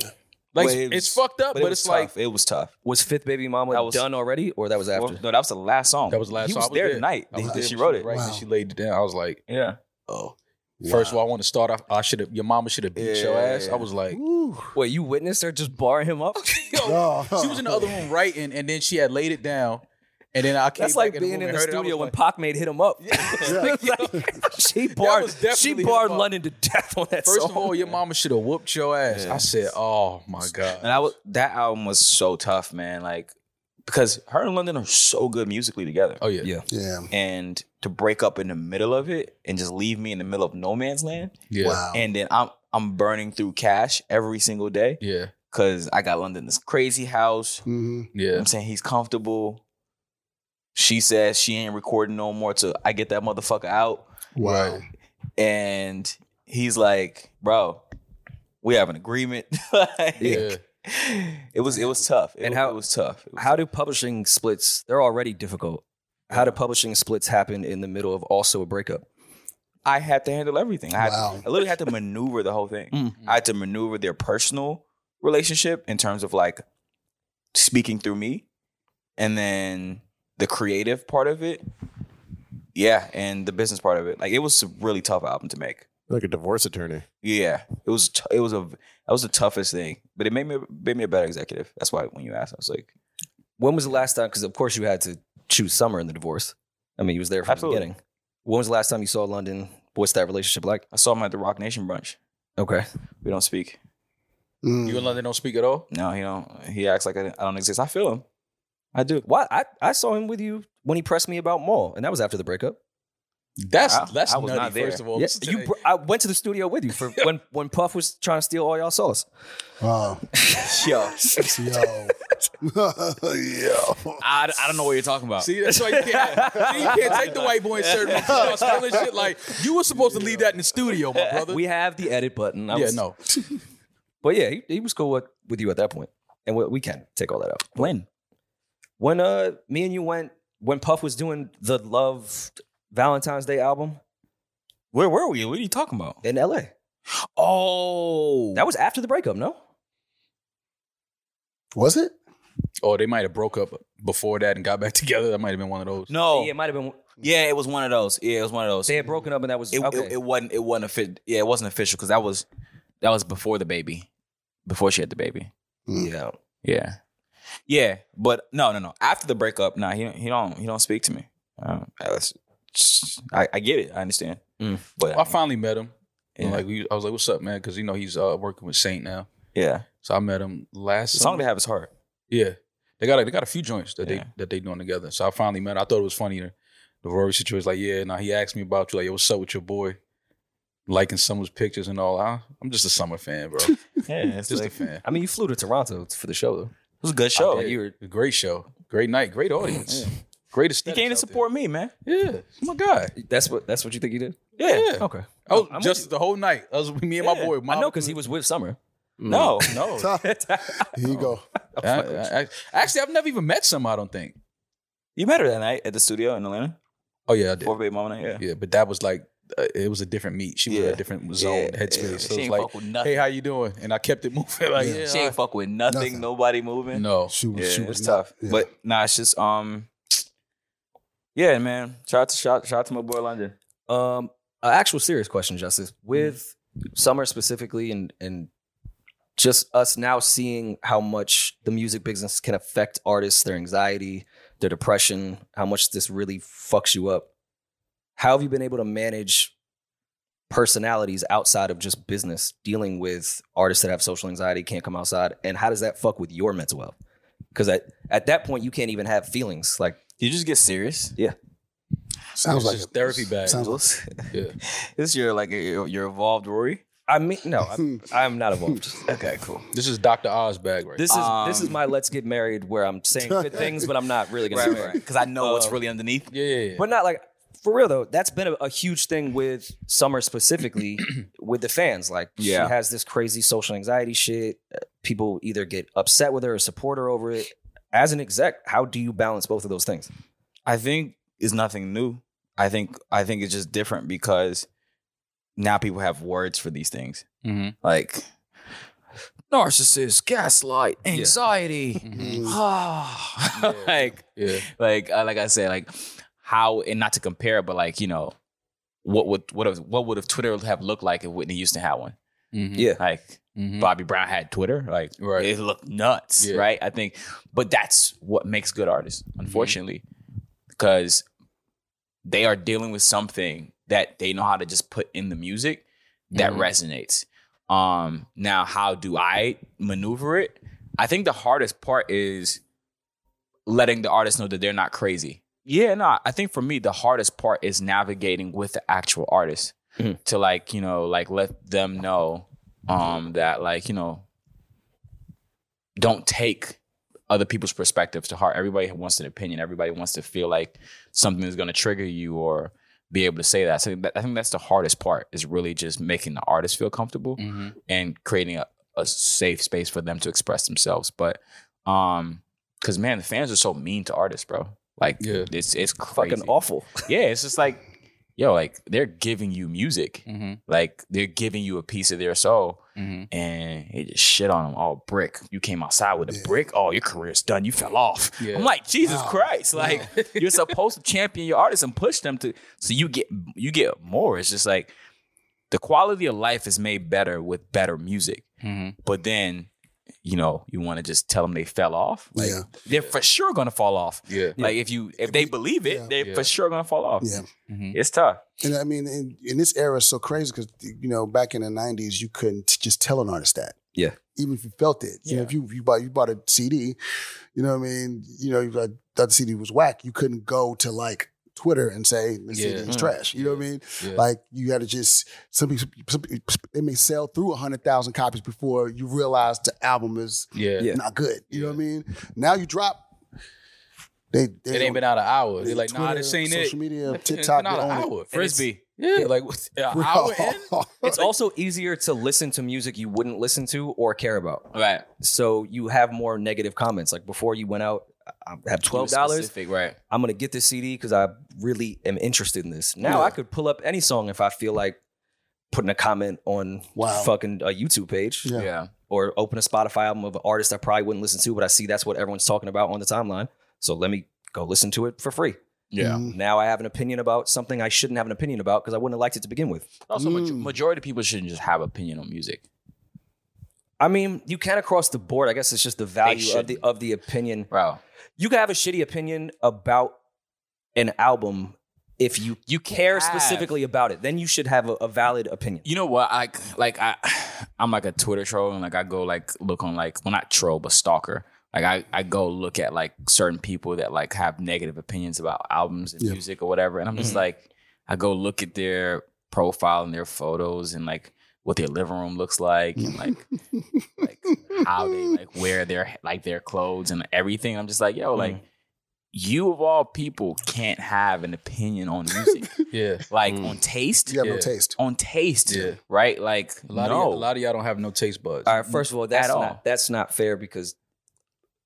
Speaker 1: Like
Speaker 4: But it
Speaker 1: it's
Speaker 4: was-
Speaker 1: fucked up, but,
Speaker 4: was
Speaker 1: it's
Speaker 4: tough.
Speaker 1: like
Speaker 4: it was tough.
Speaker 3: Was Fifth Baby Mama
Speaker 4: That was-
Speaker 3: done already, or that was after?
Speaker 4: Well, no, that was the last song.
Speaker 1: that was the last.
Speaker 4: He
Speaker 1: song.
Speaker 4: was
Speaker 1: I
Speaker 4: there
Speaker 1: there.
Speaker 4: tonight.
Speaker 1: I was
Speaker 4: that
Speaker 1: there.
Speaker 4: she wrote
Speaker 1: was
Speaker 4: it.
Speaker 1: Right,
Speaker 2: Wow.
Speaker 1: and she laid it down. I was like,
Speaker 4: Yeah.
Speaker 1: oh. First of all, I want to start off. I should have. Your mama should have beat your
Speaker 4: Yeah.
Speaker 1: ass. I was like,
Speaker 2: Ooh.
Speaker 3: Wait, you witnessed her just bar him up?
Speaker 1: yo, she was in the other room writing, and then she had laid it down, and then I came
Speaker 3: That's
Speaker 1: back
Speaker 3: like
Speaker 1: in the
Speaker 3: being
Speaker 1: room
Speaker 3: in
Speaker 1: and
Speaker 3: the
Speaker 1: heard it. I was
Speaker 3: studio when
Speaker 1: like-
Speaker 3: Pac made hit him up. she barred.
Speaker 1: was definitely
Speaker 3: She
Speaker 1: hit him
Speaker 3: barred
Speaker 1: up.
Speaker 3: London to death on that
Speaker 1: First
Speaker 3: song.
Speaker 1: of all, your mama should have whooped your ass. I said, oh my God.
Speaker 4: And I was that album was so tough, man. Like because her and London are so good musically together,
Speaker 1: Oh, yeah.
Speaker 3: Yeah.
Speaker 2: Yeah.
Speaker 4: and to break up in the middle of it and just leave me in the middle of no man's land,
Speaker 1: Yeah.
Speaker 2: Wow.
Speaker 4: and then I'm I'm burning through cash every single day
Speaker 1: Yeah.
Speaker 4: because I got London this crazy house.
Speaker 2: hmm
Speaker 1: Yeah.
Speaker 4: I'm saying he's comfortable. She says she ain't recording no more till I get that motherfucker out,
Speaker 2: Wow.
Speaker 4: and he's like, bro. We have an agreement. Like,
Speaker 1: Yeah.
Speaker 4: It was it was tough. It,
Speaker 3: And
Speaker 4: and
Speaker 3: how-
Speaker 4: how, it was tough. It was
Speaker 3: How do publishing splits? They're already difficult. How do publishing splits happen in the middle of also a breakup?
Speaker 4: I had to handle everything. I, had to-
Speaker 2: Wow.
Speaker 4: I literally had to maneuver the whole thing.
Speaker 3: Mm.
Speaker 4: I had to maneuver their personal relationship in terms of like speaking through me and then the creative part of it. Yeah, and the business part of it. Like it was a really tough album to make.
Speaker 8: Like a divorce attorney.
Speaker 4: Yeah, it was t- it was a that was the toughest thing, but it made me made me a better executive. That's why when you asked, I was like,
Speaker 3: When was the last time? Because of course you had to choose Summer in the divorce. I mean, you was there from
Speaker 4: Absolutely.
Speaker 3: the beginning. When was the last time you saw London? What's that relationship like?
Speaker 4: I saw him at the Rock Nation brunch.
Speaker 3: Okay.
Speaker 4: We don't speak.
Speaker 2: Mm.
Speaker 1: You and London don't speak at all?
Speaker 4: No, he don't. He acts like I I don't exist. I feel him.
Speaker 3: I do. Why? I, I saw him with you when he pressed me about Maul, and that was after the breakup.
Speaker 1: That's
Speaker 4: I-
Speaker 1: that's
Speaker 4: I was
Speaker 1: nutty,
Speaker 4: not there.
Speaker 1: first of all.
Speaker 3: Yeah,
Speaker 1: This is
Speaker 3: you.
Speaker 1: today.
Speaker 3: Br- I went to the studio with you for when when Puff was trying to steal all y'all sauce.
Speaker 2: Wow.
Speaker 4: Yo,
Speaker 2: Yo. Yo.
Speaker 7: I, I don't know what you're talking about.
Speaker 1: See, that's why you can't, see, you can't take the white boy and serve him. Start spilling shit like you were supposed to leave that in the studio, my brother.
Speaker 3: We have the edit button. I
Speaker 1: yeah,
Speaker 3: was-
Speaker 1: no.
Speaker 3: But yeah, he, he was cool with, with you at that point, and we, we can take all that out.
Speaker 4: when?
Speaker 3: When uh, me and you went when Puff was doing the Love Valentine's Day album
Speaker 4: Where were we? What are you talking about?
Speaker 3: in L.A.
Speaker 4: Oh,
Speaker 3: That was after the breakup, no?
Speaker 2: Was it?
Speaker 1: Oh, they might have broke up before that and got back together. That might have been one of those.
Speaker 4: no.
Speaker 3: Yeah, it
Speaker 4: Yeah,
Speaker 3: might have been.
Speaker 4: it was one of those. Yeah, it was one of those.
Speaker 3: They had broken up, and that was
Speaker 4: it,
Speaker 3: okay.
Speaker 4: it, it wasn't. It wasn't official. Yeah, it wasn't official because that was that was before the baby, before she had the baby.
Speaker 3: yeah,
Speaker 4: Yeah, yeah. But no, no, no. After the breakup, nah, he don't- he don't he don't speak to me. Um, I, was- I, I get it. I understand.
Speaker 3: Mm.
Speaker 4: But
Speaker 1: I finally met him. And
Speaker 4: Yeah.
Speaker 1: like we, I was like, "What's up, man?" Because you know he's uh, working with Saint now.
Speaker 4: yeah,
Speaker 1: So I met him last
Speaker 4: the song
Speaker 1: summer.
Speaker 4: they have is hard.
Speaker 1: Yeah, they got a, they got a few joints that they
Speaker 4: Yeah.
Speaker 1: that they doing together. So I finally met. him. I thought it was funny. The, the Rory situation, like, yeah. Now he asked me about you, like, yo, what's up with your boy? Liking someone's pictures and all. I, I'm just a summer fan, bro.
Speaker 4: Yeah, it's
Speaker 1: just
Speaker 4: like-
Speaker 1: a fan.
Speaker 3: I mean, you flew to Toronto for the show though.
Speaker 4: it was a good show.
Speaker 1: Yeah,
Speaker 4: You,
Speaker 1: you were great show, great night, great audience, great.
Speaker 4: you
Speaker 1: aesthetics
Speaker 4: came to
Speaker 1: out
Speaker 4: support me, man.
Speaker 1: there. Yeah, oh my Oh, god.
Speaker 3: That's what. That's what you think you did.
Speaker 1: Yeah,
Speaker 3: Okay.
Speaker 1: I was
Speaker 3: I'm with
Speaker 1: just the whole night. I was with me and my Mm. boy.
Speaker 3: I know because he was with Summer.
Speaker 4: No,
Speaker 1: No.
Speaker 2: Here you go.
Speaker 1: I- I- I- actually, I've never even met some. I don't think.
Speaker 4: you met her that night at the studio in Atlanta.
Speaker 1: Oh yeah, I did.
Speaker 4: Four baby mama night. Yeah.
Speaker 1: Yeah, but that was like uh, it was a different meet. She was in
Speaker 4: Yeah.
Speaker 1: a different zone,
Speaker 4: Yeah,
Speaker 1: headspace.
Speaker 4: yeah.
Speaker 1: So
Speaker 7: She
Speaker 1: it
Speaker 7: ain't
Speaker 1: was
Speaker 7: fuck with
Speaker 1: like,
Speaker 7: nothing.
Speaker 1: hey, how you doing? And I kept it moving. Like,
Speaker 2: Yeah.
Speaker 1: yeah,
Speaker 7: she ain't fuck with nothing,
Speaker 2: Nothing.
Speaker 7: Nobody moving.
Speaker 1: no.
Speaker 2: She was,
Speaker 4: Yeah,
Speaker 2: she was
Speaker 4: it's
Speaker 2: not-
Speaker 4: tough.
Speaker 2: yeah.
Speaker 4: But nah, it's just um, yeah, man. Shout out to shout, shout out to my boy London.
Speaker 3: Um, an actual serious question, Justice, with summer specifically, and and just us now seeing how much the music business can affect artists, their anxiety, their depression, how much this really fucks you up. How have you been able to manage personalities outside of just business, dealing with artists that have social anxiety, can't come outside, and how does that fuck with your mental health? Because at, at that point, you can't even have feelings. Like,
Speaker 4: Did you just get serious?
Speaker 2: Sounds
Speaker 1: It's
Speaker 2: like
Speaker 1: just
Speaker 2: a-
Speaker 1: therapy bag.
Speaker 2: Sounds like
Speaker 4: Jules?
Speaker 1: Yeah.
Speaker 4: This your like your, your evolved Rory.
Speaker 3: I mean, no, I'm, I'm not involved.
Speaker 4: Okay, cool.
Speaker 1: This is Dr. Oz bag right
Speaker 3: This is this is
Speaker 4: Um,
Speaker 3: my let's get married where I'm saying good things, but I'm not really gonna get married.
Speaker 4: Because I know what's really underneath.
Speaker 1: now. Yeah, yeah, yeah.
Speaker 3: But not like for real though. That's been a, a huge thing with Summer specifically with the fans. Like
Speaker 4: Yeah.
Speaker 3: she has this crazy social anxiety shit. Uh, People either get upset with her or support her over it. As an exec, how do you balance both of those things?
Speaker 4: I think is nothing new. I think I think it's just different because now people have words for these things.
Speaker 1: Mhm.
Speaker 4: Like narcissist, gaslight, anxiety.
Speaker 2: Mm-hmm.
Speaker 1: Mhm.
Speaker 4: like
Speaker 1: Yeah.
Speaker 4: like uh, like I said, like how and not to compare, but like you know, what would what have, what would have Twitter have looked like if Whitney Houston had one?
Speaker 1: Mhm.
Speaker 3: Yeah.
Speaker 4: Like
Speaker 1: Mhm.
Speaker 4: Bobby Brown had Twitter, like
Speaker 1: Right.
Speaker 4: it looked nuts,
Speaker 1: Yeah. Mm-hmm.
Speaker 4: right? I think, but that's what makes good artists, unfortunately, because they are dealing with something that they know how to just put in the music that
Speaker 1: Mhm.
Speaker 4: resonates. Um, now, how do I maneuver it? I think the hardest part is letting the artist know that they're not crazy. Yeah, no, I think for me the hardest part is navigating with the actual artist
Speaker 3: Mhm.
Speaker 4: to like you know like let them know um that like you know don't take other people's perspectives to heart. Everybody wants an opinion. Everybody wants to feel like something is going to trigger you or be able to say that. So that, I think that's the hardest part is really just making the artist feel comfortable
Speaker 3: Mm. Mm-hmm.
Speaker 1: Mhm.
Speaker 4: and creating a, a safe space for them to express themselves. But um, because man, the fans are so mean to artists, bro. Like
Speaker 1: Yeah.
Speaker 4: it's it's crazy.
Speaker 3: Fucking awful.
Speaker 4: Yeah, it's just like yo, like they're giving you music,
Speaker 1: Mhm.
Speaker 4: like they're giving you a piece of their soul
Speaker 1: Mhm.
Speaker 4: and it just shit on him all brick. You came outside with a
Speaker 2: Yeah.
Speaker 4: brick. Oh, your career's done. You fell off.
Speaker 1: Yeah.
Speaker 4: I'm like, Jesus
Speaker 2: Wow.
Speaker 4: Christ! Like you're supposed to champion your artists and push them to, so you get you get more. It's just like the quality of life is made better with better music.
Speaker 1: Mhm.
Speaker 4: But then, you know, you want to just tell them they fell off. Like
Speaker 2: Yeah.
Speaker 4: they're for sure gonna fall off.
Speaker 1: Yeah.
Speaker 4: Like if you if they believe it,
Speaker 2: Yeah.
Speaker 4: they're
Speaker 1: Yeah.
Speaker 4: for sure gonna fall off.
Speaker 2: Yeah.
Speaker 1: Mhm.
Speaker 4: It's tough.
Speaker 2: And I mean, in, in this era, it's so crazy because you know, back in the '90s, you couldn't t- just tell an artist that.
Speaker 3: Yeah.
Speaker 2: Even if you felt it, you know, if you you bought you bought a CD, you know what I mean. You know, you got, thought the CD was whack. You couldn't go to like Twitter and say the CD
Speaker 1: Yeah.
Speaker 2: is trash. You know what I mean?
Speaker 1: Yeah.
Speaker 2: Like you had to just some people, some people they may sell through hundred thousand copies before you realize the album is
Speaker 1: yeah.
Speaker 3: Yeah.
Speaker 2: not good. You know what I mean? Now you drop. They, they
Speaker 1: It ain't been out an hour. They're like, nah,
Speaker 2: Twitter,
Speaker 1: this ain't it.
Speaker 2: social media,
Speaker 1: It's been
Speaker 2: TikTok,
Speaker 1: out an
Speaker 2: they own it.
Speaker 1: hour.
Speaker 4: Frisbee.
Speaker 1: Yeah, like an hour in.
Speaker 3: It's also easier to listen to music you wouldn't listen to or care about.
Speaker 4: Right.
Speaker 3: So you have more negative comments. Like before you went out, I I have twelve dollars.
Speaker 4: Specific, Right.
Speaker 3: I'm gonna get this CD because I really am interested in this. Now I could pull up any song if I feel like putting a comment on
Speaker 2: Wow.
Speaker 3: fucking a YouTube page
Speaker 2: Yeah.
Speaker 4: yeah.
Speaker 3: or open a Spotify album of an artist I probably wouldn't listen to, but I see that's what everyone's talking about on the timeline. So let me go listen to it for free.
Speaker 4: Yeah.
Speaker 2: Mm,
Speaker 3: Now I have an opinion about something I shouldn't have an opinion about because I wouldn't have liked it to begin with.
Speaker 4: Also, maj-
Speaker 2: Mm.
Speaker 4: majority of people shouldn't just have opinion on music.
Speaker 3: I mean, you can across the board. I guess it's just the value of the
Speaker 4: shouldn't.
Speaker 3: of the opinion.
Speaker 4: Wow.
Speaker 3: You can have a shitty opinion about an album if you
Speaker 4: You
Speaker 3: care
Speaker 4: have-
Speaker 3: specifically about it. Then you should have a, a valid opinion.
Speaker 4: You know what? I like I I'm like a Twitter troll and like I go like look on like well not troll but stalker. Like I, I go look at like certain people that like have negative opinions about albums and
Speaker 2: Yeah.
Speaker 4: music or whatever. And I'm just
Speaker 3: Mhm.
Speaker 4: like I go look at their profile and their photos and like what their living room looks like and like like how they like wear their like their clothes and everything. I'm just like, yo, like you of all people can't have an opinion on music,
Speaker 1: Yeah.
Speaker 4: like on taste,
Speaker 2: You have no
Speaker 1: Yeah.
Speaker 2: taste.
Speaker 4: on taste,
Speaker 1: Yeah.
Speaker 4: right? Like
Speaker 1: A lot,
Speaker 4: no,
Speaker 1: of, y- a lot of y'all don't have no taste buds.
Speaker 3: All right, first of all, that's
Speaker 4: At all.
Speaker 3: not that's not fair because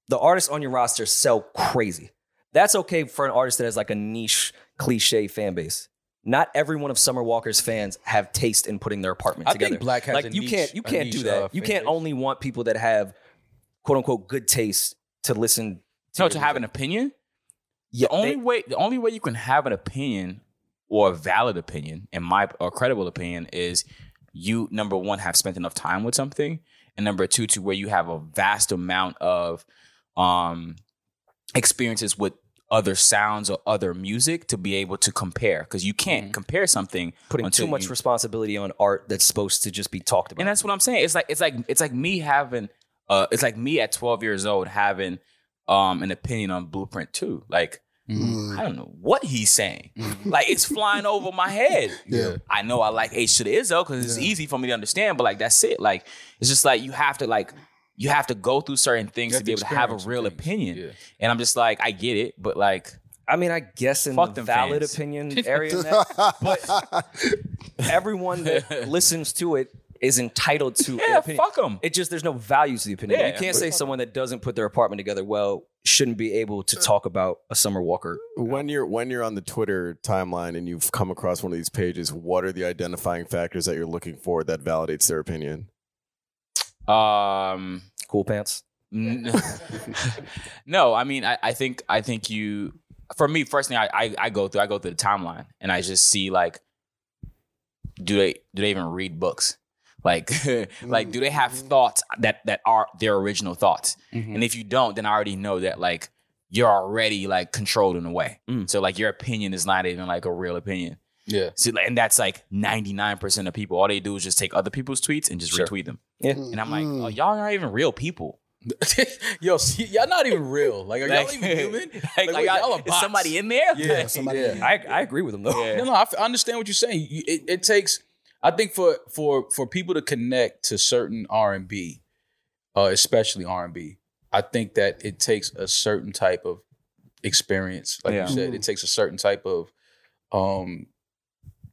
Speaker 3: the artists on your roster sell crazy. That's okay for an artist that has like a niche cliche fan base. Not every one of Summer Walker's fans have taste in putting their apartment
Speaker 1: I
Speaker 3: together.
Speaker 1: think Black has
Speaker 3: like
Speaker 1: a
Speaker 3: you
Speaker 1: niche-
Speaker 3: can't you
Speaker 1: a
Speaker 3: can't
Speaker 1: niche,
Speaker 3: do that.
Speaker 1: uh,
Speaker 3: you
Speaker 1: fan
Speaker 3: can't
Speaker 1: base.
Speaker 3: only want people that have quote unquote good taste to listen.
Speaker 4: no,
Speaker 3: your
Speaker 4: to have
Speaker 3: music.
Speaker 4: an opinion.
Speaker 3: Yeah,
Speaker 4: The only way, the only way you can have an opinion or a valid opinion, and my or credible opinion, is you number one have spent enough time with something, and number two, to where you have a vast amount of um experiences with other sounds or other music to be able to compare because you can't
Speaker 1: Mm-hmm.
Speaker 4: compare something
Speaker 3: putting
Speaker 4: until
Speaker 3: too much
Speaker 4: you-
Speaker 3: responsibility on art that's supposed to just be talked about.
Speaker 4: and that's what I'm saying. It's like it's like it's like me having uh it's like me at 12 years old having um an opinion on Blueprint 2. Like
Speaker 1: Mm.
Speaker 4: I don't know what he's saying. like it's flying over my head.
Speaker 2: Yeah.
Speaker 4: I know I like H to the Izzo because it's easy for me to understand, but like that's it. Like it's just like you have to like you have to go through certain things
Speaker 1: You
Speaker 4: to
Speaker 1: have
Speaker 4: be able
Speaker 1: to
Speaker 4: to have a
Speaker 1: experience
Speaker 4: real
Speaker 1: things.
Speaker 4: opinion.
Speaker 1: Yeah.
Speaker 4: And I'm just like, I get it, but like
Speaker 3: I mean, I guess in
Speaker 4: Fuck
Speaker 3: the
Speaker 4: them
Speaker 3: valid
Speaker 4: fans.
Speaker 3: opinion area, in that, everyone that listens to it is entitled to an
Speaker 4: Yeah,
Speaker 3: opinion.
Speaker 4: fuck 'em.
Speaker 3: It just there's no value to the opinion.
Speaker 4: Yeah,
Speaker 3: you can't
Speaker 4: but-
Speaker 3: say someone that doesn't put their apartment together well shouldn't be able to talk about a Summer Walker.
Speaker 8: When you're when you're on the Twitter timeline and you've come across one of these pages, what are the identifying factors that you're looking for that validates their opinion?
Speaker 4: um
Speaker 3: Cool pants.
Speaker 4: N- no, I mean, I, I think I think you. For me, first thing I, I I go through, I go through the timeline, and I just see like, do they do they even read books? Like, like do they have
Speaker 3: Mm-hmm.
Speaker 4: thoughts that that are their original thoughts? And if you don't, then I already know that like you're already like controlled in a way.
Speaker 3: Mm.
Speaker 4: So like your opinion is not even like a real opinion.
Speaker 1: Yeah.
Speaker 4: So, like, and that's like 99% of people. All they do is just take other people's tweets and just
Speaker 3: Sure. Mm-hmm.
Speaker 4: retweet them.
Speaker 3: Yeah.
Speaker 4: And I'm like,
Speaker 2: Mm.
Speaker 4: oh, y'all aren't even real people.
Speaker 1: Yo, see, y'all not even real. Like, are y'all even human?
Speaker 4: Like,
Speaker 1: Like,
Speaker 4: are
Speaker 1: wait,
Speaker 4: y'all-
Speaker 1: y'all a
Speaker 4: is
Speaker 1: box.
Speaker 4: somebody in there?
Speaker 1: Yeah,
Speaker 2: somebody-
Speaker 1: yeah.
Speaker 3: I, I agree with him though.
Speaker 1: No, no, I, f- I understand what you're saying. You- It, it takes, I think, for for for people to connect to certain R and B, uh, especially R and B, I think that it takes a certain type of experience. Like
Speaker 4: Yeah.
Speaker 1: you said, it takes a certain type of, um,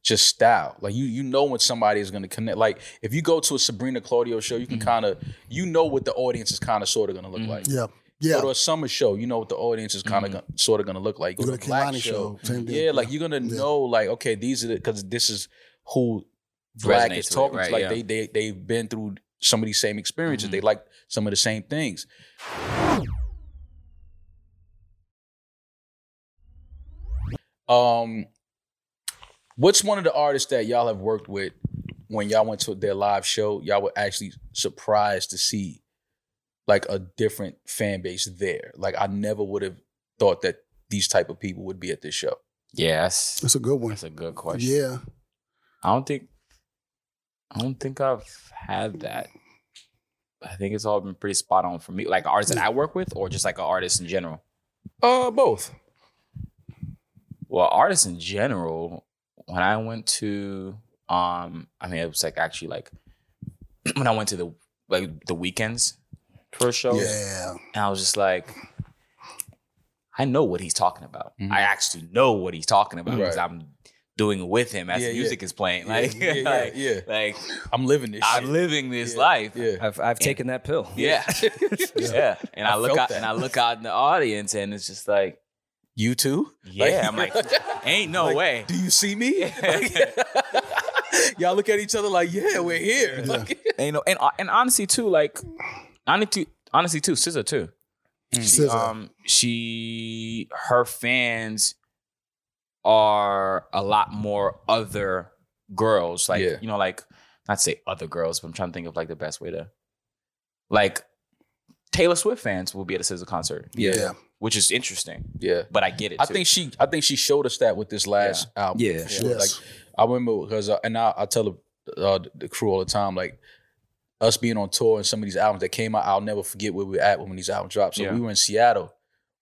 Speaker 1: just style. Like you, you know when somebody is going to connect. Like if you go to a Sabrina Claudio show, you can kind of, you know what the audience is kind of sort of going to look like.
Speaker 2: Yeah.
Speaker 1: Go to
Speaker 2: Yeah.
Speaker 1: a summer show, you know what the audience is kind of gonna sort of going to look like. Go
Speaker 2: You
Speaker 1: to
Speaker 2: go
Speaker 1: a
Speaker 2: to
Speaker 1: black
Speaker 2: Kehlani
Speaker 1: show,
Speaker 2: show. Same
Speaker 1: yeah,
Speaker 2: thing.
Speaker 1: like you're gonna
Speaker 2: Yeah.
Speaker 1: know, like, okay, these are the because this is who black
Speaker 4: Resonates
Speaker 1: is
Speaker 4: with,
Speaker 1: talking
Speaker 4: right,
Speaker 1: to. Like
Speaker 4: yeah. Mm-hmm.
Speaker 1: they they they've been through some of these same experiences. They like some of the same things. Um, what's one of the artists that y'all have worked with when y'all went to their live show? Y'all were actually surprised to see like a different fan base there. Like I never would have thought that these type of people would be at this show.
Speaker 4: Yes.
Speaker 2: That's a good one.
Speaker 4: That's a good question.
Speaker 2: Yeah.
Speaker 4: I don't think I don't think I've had that. I think it's all been pretty spot on for me. Like artists that I work with or just like an artist in general.
Speaker 1: Uh, both.
Speaker 4: Well, artists in general, when I went to um I mean it was like actually like when I went to the like the weekends tour show.
Speaker 2: Yeah.
Speaker 4: And I was just like, I know what he's talking about. I actually know what he's talking about because
Speaker 1: Mm-hmm. Right.
Speaker 4: I'm doing it with him as
Speaker 1: Yeah,
Speaker 4: the
Speaker 1: yeah.
Speaker 4: music is playing.
Speaker 1: Yeah,
Speaker 4: Like,
Speaker 1: yeah, yeah,
Speaker 4: like,
Speaker 1: yeah.
Speaker 4: like,
Speaker 1: I'm living this.
Speaker 4: I'm
Speaker 1: shit.
Speaker 4: living this
Speaker 1: Yeah,
Speaker 4: life.
Speaker 1: Yeah.
Speaker 3: I've I've taken that pill.
Speaker 4: Yeah. yeah. And I,
Speaker 1: I
Speaker 4: look
Speaker 1: felt
Speaker 4: out
Speaker 1: that.
Speaker 4: and I look out in the audience and it's just like,
Speaker 1: You too?
Speaker 4: yeah. I'm like, ain't no way.
Speaker 1: Do you see me? y'all look at each other like, yeah, we're here. Like,
Speaker 4: And, you know, and uh, and honestly too, like honestly honestly too, Scissor too. She,
Speaker 2: SZA.
Speaker 4: um, she her fans are a lot more other girls, like
Speaker 1: Yeah.
Speaker 4: you know, like not say other girls, but I'm trying to think of like the best way to, like Taylor Swift fans will be at a SZA concert,
Speaker 1: yeah.
Speaker 2: Yeah.
Speaker 4: which is interesting,
Speaker 1: Yeah.
Speaker 4: but I get it.
Speaker 1: I
Speaker 4: too.
Speaker 1: think she I think she showed us that with this last album.
Speaker 3: Yeah.
Speaker 1: for sure.
Speaker 2: Yes.
Speaker 1: Like I remember because uh, and I, I tell the, uh, the crew all the time like us being on tour and some of these albums that came out, I'll never forget where we were at when these albums dropped. So
Speaker 4: Yeah.
Speaker 1: we were in Seattle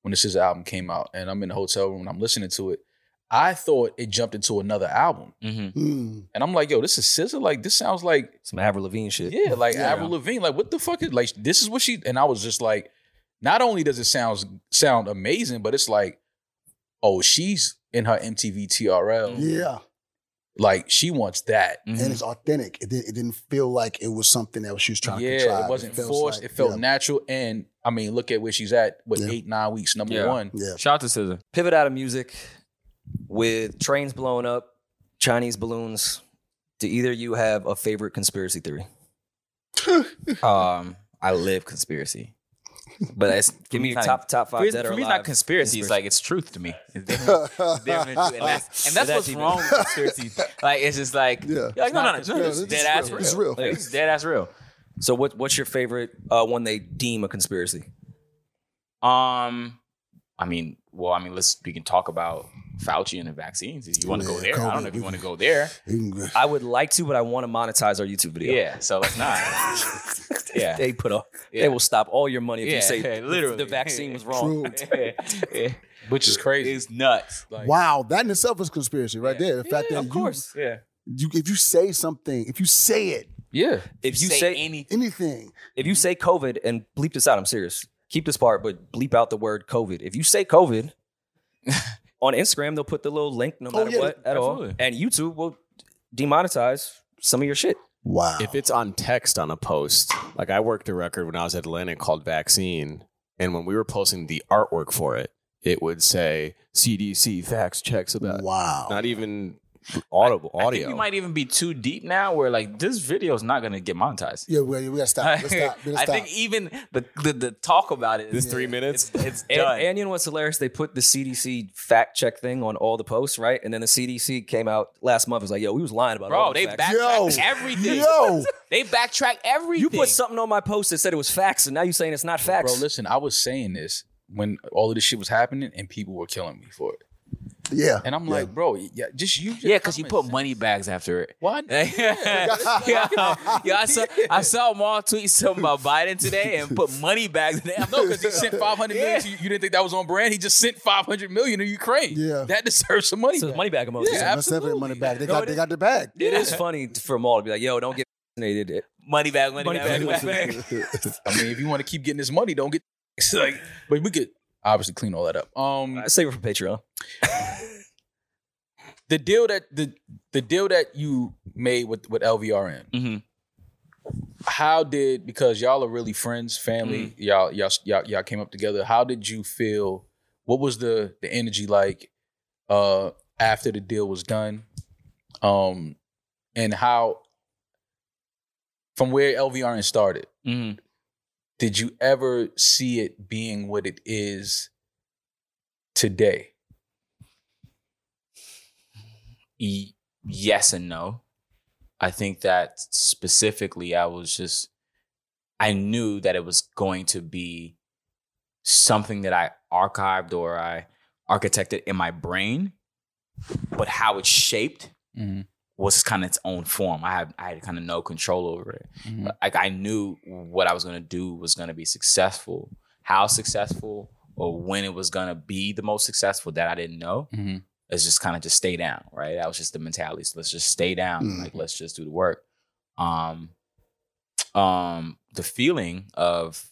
Speaker 1: when this SZA album came out, and I'm in the hotel room and I'm listening to it. I thought it jumped into another album,
Speaker 4: Mhm.
Speaker 2: Mm.
Speaker 1: and I'm like, "Yo, this is SZA. Like, this sounds like
Speaker 3: Some Avril Lavigne shit.
Speaker 1: yeah, like
Speaker 2: Yeah.
Speaker 1: Avril Lavigne. Like, what the fuck is like? This is what she. And I was just like, not only does it sound sound amazing, but it's like, oh, she's in her MTV TRL.
Speaker 2: Yeah.
Speaker 1: Like she wants that.
Speaker 4: mm-hmm.
Speaker 2: And it's authentic. It, did, it didn't feel like it was something that she was trying to
Speaker 1: yeah,
Speaker 2: contrive.
Speaker 1: it wasn't
Speaker 2: feels
Speaker 1: forced.
Speaker 2: like-
Speaker 1: it felt
Speaker 2: yeah.
Speaker 1: natural. And I mean, look at where she's at with
Speaker 2: Yeah.
Speaker 1: eight, nine weeks, number
Speaker 4: Yeah.
Speaker 1: one.
Speaker 2: Yeah.
Speaker 4: Shout out to Scissor.
Speaker 3: Pivot out of music with trains blowing up, Chinese balloons. Do either of you have a favorite conspiracy theory?
Speaker 4: Um, I live conspiracy.
Speaker 3: But it's, give me your
Speaker 4: not-
Speaker 3: top top
Speaker 4: For
Speaker 3: five
Speaker 4: me,
Speaker 3: dead or
Speaker 4: for me it's
Speaker 3: alive
Speaker 4: not conspiracy. It's
Speaker 3: conspiracy.
Speaker 4: like it's truth to me. It's definitely- definitely true. And that's, and that's what's
Speaker 3: even-
Speaker 4: wrong with conspiracy. Like it's just like,
Speaker 2: Yeah.
Speaker 4: you're like no, no, no, no,
Speaker 2: Yeah,
Speaker 4: it's
Speaker 2: it's
Speaker 4: dead ass
Speaker 2: real.
Speaker 4: real.
Speaker 2: It's real.
Speaker 4: Like, it's dead ass real.
Speaker 3: So what what's your favorite uh, one they deem a conspiracy?
Speaker 4: Um, I mean, well, I mean, let's we can talk about Fauci and the vaccines. If you want to go
Speaker 2: Yeah,
Speaker 4: there, I
Speaker 2: COVID.
Speaker 4: don't know if you want to go there.
Speaker 2: Mm,
Speaker 3: I would like to, but I want to monetize our YouTube video.
Speaker 4: Yeah, so let's not. yeah,
Speaker 3: They put a
Speaker 4: Yeah.
Speaker 3: they will stop all your money if
Speaker 4: Yeah,
Speaker 3: you say
Speaker 4: yeah, literally.
Speaker 3: the vaccine was wrong.
Speaker 2: True.
Speaker 4: Yeah.
Speaker 1: Which is crazy.
Speaker 4: it's nuts. Like,
Speaker 2: Wow, that in itself is conspiracy right there. The fact that you,
Speaker 4: yeah.
Speaker 2: you, if you say something, if you say it,
Speaker 1: yeah.
Speaker 3: If you say
Speaker 4: any,
Speaker 2: anything,
Speaker 3: if you say COVID and bleep this out, I'm serious. Keep this part, but bleep out the word COVID. If you say COVID on Instagram, they'll put the little link no
Speaker 4: Oh,
Speaker 3: matter
Speaker 2: yeah,
Speaker 3: what at all,
Speaker 4: absolutely.
Speaker 3: and YouTube will demonetize some of your shit.
Speaker 2: wow.
Speaker 8: If it's on text on a post, like I worked a record when I was at Atlantic called Vaccine, and when we were posting the artwork for it, it would say CDC fax checks about.
Speaker 2: wow.
Speaker 8: Not even audible
Speaker 4: I
Speaker 8: audio.
Speaker 4: think we might even be too deep now. Where like this video is not going to get monetized.
Speaker 2: yeah, we, we gotta stop. Let's stop. Let's
Speaker 4: I
Speaker 2: stop.
Speaker 4: think even the, the the talk about it.
Speaker 8: this
Speaker 4: Is,
Speaker 8: three minutes.
Speaker 4: it's it's
Speaker 3: And,
Speaker 4: done.
Speaker 3: and you know what's hilarious? They put the CDC fact check thing on all the posts, right? And then the CDC came out last month. and Was like, yo, we was lying about all
Speaker 4: Bro,
Speaker 3: the
Speaker 4: they
Speaker 3: facts.
Speaker 2: Yo.
Speaker 4: backtrack everything.
Speaker 2: Yo,
Speaker 4: They backtrack everything.
Speaker 3: You put something on my post that said it was facts, and now you're saying it's not facts.
Speaker 1: Bro, listen, I was saying this when all of this shit was happening and people were killing me for it.
Speaker 2: yeah.
Speaker 1: And I'm
Speaker 2: Yeah.
Speaker 1: like, bro, yeah, just use your
Speaker 4: yeah, because you
Speaker 1: common
Speaker 4: put
Speaker 1: sense.
Speaker 4: money bags after it.
Speaker 1: Why?
Speaker 4: yeah, yeah. I saw I saw Maul tweet something about Biden today and put money bags in there.
Speaker 1: No, because he sent 500 million
Speaker 4: Yeah.
Speaker 1: to you. You didn't think that was on brand? He just sent 500 million to Ukraine.
Speaker 2: Yeah.
Speaker 1: That deserves some money.
Speaker 3: so it's
Speaker 1: back.
Speaker 3: money bag emoji.
Speaker 1: Yeah.
Speaker 2: That's definitely money
Speaker 1: absolutely.
Speaker 2: back. They
Speaker 1: No,
Speaker 2: got
Speaker 1: it
Speaker 2: they
Speaker 1: is.
Speaker 2: got the bag.
Speaker 3: It is funny for Maul to be like, yo, don't get vaccinated.
Speaker 4: money bag, money,
Speaker 3: Money
Speaker 4: bag,
Speaker 3: bag.
Speaker 4: money bag.
Speaker 1: I mean, if you want to keep getting this money, don't get it's like. But we could obviously clean all that up. Um,
Speaker 3: I save it for Patreon.
Speaker 1: the deal that the the deal that you made with with LVRN.
Speaker 4: Mhm.
Speaker 1: How did because y'all are really friends, family. Y'all, y'all y'all y'all came up together. How did you feel? What was the the energy like uh after the deal was done? Um, and how from where LVRN started.
Speaker 4: Mhm.
Speaker 1: did you ever see it being what it is today?
Speaker 4: E- yes and no. I think that specifically, I was just, I knew that it was going to be something that I archived or I architected in my brain, but how it's shaped was kind of its own form. I had I had kind of no control over it.
Speaker 1: Mhm.
Speaker 4: Like I knew what I was gonna do was gonna be successful. How successful or when it was gonna be the most successful that I didn't know.
Speaker 1: Mhm.
Speaker 4: It's just kind of just stay down, right? That was just the mentality. So let's just stay down.
Speaker 2: Mhm.
Speaker 4: Like let's just do the work. Um, um, the feeling of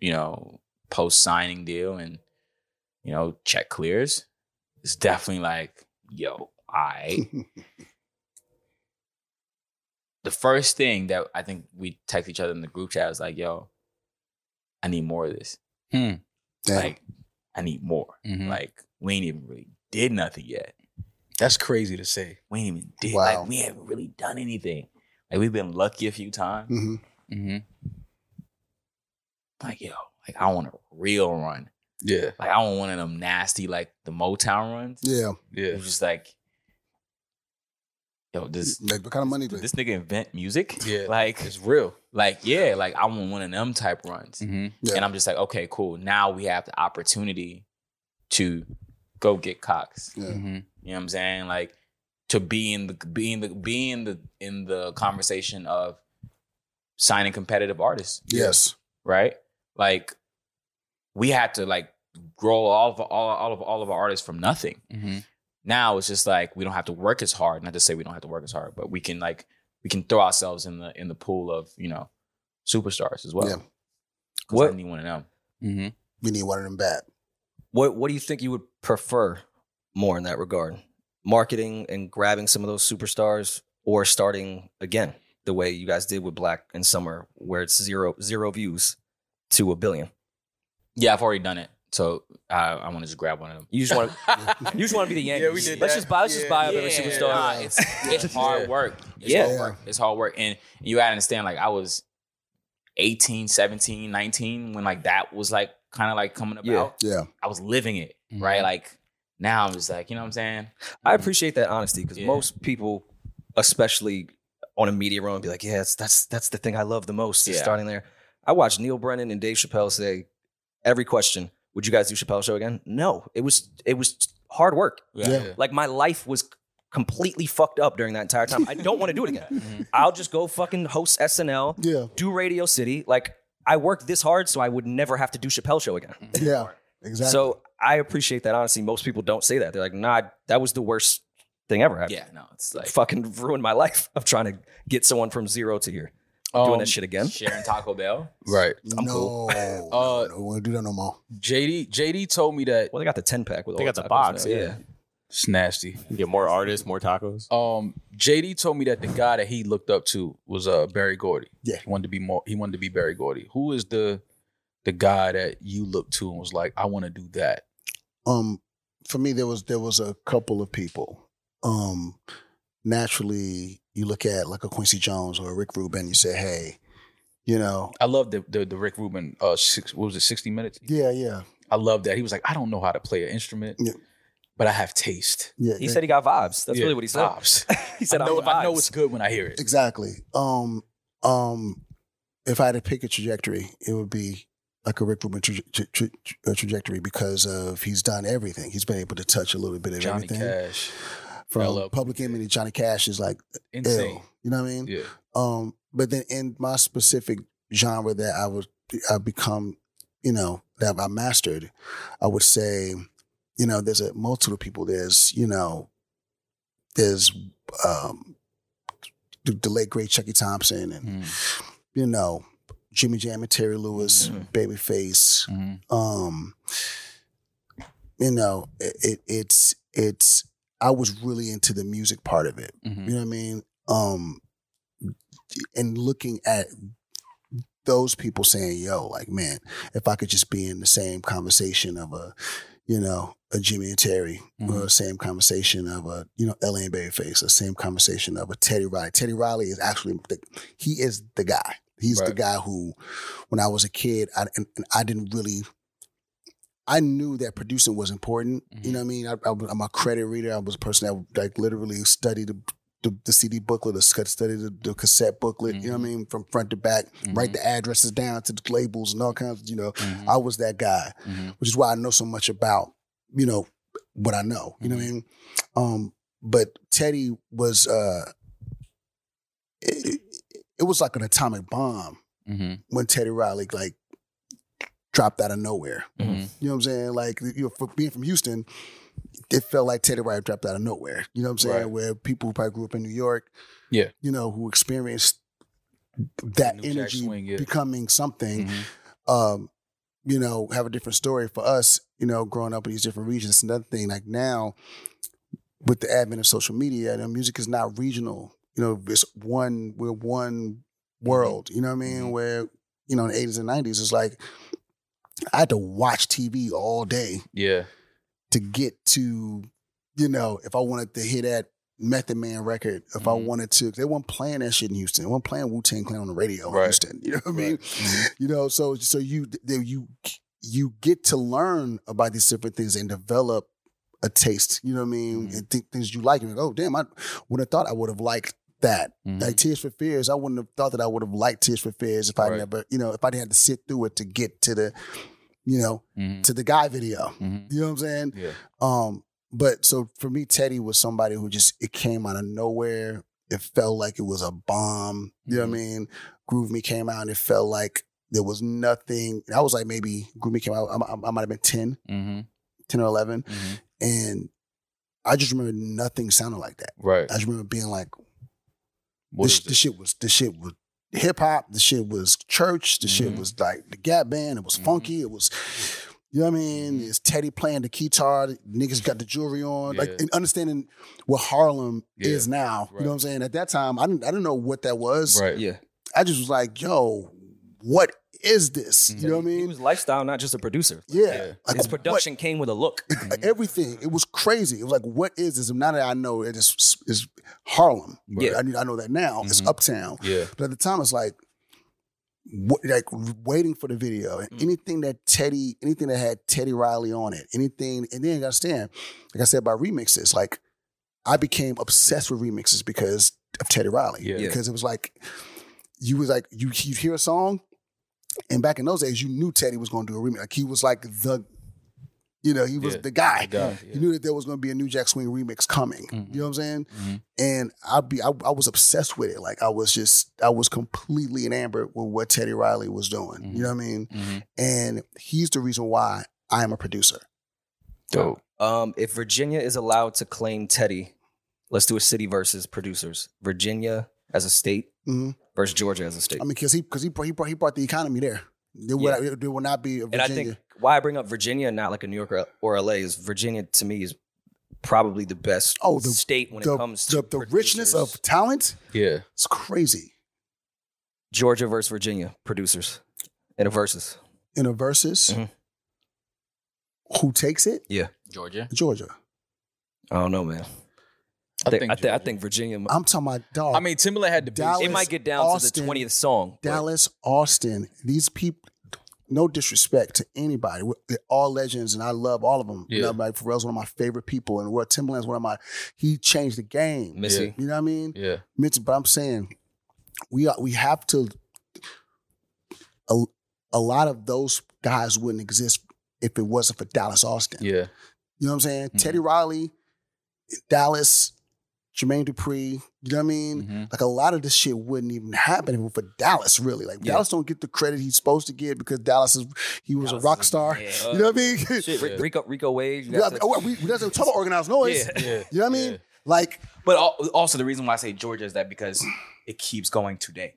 Speaker 4: you know post signing deal and you know check clears is definitely like yo I the first thing that I think we text each other in the group chat was like, yo, I need more of this.
Speaker 2: Damn.
Speaker 4: Like, I need more.
Speaker 3: Mm-hmm.
Speaker 1: Like,
Speaker 4: Like, we ain't even really did nothing yet.
Speaker 1: that's crazy to say.
Speaker 4: We ain't even did
Speaker 2: Wow.
Speaker 4: like we haven't really done anything. Like we've been lucky a few times.
Speaker 2: Mhm.
Speaker 4: Like, yo, like I want a real run.
Speaker 1: Yeah,
Speaker 4: Like I want one of them nasty, like the Motown runs.
Speaker 2: Yeah.
Speaker 1: yeah.
Speaker 4: It's just like, yo, this
Speaker 2: Like what kind of money?
Speaker 4: did this nigga invent music?
Speaker 1: Yeah.
Speaker 4: Like
Speaker 1: It's real.
Speaker 4: like yeah, like I want one of them type runs.
Speaker 2: Yeah.
Speaker 4: And I'm just like, okay, cool. Now we have the opportunity to go get Cox.
Speaker 1: Mm-hmm.
Speaker 2: Yeah.
Speaker 3: Mm-hmm,
Speaker 4: You know what I'm saying? Like to be in the be in the be in the in the conversation of signing competitive artists,
Speaker 2: Yes.
Speaker 4: right? Like we had to like grow all of all, all of all of our artists from nothing.
Speaker 3: mm-hmm,
Speaker 4: Now it's just like we don't have to work as hard. Not to say we don't have to work as hard, but we can like we can throw ourselves in the in the pool of, you know, superstars as well.
Speaker 2: Yeah.
Speaker 4: 'Cause
Speaker 3: What-
Speaker 4: I need one of them.
Speaker 3: mm-hmm.
Speaker 2: We need one of them bad.
Speaker 3: What What do you think you would prefer more in that regard. Marketing and grabbing some of those superstars or starting again the way you guys did with Black and Summer, where it's zero zero views to a billion.
Speaker 7: Yeah, I've already done it. So I, I want to just grab one of them.
Speaker 3: You just want to you just want to be the Yankees.
Speaker 1: we did
Speaker 3: Let's
Speaker 1: that.
Speaker 3: just buy let's
Speaker 1: Yeah.
Speaker 3: just buy up every
Speaker 1: Yeah.
Speaker 3: superstar.
Speaker 7: Nah, it's, it's hard work. It's
Speaker 3: Yeah.
Speaker 7: hard work. It's hard work. And you gotta understand, like I was 18, 17, 19 when like that was like kind of like coming about.
Speaker 3: Yeah. Mm-hmm.
Speaker 2: Yeah.
Speaker 7: I was living it,
Speaker 1: Mhm.
Speaker 7: right? Like now I'm just like, you know what I'm saying?
Speaker 3: I appreciate that honesty because
Speaker 7: Mm-hmm. Yeah.
Speaker 3: most people, especially on a media run, be like, "Yeah, it's, that's that's the thing I love the most." is
Speaker 7: Yeah.
Speaker 3: Starting there, I watched Neil Brennan and Dave Chappelle say every question, "Would you guys do Chappelle show again?" No, it was it was hard work.
Speaker 2: Yeah.
Speaker 3: Like my life was completely fucked up during that entire time. I don't want to do it again.
Speaker 7: Mhm.
Speaker 3: I'll just go fucking host SNL,
Speaker 2: Yeah.
Speaker 3: do Radio City. Like I worked this hard, so I would never have to do Chappelle show again.
Speaker 7: Mm-hmm.
Speaker 2: Yeah. Exactly.
Speaker 3: So I appreciate that honesty. Most people don't say that. They're like, "Nah, that was the worst thing ever." I-
Speaker 7: Yeah, no, it's like
Speaker 3: fucking ruined my life of trying to get someone from zero to here.
Speaker 2: Um,
Speaker 3: Doing
Speaker 1: Um,
Speaker 3: that shit again.
Speaker 7: sharing Taco Bell.
Speaker 1: Right.
Speaker 2: no,
Speaker 1: Uh,
Speaker 2: no, we won't do that no more.
Speaker 1: JD JD told me that
Speaker 3: Well, they got the 10 pack with
Speaker 8: They
Speaker 3: all
Speaker 8: got the
Speaker 3: tacos
Speaker 8: box,
Speaker 3: now.
Speaker 8: yeah.
Speaker 1: it's nasty.
Speaker 8: You get more artists, more tacos.
Speaker 1: Um, JD told me that the guy that he looked up to was uh Barry Gordy.
Speaker 2: Yeah.
Speaker 1: he wanted to be more. He wanted to be Barry Gordy. Who is the the guy that you looked to and was like, I want to do that?
Speaker 2: Um, for me, there was there was a couple of people. Um, naturally, you look at like a Quincy Jones or a Rick Rubin. You say, hey, you know,
Speaker 1: I love the the, the Rick Rubin. Uh, six, what was it, sixty minutes?
Speaker 2: yeah, yeah,
Speaker 1: I love that. He was like, I don't know how to play an instrument,
Speaker 2: Yeah.
Speaker 1: but I have taste.
Speaker 2: yeah. e
Speaker 3: He said he got vibes. That's
Speaker 1: Yeah.
Speaker 3: really what he said.
Speaker 1: Vibes.
Speaker 3: he said,
Speaker 1: I
Speaker 3: I
Speaker 1: know,
Speaker 3: am vibes.
Speaker 1: I know it's good when I hear it.
Speaker 2: exactly. Um, um, if I had to pick a trajectory, it would be like a Rick Rubin tra- tra- tra- uh, trajectory because of he's done everything. He's been able to touch a little bit of
Speaker 1: Johnny
Speaker 2: everything
Speaker 1: Cash,
Speaker 2: from
Speaker 1: LL.
Speaker 2: Public Enemy to Johnny Cash is like
Speaker 1: insane.
Speaker 2: ill. You know what I mean?
Speaker 1: Yeah,
Speaker 2: Um, but then in my specific genre that I would I become, you know, that I mastered, I would say, you know, there's a multitude of people. There's, you know, there's um the, the late great Chucky Thompson and,
Speaker 3: Mm-hmm,
Speaker 1: Mm,
Speaker 2: you know, Jimmy Jam and Terry Lewis, Babyface,
Speaker 3: mm-hmm,
Speaker 1: mhm.
Speaker 2: um you know, it, it it's it's I was really into the music part of it.
Speaker 1: Mhm.
Speaker 3: mm-hmm,
Speaker 2: You know what I mean? Um, and looking at those people saying, "Yo, like, man, if I could just be in the same conversation of a, you know, a Jimmy and Terry, or
Speaker 1: Mhm.
Speaker 2: the same conversation of a, you know, L.A. and Babyface, the same conversation of a Teddy Riley. Teddy Riley is actually the, he is the guy. He's the
Speaker 1: Right.
Speaker 2: guy who, when I was a kid, I and, and I didn't really. I knew that producing was important. You know what I mean? I, I, was- I'm a credit reader. I was a person that like literally studied the, the, the CD booklet, or sc- studied the, the cassette booklet. You know what I mean? From front to back,
Speaker 1: Mm-hmm.
Speaker 2: write the addresses down to the labels and all kinds. You know,
Speaker 3: mm-hmm.
Speaker 2: I was that guy,
Speaker 1: Mhm.
Speaker 2: which is why I know so much about you know what I know. You know what I mean? Um, but Teddy was uh, it, it- it was like an atomic bomb
Speaker 1: Mhm.
Speaker 2: when Teddy Riley like dropped out of nowhere.
Speaker 1: Mhm.
Speaker 2: You know what I'm saying? Like you know, for being from Houston, it felt like Teddy Riley dropped out of nowhere. You know what I'm saying?
Speaker 1: Right.
Speaker 2: Where people who probably grew up in New York,
Speaker 1: Yeah.
Speaker 2: you know, who experienced that
Speaker 1: New Jack
Speaker 2: energy
Speaker 1: Swing, yeah.
Speaker 2: becoming something,
Speaker 1: Mhm.
Speaker 2: um, you know, have a different story for us. You know, growing up in these different regions. It's another thing. Like now, with the advent of social media, the music is not regional. You know, it's one we're one world. You know what I mean?
Speaker 1: Mhm.
Speaker 2: Where you know in the 80s and 90s, it's like I had to watch TV all day
Speaker 1: Yeah,
Speaker 2: to get to, you know, if I wanted to hear that Method Man record, if I
Speaker 1: Mhm.
Speaker 2: wanted to, they weren't playing that shit in Houston. They weren't playing Wu Tang Clan on the radio
Speaker 1: Right. Mm-hmm.
Speaker 2: in Houston. You know what I mean? You know, so so you there you you get to learn about these different things and develop a taste. You know what I mean?
Speaker 1: Mhm.
Speaker 2: And think things you like. And you go, oh damn, I would have thought I would have liked that.
Speaker 1: Mhm.
Speaker 2: Like Tears for Fears, I wouldn't have thought that I would have liked Tears for Fears if I
Speaker 1: Right.
Speaker 2: never, you know, if I had to sit through it to get to the, you know,
Speaker 1: Mhm.
Speaker 2: to the guy video.
Speaker 1: Mhm.
Speaker 2: You know what I'm saying?
Speaker 1: yeah.
Speaker 2: Um, but so for me, Teddy was somebody who just it came out of nowhere. It felt like it was a bomb. You know what I mean? Groove Me came out and it felt like there was nothing. I was like maybe Groove Me came out. I, I, I might have been 10,
Speaker 1: Mm-hmm.
Speaker 2: 10 or 11.
Speaker 1: Mhm.
Speaker 2: And I just remember nothing sounded like that.
Speaker 1: Right.
Speaker 2: I just remember being like,
Speaker 1: What
Speaker 2: this,
Speaker 1: is
Speaker 2: this
Speaker 1: it?
Speaker 2: shit was, this shit was hip hop. The shit was church. The shit
Speaker 1: Mhm.
Speaker 2: was like the Gap Band. It was
Speaker 1: Mhm.
Speaker 2: funky. It was, You know what I mean?
Speaker 1: Mm-hmm.
Speaker 2: It's Teddy playing the guitar. Niggas got the jewelry on. Like
Speaker 1: Yeah.
Speaker 2: and understanding what Harlem is now. You
Speaker 1: Right.
Speaker 2: know what I'm saying? At that time, I didn't I didn't know what that was.
Speaker 1: Right.
Speaker 3: Yeah.
Speaker 2: I just was like, yo, what is this? You know what I
Speaker 3: He
Speaker 2: mean?
Speaker 3: was lifestyle, not just a producer.
Speaker 2: yeah.
Speaker 1: Mm-hmm. Yeah. Mm-hmm.
Speaker 2: Like,
Speaker 3: His
Speaker 2: what-
Speaker 3: production came with a look.
Speaker 2: like, everything. It was crazy. It was like, what is this? And now that I know it is is Harlem.
Speaker 3: Yeah.
Speaker 2: I, knew- I know that now. It's
Speaker 1: Mhm.
Speaker 2: uptown.
Speaker 1: Yeah.
Speaker 2: But at the time, it's like, what, like waiting for the video and
Speaker 1: Mm.
Speaker 2: anything that Teddy, anything that had Teddy Riley on it, anything, and then you understand, like I said, by remixes, like I became obsessed with remixes because of Teddy Riley,
Speaker 1: Yeah.
Speaker 2: because it was like you was like you you hear a song, and back in those days, you knew Teddy was going to do a remix, like he was like the, you know, he was
Speaker 1: Yeah.
Speaker 2: the guy.
Speaker 1: God,
Speaker 2: You
Speaker 1: yeah.
Speaker 2: knew that there was going to be a New Jack Swing remix coming.
Speaker 1: Mhm.
Speaker 3: Mm-hmm.
Speaker 2: You know what I'm saying?
Speaker 1: Mhm.
Speaker 2: And I'd be, I, I was obsessed with it. Like I was just, I was completely enamored with what Teddy Riley was doing.
Speaker 1: Mhm.
Speaker 2: You know what I mean?
Speaker 1: Mhm.
Speaker 2: And he's the reason why I am a producer.
Speaker 1: Dope.
Speaker 3: Um, if Virginia is allowed to claim Teddy, let's do a city versus producers. Virginia as a state
Speaker 2: Mhm.
Speaker 3: versus Georgia as a state.
Speaker 2: I mean, because he, because he, brought- he brought, he brought the economy there. There would, there would not be a
Speaker 3: and
Speaker 2: Virginia.
Speaker 3: I think why I bring up Virginia, and not like a New York or, or LA, is Virginia to me is probably the best
Speaker 2: Oh, the-
Speaker 3: state when
Speaker 2: the,
Speaker 3: it comes to
Speaker 2: the, the richness
Speaker 3: producers.
Speaker 2: of talent.
Speaker 1: Yeah.
Speaker 2: It's crazy.
Speaker 3: Georgia versus Virginia producers in a versus.
Speaker 2: In a versus,
Speaker 3: Mhm. Mm-hmm.
Speaker 2: who takes it?
Speaker 4: Georgia.
Speaker 2: Georgia.
Speaker 3: I don't know, man.
Speaker 1: I
Speaker 3: I think I,
Speaker 1: think
Speaker 3: thi- I
Speaker 1: Georgia.
Speaker 3: think Virginia. might-
Speaker 2: I'm talking about dog.
Speaker 1: I mean, Timberland had the big.
Speaker 2: Oh, Dallas-
Speaker 3: it might get down to
Speaker 2: Austin-
Speaker 3: the twentieth song. but
Speaker 2: Dallas, Austin, these people. No disrespect to anybody. We're- They're all legends, and I love all of them. You
Speaker 1: Yeah.
Speaker 2: know, like Pharrell's one of my favorite people, and Will Timberland's one of my. He changed the game.
Speaker 3: Missy.
Speaker 2: You know what I mean?
Speaker 1: Yeah.
Speaker 2: Mitch, but I'm saying we are, we have to. A, a lot of those guys wouldn't exist if it wasn't for Dallas Austin.
Speaker 1: Yeah.
Speaker 2: You know what I'm saying? Teddy Riley, Dallas, Jermaine Dupree. You know what I mean?
Speaker 1: Mhm.
Speaker 2: Like a lot of this shit wouldn't even happen if it were for Dallas, really. Like
Speaker 3: Yeah.
Speaker 2: Dallas don't get the credit he's supposed to get because Dallas is he was a rock star. You know what I mean?
Speaker 3: Shit, Ri- Rico Rico Wade. you
Speaker 2: Yeah,
Speaker 3: got the-
Speaker 2: oh, we, we doesn't talk about organized noise.
Speaker 3: Yeah.
Speaker 1: Yeah.
Speaker 2: You know what I mean?
Speaker 1: Yeah.
Speaker 2: Like
Speaker 4: But al- also the reason why I say Georgia is that because it keeps going today.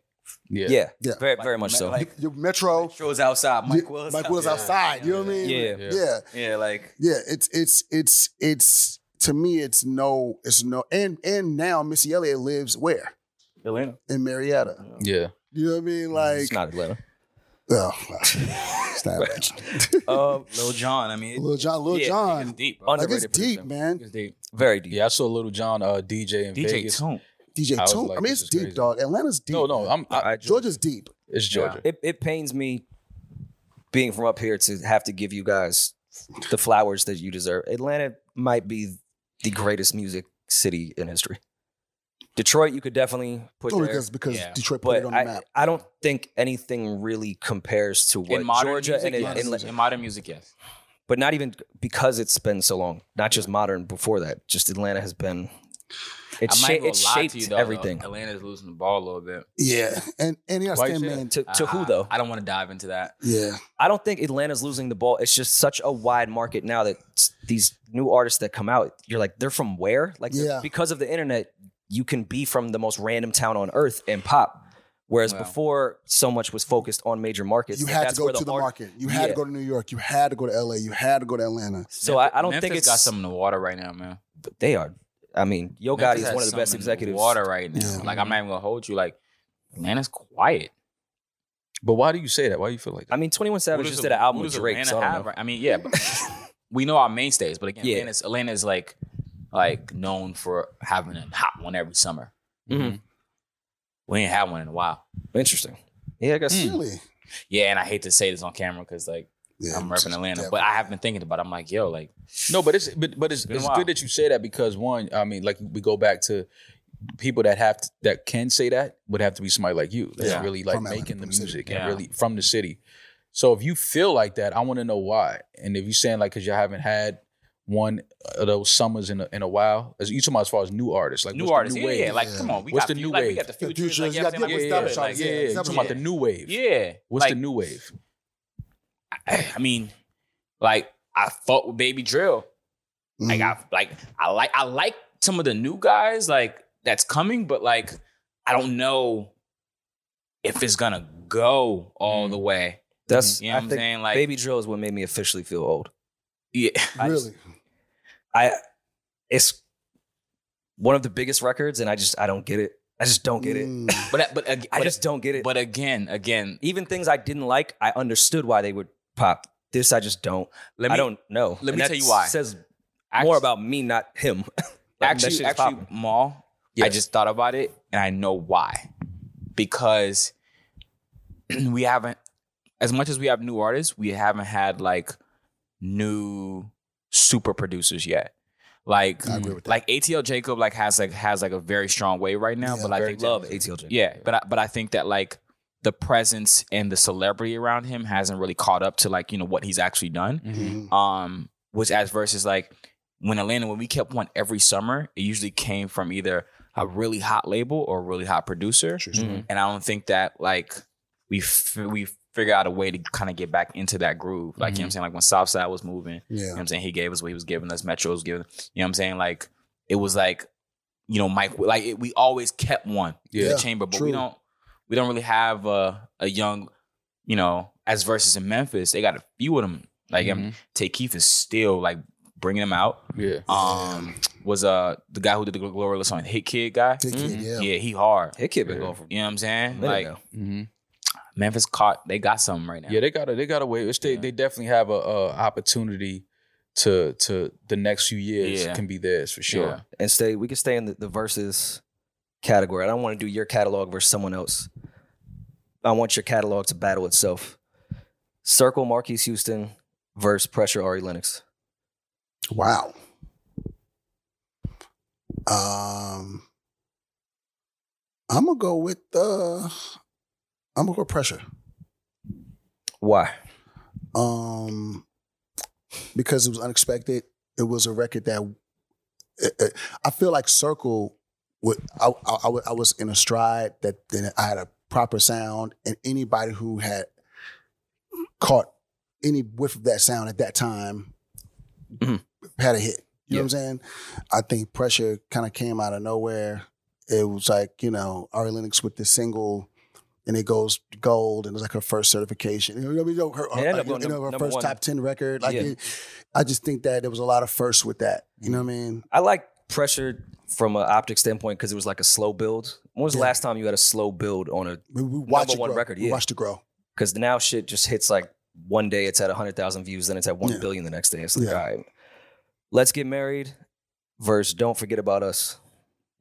Speaker 1: Yeah.
Speaker 3: yeah,
Speaker 2: Yeah.
Speaker 3: very
Speaker 4: Like,
Speaker 3: very much
Speaker 4: ma-
Speaker 3: so.
Speaker 4: Like
Speaker 2: your Metro,
Speaker 4: shows outside, Mike
Speaker 2: yeah,
Speaker 4: Wills.
Speaker 2: Mike Wills outside. You know what I mean?
Speaker 3: Yeah.
Speaker 1: Yeah.
Speaker 2: yeah,
Speaker 4: Yeah, like
Speaker 2: yeah. It's it's it's it's to me it's no it's no and and now Missy Elliott lives where
Speaker 4: Atlanta.
Speaker 2: in Marietta.
Speaker 1: Yeah.
Speaker 2: You know what I mean? Like
Speaker 3: it's not Atlanta.
Speaker 2: Oh, wow. it's not bad.
Speaker 3: Um,
Speaker 4: Uh, Lil John. I mean,
Speaker 2: Lil John, Lil
Speaker 3: Yeah,
Speaker 4: it's
Speaker 2: John,
Speaker 4: deep. Bro.
Speaker 2: like it's
Speaker 3: underrated
Speaker 2: deep,
Speaker 3: producer.
Speaker 2: man.
Speaker 4: It's deep.
Speaker 3: Very deep.
Speaker 1: Yeah. I saw Little John uh, DJ in
Speaker 4: DJ
Speaker 1: Vegas.
Speaker 4: Tune.
Speaker 2: DJ
Speaker 1: I was
Speaker 2: Tune.
Speaker 1: like,
Speaker 2: I mean,
Speaker 1: this
Speaker 2: it's
Speaker 1: is
Speaker 2: deep,
Speaker 1: crazy.
Speaker 2: dog. Atlanta's deep.
Speaker 1: No, no, I'm. I,
Speaker 3: I-
Speaker 2: Georgia's deep.
Speaker 1: it's Georgia.
Speaker 3: it, it pains me being from up here to have to give you guys the flowers that you deserve. Atlanta might be the greatest music city in history. Detroit, you could definitely put
Speaker 2: Only
Speaker 3: there,
Speaker 2: because because
Speaker 4: Yeah.
Speaker 2: Detroit put it
Speaker 3: but
Speaker 2: on the
Speaker 3: I,
Speaker 2: map.
Speaker 3: I don't think anything really compares to what
Speaker 4: In modern
Speaker 3: Georgia
Speaker 4: music,
Speaker 3: and in-
Speaker 4: yes.
Speaker 3: in-
Speaker 4: in modern music, yes.
Speaker 3: but not even because it's been so long. Not just modern. Before that, just Atlanta has been. It's,
Speaker 4: I
Speaker 3: sha-
Speaker 4: might go
Speaker 3: it's
Speaker 4: lie
Speaker 3: shaped
Speaker 4: to you, though,
Speaker 3: everything.
Speaker 4: Though. Atlanta's losing the ball a little bit.
Speaker 2: Yeah, and and you
Speaker 1: Why you
Speaker 2: understand,
Speaker 1: say
Speaker 2: man.
Speaker 3: To, to
Speaker 4: I-
Speaker 3: who though?
Speaker 4: Uh, I don't want to dive into that.
Speaker 2: Yeah,
Speaker 3: I don't think Atlanta's losing the ball. It's just such a wide market now that s- these new artists that come out, you're like, they're from where? Like, they're-
Speaker 2: Yeah.
Speaker 3: because of the internet, you can be from the most random town on earth and pop. Whereas
Speaker 4: Wow.
Speaker 3: before, so much was focused on major markets.
Speaker 2: you
Speaker 3: that
Speaker 2: had
Speaker 3: that's
Speaker 2: to go
Speaker 3: where
Speaker 2: to the
Speaker 3: art-
Speaker 2: market. You had to
Speaker 3: Yeah.
Speaker 2: go to New York. You had to go to L.A. You had to go to Atlanta.
Speaker 3: So
Speaker 4: Memphis-
Speaker 3: I, I don't
Speaker 4: Memphis
Speaker 3: think it's
Speaker 4: got some in the water right now, man.
Speaker 3: They are. I mean, Yo Gotti
Speaker 4: Memphis
Speaker 3: is
Speaker 4: has
Speaker 3: one of the
Speaker 4: some
Speaker 3: best
Speaker 4: in
Speaker 3: executives.
Speaker 4: Water right now.
Speaker 2: Yeah.
Speaker 4: Like I'm not even gonna hold you. Like Atlanta's quiet.
Speaker 1: But why do you say that? Why do you feel like that?
Speaker 3: I mean, Twenty One
Speaker 4: Who
Speaker 3: Savage
Speaker 4: does
Speaker 3: just
Speaker 4: A-
Speaker 3: did an album
Speaker 4: who
Speaker 3: with
Speaker 4: does
Speaker 3: Drake.
Speaker 4: Atlanta
Speaker 3: So I
Speaker 4: have
Speaker 3: don't know.
Speaker 4: right- I mean, yeah, but we know our mainstays, but again,
Speaker 3: Yeah.
Speaker 4: Atlanta's, Atlanta's like like known for having a hot one every summer.
Speaker 3: Mhm.
Speaker 4: We ain't had one in a while.
Speaker 3: Interesting. Yeah, I guess.
Speaker 4: Hmm.
Speaker 2: Really?
Speaker 4: Yeah, and I hate to say this on camera because like
Speaker 2: Yeah,
Speaker 4: I'm
Speaker 2: just
Speaker 4: repping Atlanta,
Speaker 2: def-
Speaker 4: but I have been thinking about. it. I'm like, yo, like
Speaker 1: No, but it's but, but it's,
Speaker 4: Been a
Speaker 1: it's
Speaker 4: while.
Speaker 1: good that you say that because one, I mean, like we go back to people that have to, that can say that would have to be somebody like you that's
Speaker 4: Yeah.
Speaker 1: really like
Speaker 2: From Atlanta,
Speaker 1: making the
Speaker 2: from the city.
Speaker 1: music
Speaker 4: Yeah.
Speaker 1: and really from the city. So if you feel like that, I want to know why. And if you're saying like because you haven't had one of those summers in a, in a while, as you talking about as far as new artists, like
Speaker 4: new
Speaker 1: what's the
Speaker 4: artists, yeah,
Speaker 1: wave?
Speaker 4: yeah, like
Speaker 2: Yeah.
Speaker 4: come on, we
Speaker 1: What's
Speaker 4: got
Speaker 1: the
Speaker 4: the
Speaker 1: new
Speaker 4: new like, we
Speaker 1: wave?
Speaker 4: got the
Speaker 2: The
Speaker 4: futures,
Speaker 2: Futures,
Speaker 4: like,
Speaker 2: you got
Speaker 4: everything,
Speaker 2: the-
Speaker 4: like,
Speaker 1: yeah, yeah,
Speaker 2: Stop it,
Speaker 4: yeah, like,
Speaker 1: yeah,
Speaker 2: Sean. Yeah,
Speaker 1: yeah.
Speaker 2: stop
Speaker 1: Talking
Speaker 2: it.
Speaker 1: about the new wave.
Speaker 4: yeah.
Speaker 1: What's
Speaker 4: like,
Speaker 1: the new wave?
Speaker 4: I, I mean, like I fought with Baby Drill.
Speaker 2: Mhm.
Speaker 3: Mm-hmm.
Speaker 4: Like I like I like I like some of the new guys like that's coming, but like I don't know if it's gonna go all the way.
Speaker 3: That's
Speaker 4: You
Speaker 3: Mm.
Speaker 4: know
Speaker 3: I
Speaker 4: what I'm
Speaker 3: think
Speaker 4: saying? Like-
Speaker 3: Baby Drill is what made me officially feel old.
Speaker 4: Yeah.
Speaker 3: I just-
Speaker 2: really?
Speaker 3: I it's one of the biggest records, and I just I don't get it. I just don't get it.
Speaker 2: Mm.
Speaker 4: But but ag-
Speaker 3: I
Speaker 4: but-
Speaker 3: just don't get it.
Speaker 4: But again, again,
Speaker 3: even things I didn't like, I understood why they would pop. This I just don't.
Speaker 4: let me
Speaker 3: I don't know.
Speaker 4: let me
Speaker 3: And that
Speaker 4: tell you why.
Speaker 3: Says
Speaker 4: act-
Speaker 3: more about me, not him. Like, that shit is
Speaker 4: actually actually
Speaker 3: popping.
Speaker 4: Maul. I
Speaker 3: Yes.
Speaker 4: just thought about it, and I know why. Because we haven't, as much as we have new artists, we haven't had like new super producers yet. Like,
Speaker 2: I agree with that.
Speaker 4: like ATL Jacob like has like has like a very strong wave right now.
Speaker 2: Yeah,
Speaker 4: but I
Speaker 2: very
Speaker 4: think
Speaker 3: love ATL Jacob.
Speaker 4: Yeah, but I, but I think that like the presence and the celebrity around him hasn't really caught up to like you know what he's actually done
Speaker 2: Mhm.
Speaker 4: um was as versus like when Atlanta when we kept one every summer, it usually came from either a really hot label or a really hot producer.
Speaker 2: True story.
Speaker 4: And I don't think that like we f- we figure out a way to kind of get back into that groove. Like you know
Speaker 2: Mm-hmm.
Speaker 4: what I'm saying, like when Southside was moving, you know what
Speaker 2: Yeah.
Speaker 4: I'm saying? He gave us what he was giving us. Metro was giving, you know what I'm saying? Like, it was like, you know, Mike, like it, we always kept one in
Speaker 2: Yeah,
Speaker 4: the chamber, but
Speaker 2: true.
Speaker 4: we don't, we don't really have a, a young, you know, as versus in Memphis, they got a few of them. Like,
Speaker 1: Mm-hmm.
Speaker 4: um, Tay Keith is still like bringing them out.
Speaker 1: Yeah.
Speaker 4: Um, was uh the guy who did the Gl- Glorious song, Hit Kid guy?
Speaker 2: Dick kid, yeah.
Speaker 4: Yeah, he hard.
Speaker 3: Hit Kid been
Speaker 1: Yeah.
Speaker 3: going for
Speaker 4: You know what I'm saying?
Speaker 3: minute
Speaker 4: Like
Speaker 3: now.
Speaker 1: Mm-hmm.
Speaker 4: Memphis caught, they got something right now.
Speaker 1: Yeah, they got to they got to wait. It's they,
Speaker 4: Yeah.
Speaker 1: they definitely have a, a opportunity to to the next few years
Speaker 4: Yeah.
Speaker 1: can be theirs for sure.
Speaker 4: Yeah.
Speaker 3: and stay. We can stay in the, the versus category. I don't want to do your catalog versus someone else. I want your catalog to battle itself. Circle Marquise Houston versus Pressure Ari Lennox.
Speaker 2: Wow. Um, I'm gonna go with uh, I'm gonna go pressure.
Speaker 3: Why?
Speaker 2: Um, because it was unexpected. It was a record that it, it- I feel like Circle. Would, I, I, I was- I was in a stride that then I had a proper sound, and anybody who had caught any whiff of that sound at that time
Speaker 3: Mhm.
Speaker 2: had a hit. You know what I'm saying? I think pressure kind of came out of nowhere. It was like, you know, Ari Lennox with the single and it goes gold and it's like her first certification. You know, you know, her,
Speaker 3: It ended
Speaker 2: like,
Speaker 3: up going
Speaker 2: you know, her
Speaker 3: number
Speaker 2: first
Speaker 3: one.
Speaker 2: top 10 record. Like,
Speaker 3: Yeah.
Speaker 2: it, I just think that there was a lot of firsts with that. You know what I mean?
Speaker 3: I like Pressure from an optic standpoint because it was like a slow build. When was the
Speaker 2: Yeah.
Speaker 3: last time you had a slow build on a?
Speaker 2: We, we watched it
Speaker 3: one
Speaker 2: grow.
Speaker 3: record,
Speaker 2: We
Speaker 3: yeah.
Speaker 2: watched it grow.
Speaker 3: Because now shit just hits like one day it's at hundred thousand views, then it's at one
Speaker 2: Yeah.
Speaker 3: billion the next day. It's like,
Speaker 2: Yeah.
Speaker 3: all right, let's get married. Versus, don't forget about us.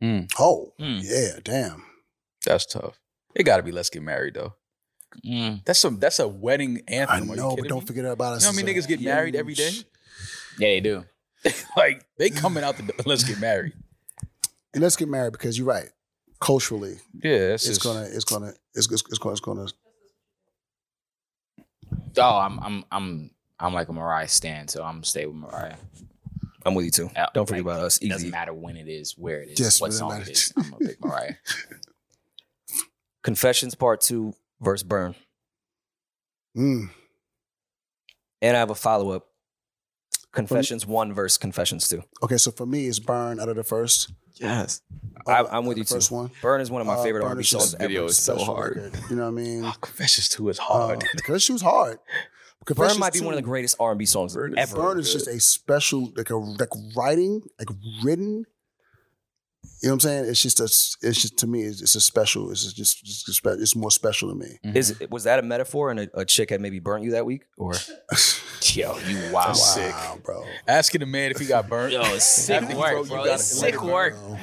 Speaker 2: Oh,
Speaker 3: Hmm.
Speaker 4: Mm.
Speaker 2: yeah, damn.
Speaker 1: That's tough. It got to be Let's Get Married though.
Speaker 4: Mm.
Speaker 1: That's some that's a wedding
Speaker 2: I
Speaker 1: anthem. Are you
Speaker 2: know, but
Speaker 1: kidding
Speaker 2: don't
Speaker 1: me?
Speaker 2: forget about
Speaker 1: You
Speaker 2: us.
Speaker 1: know how many
Speaker 2: It's
Speaker 1: niggas
Speaker 2: a
Speaker 1: get married every day?
Speaker 2: huge-
Speaker 4: Yeah, they do.
Speaker 1: like they coming out the door, Let's Get Married.
Speaker 2: And let's get married because you're right. Culturally,
Speaker 1: Yeah, that's
Speaker 2: it's,
Speaker 1: just,
Speaker 2: gonna, it's gonna, it's, it's, it's gonna, it's gonna.
Speaker 4: Oh, I'm I'm I'm I'm like a Mariah stan, so I'm stay with Mariah.
Speaker 3: I'm with you too.
Speaker 4: Uh,
Speaker 3: Don't forget
Speaker 4: like,
Speaker 3: about us.
Speaker 4: It doesn't
Speaker 3: Easy.
Speaker 4: matter when it is, where it is,
Speaker 2: Yes,
Speaker 4: what
Speaker 2: doesn't
Speaker 4: song
Speaker 2: matter.
Speaker 4: it is. I'm a big Mariah.
Speaker 3: Confessions Part Two versus Burn.
Speaker 2: Mm.
Speaker 3: And I have a follow up. Confessions One versus Confessions Two.
Speaker 2: Okay, so for me, it's Burn out of the first. Oh,
Speaker 9: Yes.
Speaker 3: I, I'm with you
Speaker 2: the first
Speaker 3: too.
Speaker 2: one.
Speaker 3: Burn is one of my
Speaker 2: Uh,
Speaker 3: favorite
Speaker 2: Burn
Speaker 3: R&B
Speaker 2: is
Speaker 3: songs
Speaker 2: just
Speaker 10: video
Speaker 2: every
Speaker 10: is so
Speaker 2: special
Speaker 10: hard.
Speaker 2: record, You know what I mean?
Speaker 1: oh, Confessions Two is hard.
Speaker 2: Uh, Confessions was hard.
Speaker 3: Burn
Speaker 2: Confessions
Speaker 3: might be one of the
Speaker 2: 2
Speaker 3: greatest R&B songs
Speaker 10: Burn is
Speaker 3: ever.
Speaker 2: Burn is just a special, like a like writing, like written. You know what I'm saying? It's just a, it's just to me, it's, it's a special. It's just, just, just spe- it's more special to me.
Speaker 3: Is it, was that a metaphor and a, a chick had maybe burnt you that week? Or
Speaker 4: Yo, you wow.
Speaker 2: Wow, bro.
Speaker 1: Asking a man if he got burnt.
Speaker 4: Yo, sick
Speaker 1: After you
Speaker 4: work,
Speaker 1: grow, you
Speaker 4: bro.
Speaker 1: gotta
Speaker 4: It's sick
Speaker 1: let it
Speaker 4: work.
Speaker 2: Wow,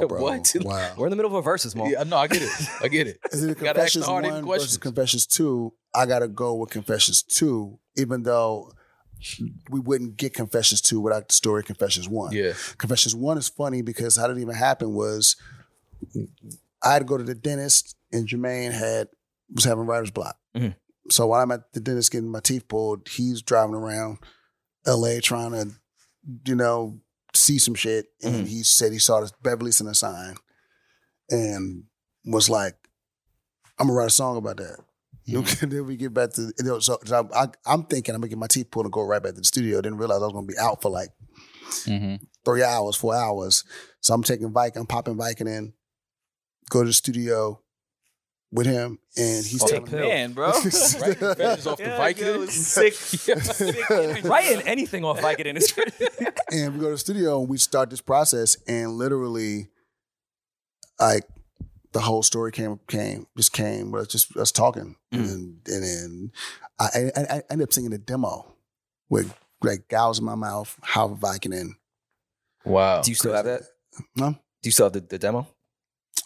Speaker 2: Wow, bro.
Speaker 1: What?
Speaker 2: Wow.
Speaker 3: we're in the middle of a verses, Mom.
Speaker 1: Yeah, no, I get it. I get it.
Speaker 2: Is it a
Speaker 1: Gotta ask the
Speaker 2: Confessions
Speaker 1: audience
Speaker 2: one
Speaker 1: questions.
Speaker 2: versus Confessions two? I gotta go with Confessions two, even though we wouldn't get Confessions two without the story of Confessions one.
Speaker 1: Yeah.
Speaker 2: Confessions one is funny because how did it even happen was I had to go to the dentist and Jermaine had was having writer's block.
Speaker 3: Mhm.
Speaker 2: So while I'm at the dentist getting my teeth pulled, he's driving around LA trying to, you know, see some shit. And
Speaker 3: Mhm.
Speaker 2: he said he saw this Beverly Center sign and was like, I'm gonna write a song about that. And then we get back to you know, so, so I, I'm thinking I'm gonna get my teeth pulled and go right back to the studio. Didn't realize I was gonna be out for like three hours, four hours. So I'm taking Viking, I'm popping Viking in, go to the studio, with him, and he's
Speaker 3: Sick
Speaker 2: telling me.
Speaker 3: man,
Speaker 4: bro.
Speaker 1: Right? Fetters off the Vicodin.
Speaker 3: Writing anything off Vicodin is
Speaker 2: and we go to the studio and we start this process and literally like the whole story came came just came was just us talking
Speaker 4: Mm.
Speaker 2: and and then I, I I ended up singing a demo with like gals in my mouth how Vicodin Oh,
Speaker 1: Wow.
Speaker 3: Do you still have that?
Speaker 2: No.
Speaker 3: Do you still have the, the demo?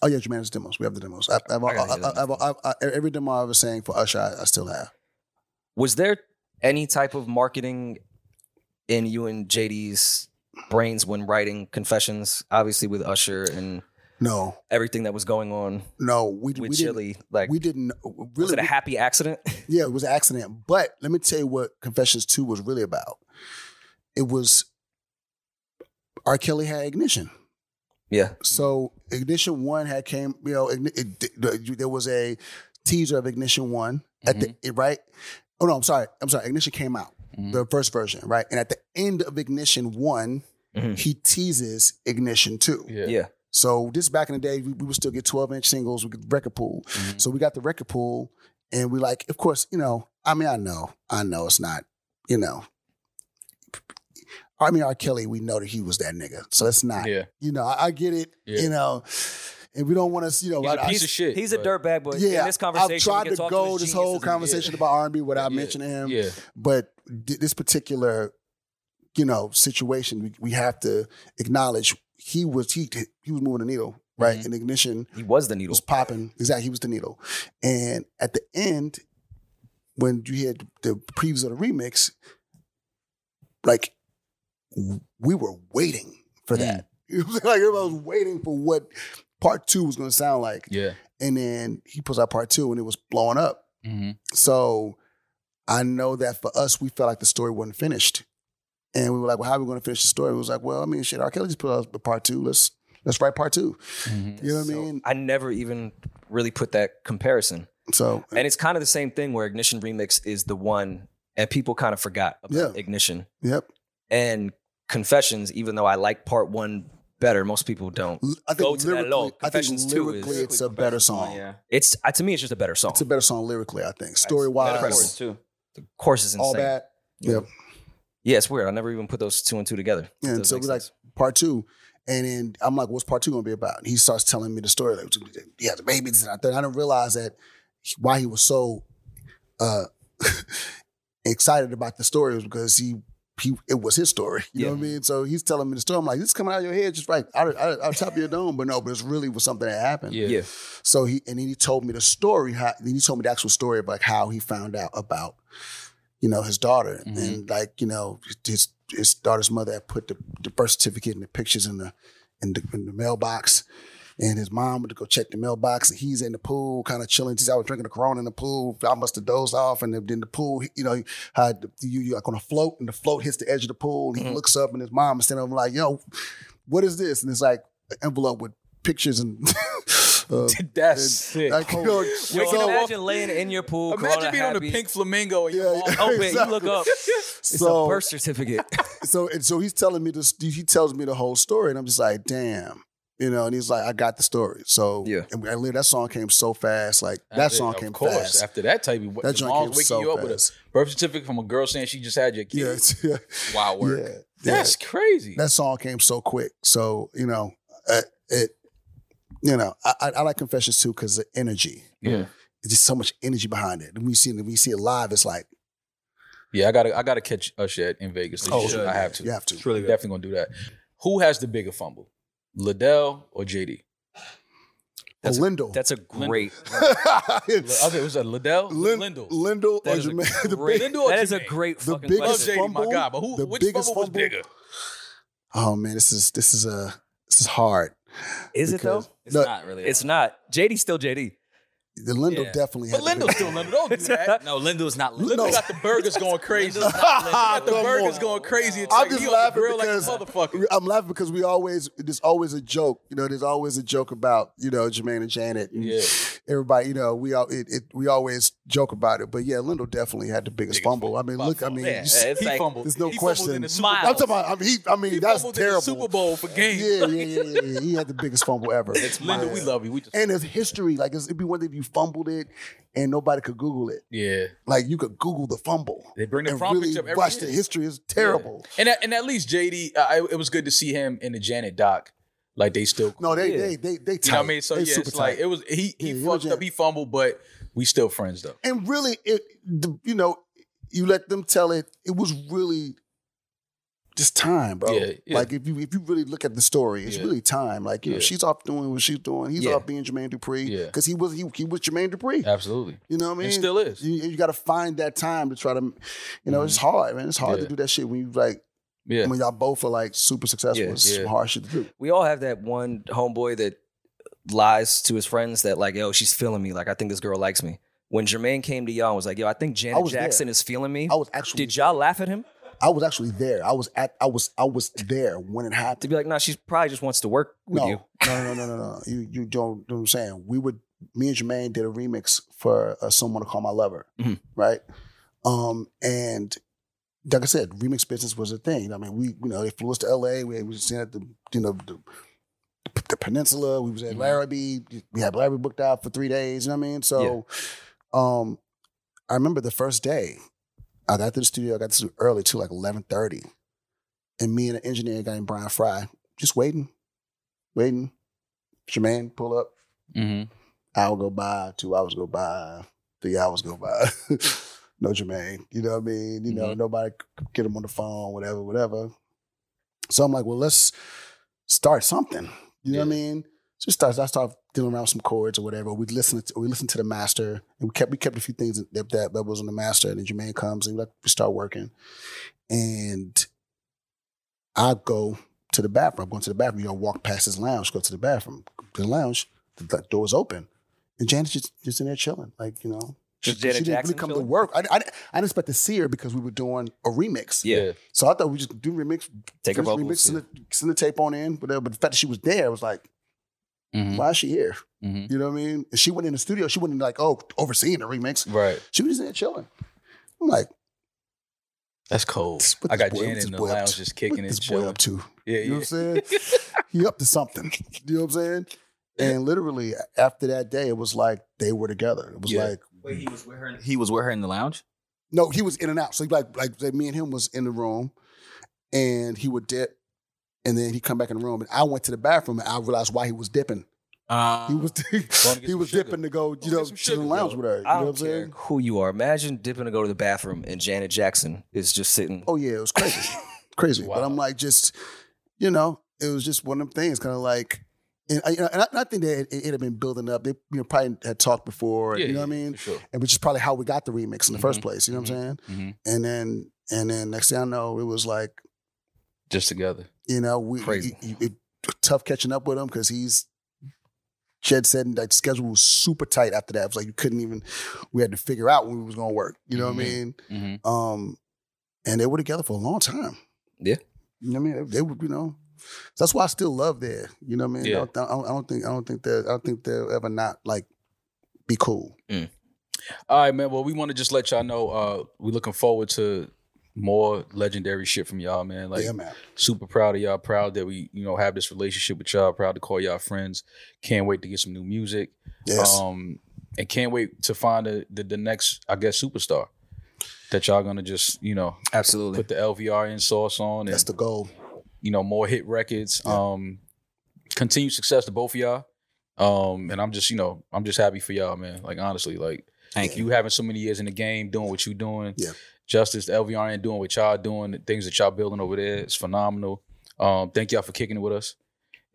Speaker 2: oh yeah Jermaine's demos we have the demos I, I've,
Speaker 3: I
Speaker 2: I
Speaker 3: gotta hear that.
Speaker 2: I've, I've, I- every demo I ever sang for Usher I, I still have
Speaker 3: Was there any type of marketing in you and JD's brains when writing Confessions? Obviously, with Usher and
Speaker 2: no
Speaker 3: everything that was going on
Speaker 2: no we, we
Speaker 3: with
Speaker 2: didn't
Speaker 3: Chili. Like,
Speaker 2: we didn't
Speaker 3: was
Speaker 2: really
Speaker 3: it a happy accident?
Speaker 2: Yeah, it was an accident. But let me tell you what Confessions 2 was really about. It was R. Kelly had ignition.
Speaker 3: yeah.
Speaker 2: So ignition one had came, you know, igni- it, the- you- there was a teaser of ignition one at the it- right. Oh no, I'm sorry. I'm sorry. Ignition came out the first version, right? And at the end of ignition one,
Speaker 3: Mhm.
Speaker 2: he teases ignition two.
Speaker 1: Yeah.
Speaker 3: Yeah.
Speaker 2: So this back in the day, we, we would still get 12 inch singles, we could record pool.
Speaker 1: Mm-hmm.
Speaker 2: So we got the record pool and we like, of course, you know, I mean, I know, I know it's not, you know. I mean, R. Kelly, we know that he was that nigga. So it's not,
Speaker 1: Yeah.
Speaker 2: you know, I, I get it,
Speaker 1: Yeah.
Speaker 2: you know, and we don't want to, you know,
Speaker 1: He's
Speaker 2: I-
Speaker 1: a
Speaker 2: I-
Speaker 1: piece of shit.
Speaker 3: He's a
Speaker 1: but-
Speaker 3: dirtbag, but
Speaker 2: yeah,
Speaker 3: in this conversation,
Speaker 2: I've tried to
Speaker 3: we can talk
Speaker 2: go
Speaker 3: his
Speaker 2: this whole
Speaker 3: geniuses and-
Speaker 2: conversation about R&B without
Speaker 1: Yeah.
Speaker 2: mentioning him
Speaker 1: Yeah.
Speaker 2: but th- this particular you know situation we, we have to acknowledge he was he he was moving the needle right and ignition
Speaker 3: He was the needle.
Speaker 2: was popping exactly he was the needle and at the end when you hear the previews of the remix like w- we were waiting for that like everybody was waiting for what part two was going to sound like
Speaker 1: Yeah.
Speaker 2: and then he puts out part two and it was blowing up
Speaker 1: Mm-hmm.
Speaker 2: so I know that for us, we felt like the story wasn't finished. And we were like, well, how are we going to finish the story? It was like, well, I mean, shit, R. Kelly just put out a part two. Let's let's write part two. You know what I
Speaker 3: So
Speaker 2: mean?
Speaker 3: I never even really put that comparison.
Speaker 2: So
Speaker 3: And it's kind of the same thing where Ignition Remix is the one, and people kind of forgot about
Speaker 2: Yeah.
Speaker 3: Ignition.
Speaker 2: yep.
Speaker 3: And Confessions, even though I like part one better, most people don't.
Speaker 2: L- I think
Speaker 3: Go to that
Speaker 2: lyrically-
Speaker 3: low.
Speaker 2: I think
Speaker 3: Confessions 2 is-
Speaker 2: lyrically, it's a better song.
Speaker 4: Yeah.
Speaker 3: It's uh, To me, it's just a better song.
Speaker 2: It's a better song lyrically, I think. Story
Speaker 4: Incredible
Speaker 2: wise,
Speaker 4: too.
Speaker 3: the chorus is insane.
Speaker 2: all that. Yep.
Speaker 3: Yeah, it's weird. I never even put those two and two together.
Speaker 2: Yeah, and
Speaker 3: Doesn't
Speaker 2: so
Speaker 3: make
Speaker 2: we like
Speaker 3: sense.
Speaker 2: part two. And then I'm like, what's part two gonna be about? And he starts telling me the story. Like, he has a baby. This and that. And I didn't realize that he- why he was so uh, excited about the story was because he he it was his story. You know what I mean? So he's telling me the story. I'm like, this is coming out of your head just right out of, out of, out of top of your dome. But no, but it's really was something that happened.
Speaker 1: Yeah.
Speaker 3: yeah.
Speaker 2: So he and then he told me the story. How, then he told me the actual story of like how he found out about, you know, his daughter
Speaker 1: Mhm.
Speaker 2: and like you know his his daughter's mother had put the, the birth certificate and the pictures in the in the, in the mailbox, and his mom went to go check the mailbox and he's in the pool kind of chilling. He's out drinking the Corona in the pool. I must have dozed off and then in the pool, you know, had the- you you like on a float and the float hits the edge of the pool. And he looks up and his mom is standing over like, yo, what is this? And it's like an envelope with pictures and. uh,
Speaker 1: That's
Speaker 2: and-
Speaker 1: sick.
Speaker 2: like, you know,
Speaker 3: Yo,
Speaker 1: Waking
Speaker 2: so-
Speaker 1: up-
Speaker 3: imagine laying in your pool.
Speaker 1: Imagine
Speaker 3: Corona
Speaker 1: being on the
Speaker 3: happy.
Speaker 1: pink flamingo and
Speaker 2: Yeah,
Speaker 1: your mom.
Speaker 2: yeah.
Speaker 3: Oh, wait, you
Speaker 2: Exactly.
Speaker 3: look up. It's
Speaker 2: So-
Speaker 3: a birth certificate.
Speaker 2: so and so he's telling me this he tells me the whole story and i'm just like damn you know and he's like i got the story so
Speaker 3: Yeah.
Speaker 2: and I literally, that song came so fast like that
Speaker 1: After-
Speaker 2: song
Speaker 1: of
Speaker 2: came
Speaker 1: course,
Speaker 2: fast
Speaker 1: After that type of
Speaker 2: that
Speaker 1: that
Speaker 2: joint
Speaker 1: mom's
Speaker 2: came
Speaker 1: waking
Speaker 2: so
Speaker 1: you up with
Speaker 2: fast
Speaker 1: a birth certificate from a girl saying she just had your kid.
Speaker 2: yeah, it's- yeah
Speaker 1: Wow work.
Speaker 2: yeah
Speaker 1: That's crazy.
Speaker 2: that song came so quick so you know uh, it you know i, I, I like confessions too because the energy
Speaker 1: yeah.
Speaker 2: it's just so much energy behind it and we see it when we see it live it's like
Speaker 1: Yeah, I gotta I gotta catch Usher at- in Vegas. this
Speaker 2: Oh,
Speaker 1: year. I have to.
Speaker 2: you have to
Speaker 1: really Definitely gonna do that. Who has the bigger fumble? Liddell or JD?
Speaker 3: That's a-
Speaker 2: Lindell.
Speaker 3: That's a great.
Speaker 1: Okay, it was a Liddell?
Speaker 2: Lin-
Speaker 1: Lindell.
Speaker 2: Lindell or
Speaker 3: That is a
Speaker 2: Jermaine. The
Speaker 3: great-
Speaker 2: big-
Speaker 1: Lindell or
Speaker 3: that is a
Speaker 1: Jermaine?
Speaker 3: great
Speaker 2: The
Speaker 3: fucking
Speaker 2: biggest
Speaker 1: Love
Speaker 2: Biggest
Speaker 1: JD,
Speaker 3: question.
Speaker 1: my
Speaker 2: fumble,
Speaker 1: God, but who
Speaker 2: the
Speaker 1: which
Speaker 2: biggest
Speaker 1: fumble was
Speaker 2: fumble-
Speaker 1: bigger?
Speaker 2: Oh man, this is this is a this is hard.
Speaker 3: Is it though?
Speaker 2: because-
Speaker 4: It's
Speaker 2: No,
Speaker 4: not really.
Speaker 3: It's not. JD's still JD.
Speaker 2: The Lindell
Speaker 4: Yeah.
Speaker 2: definitely.
Speaker 1: But
Speaker 2: had the
Speaker 1: Lindell's
Speaker 2: big-
Speaker 1: still Lindell. Don't do that.
Speaker 4: no, Lindell's not Lindell.
Speaker 1: Lindell
Speaker 2: No.
Speaker 1: got the burgers going crazy.
Speaker 4: Lindell's
Speaker 1: Got
Speaker 4: not Lindell.
Speaker 1: the
Speaker 2: Come
Speaker 1: burgers
Speaker 2: on.
Speaker 1: going crazy. It's
Speaker 2: I'm
Speaker 1: like
Speaker 2: just
Speaker 1: he on the
Speaker 2: laughing
Speaker 1: grill like a
Speaker 2: because-
Speaker 1: motherfucker.
Speaker 2: I'm laughing because we always there's always a joke. You know, there's always a joke about you know Jermaine and Janet. And,
Speaker 1: Yeah.
Speaker 2: everybody, you know, we all it, it we always joke about it, but yeah, Lindo definitely had the biggest, fumble. I mean, look, I mean, you see-
Speaker 4: it's
Speaker 1: he
Speaker 4: like-
Speaker 1: fumbled.
Speaker 2: there's no
Speaker 1: he Fumbled in
Speaker 2: question.
Speaker 1: the Super Bowl.
Speaker 2: I'm talking about. I mean, he, I mean,
Speaker 1: He
Speaker 2: that's
Speaker 1: fumbled In
Speaker 2: terrible.
Speaker 1: the Super Bowl for games.
Speaker 2: Yeah, yeah, yeah, yeah, yeah. He had the biggest fumble ever.
Speaker 1: It's Linda, we love you. We just
Speaker 2: and it's history. Like it's, it'd be one thing if you fumbled it and nobody could Google it.
Speaker 1: yeah.
Speaker 2: Like you could Google the fumble.
Speaker 1: They bring the
Speaker 2: and
Speaker 1: prompt
Speaker 2: really
Speaker 1: up every
Speaker 2: watch
Speaker 1: year.
Speaker 2: the history. It's terrible.
Speaker 1: And at, and at least JD, uh, I, it was good to see him in the Janet doc. Like they still,
Speaker 2: No, they they they they tight.
Speaker 1: you know what I mean. So
Speaker 2: they
Speaker 1: yeah,
Speaker 2: super
Speaker 1: it's like
Speaker 2: tight.
Speaker 1: it was. He he
Speaker 2: Yeah, he was
Speaker 1: fucked up.
Speaker 2: Janet.
Speaker 1: He fumbled, but we still friends though.
Speaker 2: and really, it the, you know, you let them tell it. It was really just time, bro.
Speaker 1: Yeah, yeah.
Speaker 2: Like if you if you really look at the story, it's
Speaker 1: Yeah.
Speaker 2: really time. Like you know,
Speaker 1: Yeah.
Speaker 2: she's off doing what she's doing. He's
Speaker 1: Yeah.
Speaker 2: off being Jermaine Dupri
Speaker 1: Yeah.
Speaker 2: because he was he, he was Jermaine Dupri.
Speaker 1: Absolutely,
Speaker 2: You know what I mean?
Speaker 1: it still is.
Speaker 2: you, you got to find that time to try to, you know, it's hard, man. It's hard
Speaker 1: Mm-hmm. Yeah.
Speaker 2: to do that shit when you like
Speaker 1: Yeah,
Speaker 2: when y'all both are like super successful.
Speaker 3: Yeah,
Speaker 2: it's
Speaker 1: yeah.
Speaker 2: some hard shit to do.
Speaker 3: we all have that one homeboy that lies to his friends that like, yo, she's feeling me. Like, I think this girl likes me. When Jermaine came to y'all and was like, yo, I think
Speaker 2: I
Speaker 3: Janet
Speaker 2: was there.
Speaker 3: Jackson is feeling me.
Speaker 2: I was actually,
Speaker 3: Did y'all laugh at him?
Speaker 2: I was actually there. I was at, I was, I was there when it
Speaker 3: To
Speaker 2: happened.
Speaker 3: be like, nah, she probably just wants to work with
Speaker 2: No,
Speaker 3: you.
Speaker 2: no, no, no, no, no. You, you don't. know what I'm saying we would. Me and Jermaine did a remix for uh, "Someone to Call My Lover,"
Speaker 3: Mhm.
Speaker 2: right? Um, and like I said, remix business was a thing. I mean, we, you know, they flew us to L.A. We, we was seen at the, you know, the, the Peninsula. We was at Larrabee. We had Larrabee booked out for three days. You know what I mean? So, um, I remember the first day. I got to the studio. I got to the studio early too, like eleven thirty, and me and an engineer guy named Brian Fry just waiting, waiting. Jermaine pull up.
Speaker 1: mm-hmm.
Speaker 2: Hour go by, two hours go by, three hours go by. no Jermaine, you know what I mean? You know, nobody c- get him on the phone, whatever, whatever. So I'm like, well, let's start something. You know what I mean? Just start. I start dealing around with some chords or whatever. We listen. To, we listen to the master, and we kept we kept a few things that that, that was on the master. And then Jermaine comes, and we, like, we start working. And I go to the bathroom. I'm going to the bathroom. You know, walk past this lounge, go to the bathroom. To the lounge, the, the door's open, and Janet's just, just in there chilling, like you know. She,
Speaker 3: Just Janet
Speaker 2: she didn't
Speaker 3: Jackson
Speaker 2: really come
Speaker 3: chilling?
Speaker 2: to work. I, I, I didn't expect to see her because we were doing a remix.
Speaker 3: Yeah.
Speaker 2: So I thought we just do remix,
Speaker 3: Take her
Speaker 2: finish remix,
Speaker 3: vocals.
Speaker 2: send, the, send the tape on in, whatever. But the fact that she was there was like,
Speaker 3: Mm-hmm.
Speaker 1: Mhm.
Speaker 2: why is she here?
Speaker 1: Mhm.
Speaker 2: You know what I mean? And she went in the studio. She wasn't like, oh, overseeing the remix.
Speaker 1: right.
Speaker 2: She was just in there chilling. I'm like,
Speaker 1: That's cold.
Speaker 2: This- what
Speaker 1: I
Speaker 2: this
Speaker 1: got
Speaker 2: boy-
Speaker 1: Janet
Speaker 2: this
Speaker 1: in the
Speaker 2: boy up
Speaker 1: lounge
Speaker 2: to-
Speaker 1: just
Speaker 2: what
Speaker 1: kicking
Speaker 2: this
Speaker 1: and
Speaker 2: boy
Speaker 1: chilling.
Speaker 2: up to?
Speaker 1: Yeah,
Speaker 2: You know
Speaker 1: yeah.
Speaker 2: what I'm saying? he up to something. You know what I'm saying? And literally after that day, it was like they were together. It was
Speaker 1: Yeah.
Speaker 2: like
Speaker 7: Wait, he was with her. He was with her in the lounge.
Speaker 2: no, he was in and out. So like like like, me and him was in the room, and he would dip, and then he would come back in the room, and I went to the bathroom, and I realized why he was dipping.
Speaker 7: Uh,
Speaker 2: He was
Speaker 1: some
Speaker 2: he was
Speaker 1: sugar.
Speaker 2: dipping to go
Speaker 1: Gonna
Speaker 2: you
Speaker 1: get
Speaker 2: know
Speaker 1: some
Speaker 2: to the
Speaker 1: sugar,
Speaker 2: lounge
Speaker 1: yo.
Speaker 2: with her. You know
Speaker 3: I
Speaker 2: what
Speaker 3: don't
Speaker 2: I'm
Speaker 3: care
Speaker 2: saying?
Speaker 3: who you are. Imagine dipping to go to the bathroom and Janet Jackson is just sitting.
Speaker 2: Oh yeah, it was crazy, crazy. But
Speaker 1: Wow.
Speaker 2: I'm like, just you know, it was just one of them things, kind of like, and, I- you know, and I, and I think that it, it had been building up. They you know probably had talked before,
Speaker 1: Yeah,
Speaker 2: you know
Speaker 1: yeah,
Speaker 2: what I mean,
Speaker 1: for sure. Mm-hmm.
Speaker 2: and which is probably how we got the remix in the first place. You know what I'm saying?
Speaker 1: mhm.
Speaker 2: And then and then next thing I know, it was like
Speaker 1: Just together.
Speaker 2: you know we
Speaker 3: Crazy.
Speaker 2: it- it- it- tough catching up with him because he's. Jed said that schedule was super tight after that. It was like you couldn't even. We had to figure out when we was gonna work. You know what I
Speaker 1: Mhm.
Speaker 2: mean?
Speaker 1: Mm-hmm.
Speaker 2: Um, and they were together for a long time.
Speaker 3: Yeah.
Speaker 2: You know what I mean? They, they were, you know. So that's why I still love there. You know what I mean?
Speaker 1: Yeah.
Speaker 2: I, don't, I don't- I don't think I don't think that I don't think they'll ever not like be cool.
Speaker 1: All right, man. Well, we want to just let y'all know uh, we're looking forward to more legendary shit from y'all, man. Like,
Speaker 2: yeah, man.
Speaker 1: super proud of y'all. Proud that we, you know, have this relationship with y'all. Proud to call y'all friends. Can't wait to get some new music.
Speaker 2: Yes.
Speaker 1: Um, and can't wait to find the the, the next, I guess, superstar that y'all gonna just, you know,
Speaker 7: absolutely.
Speaker 1: put the LVR in sauce on, and
Speaker 2: that's the goal.
Speaker 1: you know, more hit records. Um, continued success to both of y'all. Um, and I'm just, you know, I'm just happy for y'all, man. Like honestly, like
Speaker 7: Thank
Speaker 1: you having so many years in the game, doing what you doing.
Speaker 2: Yeah.
Speaker 1: Justice to LVRN doing what y'all doing, the things that y'all building over there. It's phenomenal. Um, thank y'all for kicking it with us.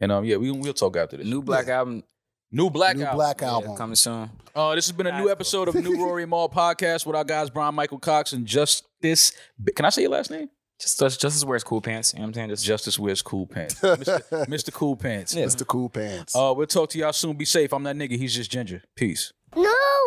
Speaker 1: And um, yeah, we we'll talk after this. New,
Speaker 7: New Black Album
Speaker 1: Black
Speaker 2: New
Speaker 1: Album.
Speaker 2: Black Album.
Speaker 7: yeah, coming soon.
Speaker 1: Uh, this has been a new episode of New Rory and Maul podcast with our guys Brian Michael Cox and Justice. B- Can I say your last name?
Speaker 7: Just, just, just as wears cool pants. You know what I'm saying? Just,
Speaker 1: Justice wears cool pants. Mr. Mr. Cool Pants.
Speaker 2: That's the cool pants.
Speaker 1: Uh, we'll talk to y'all soon. Be safe. I'm that nigga. He's just Ginger. Peace.
Speaker 5: No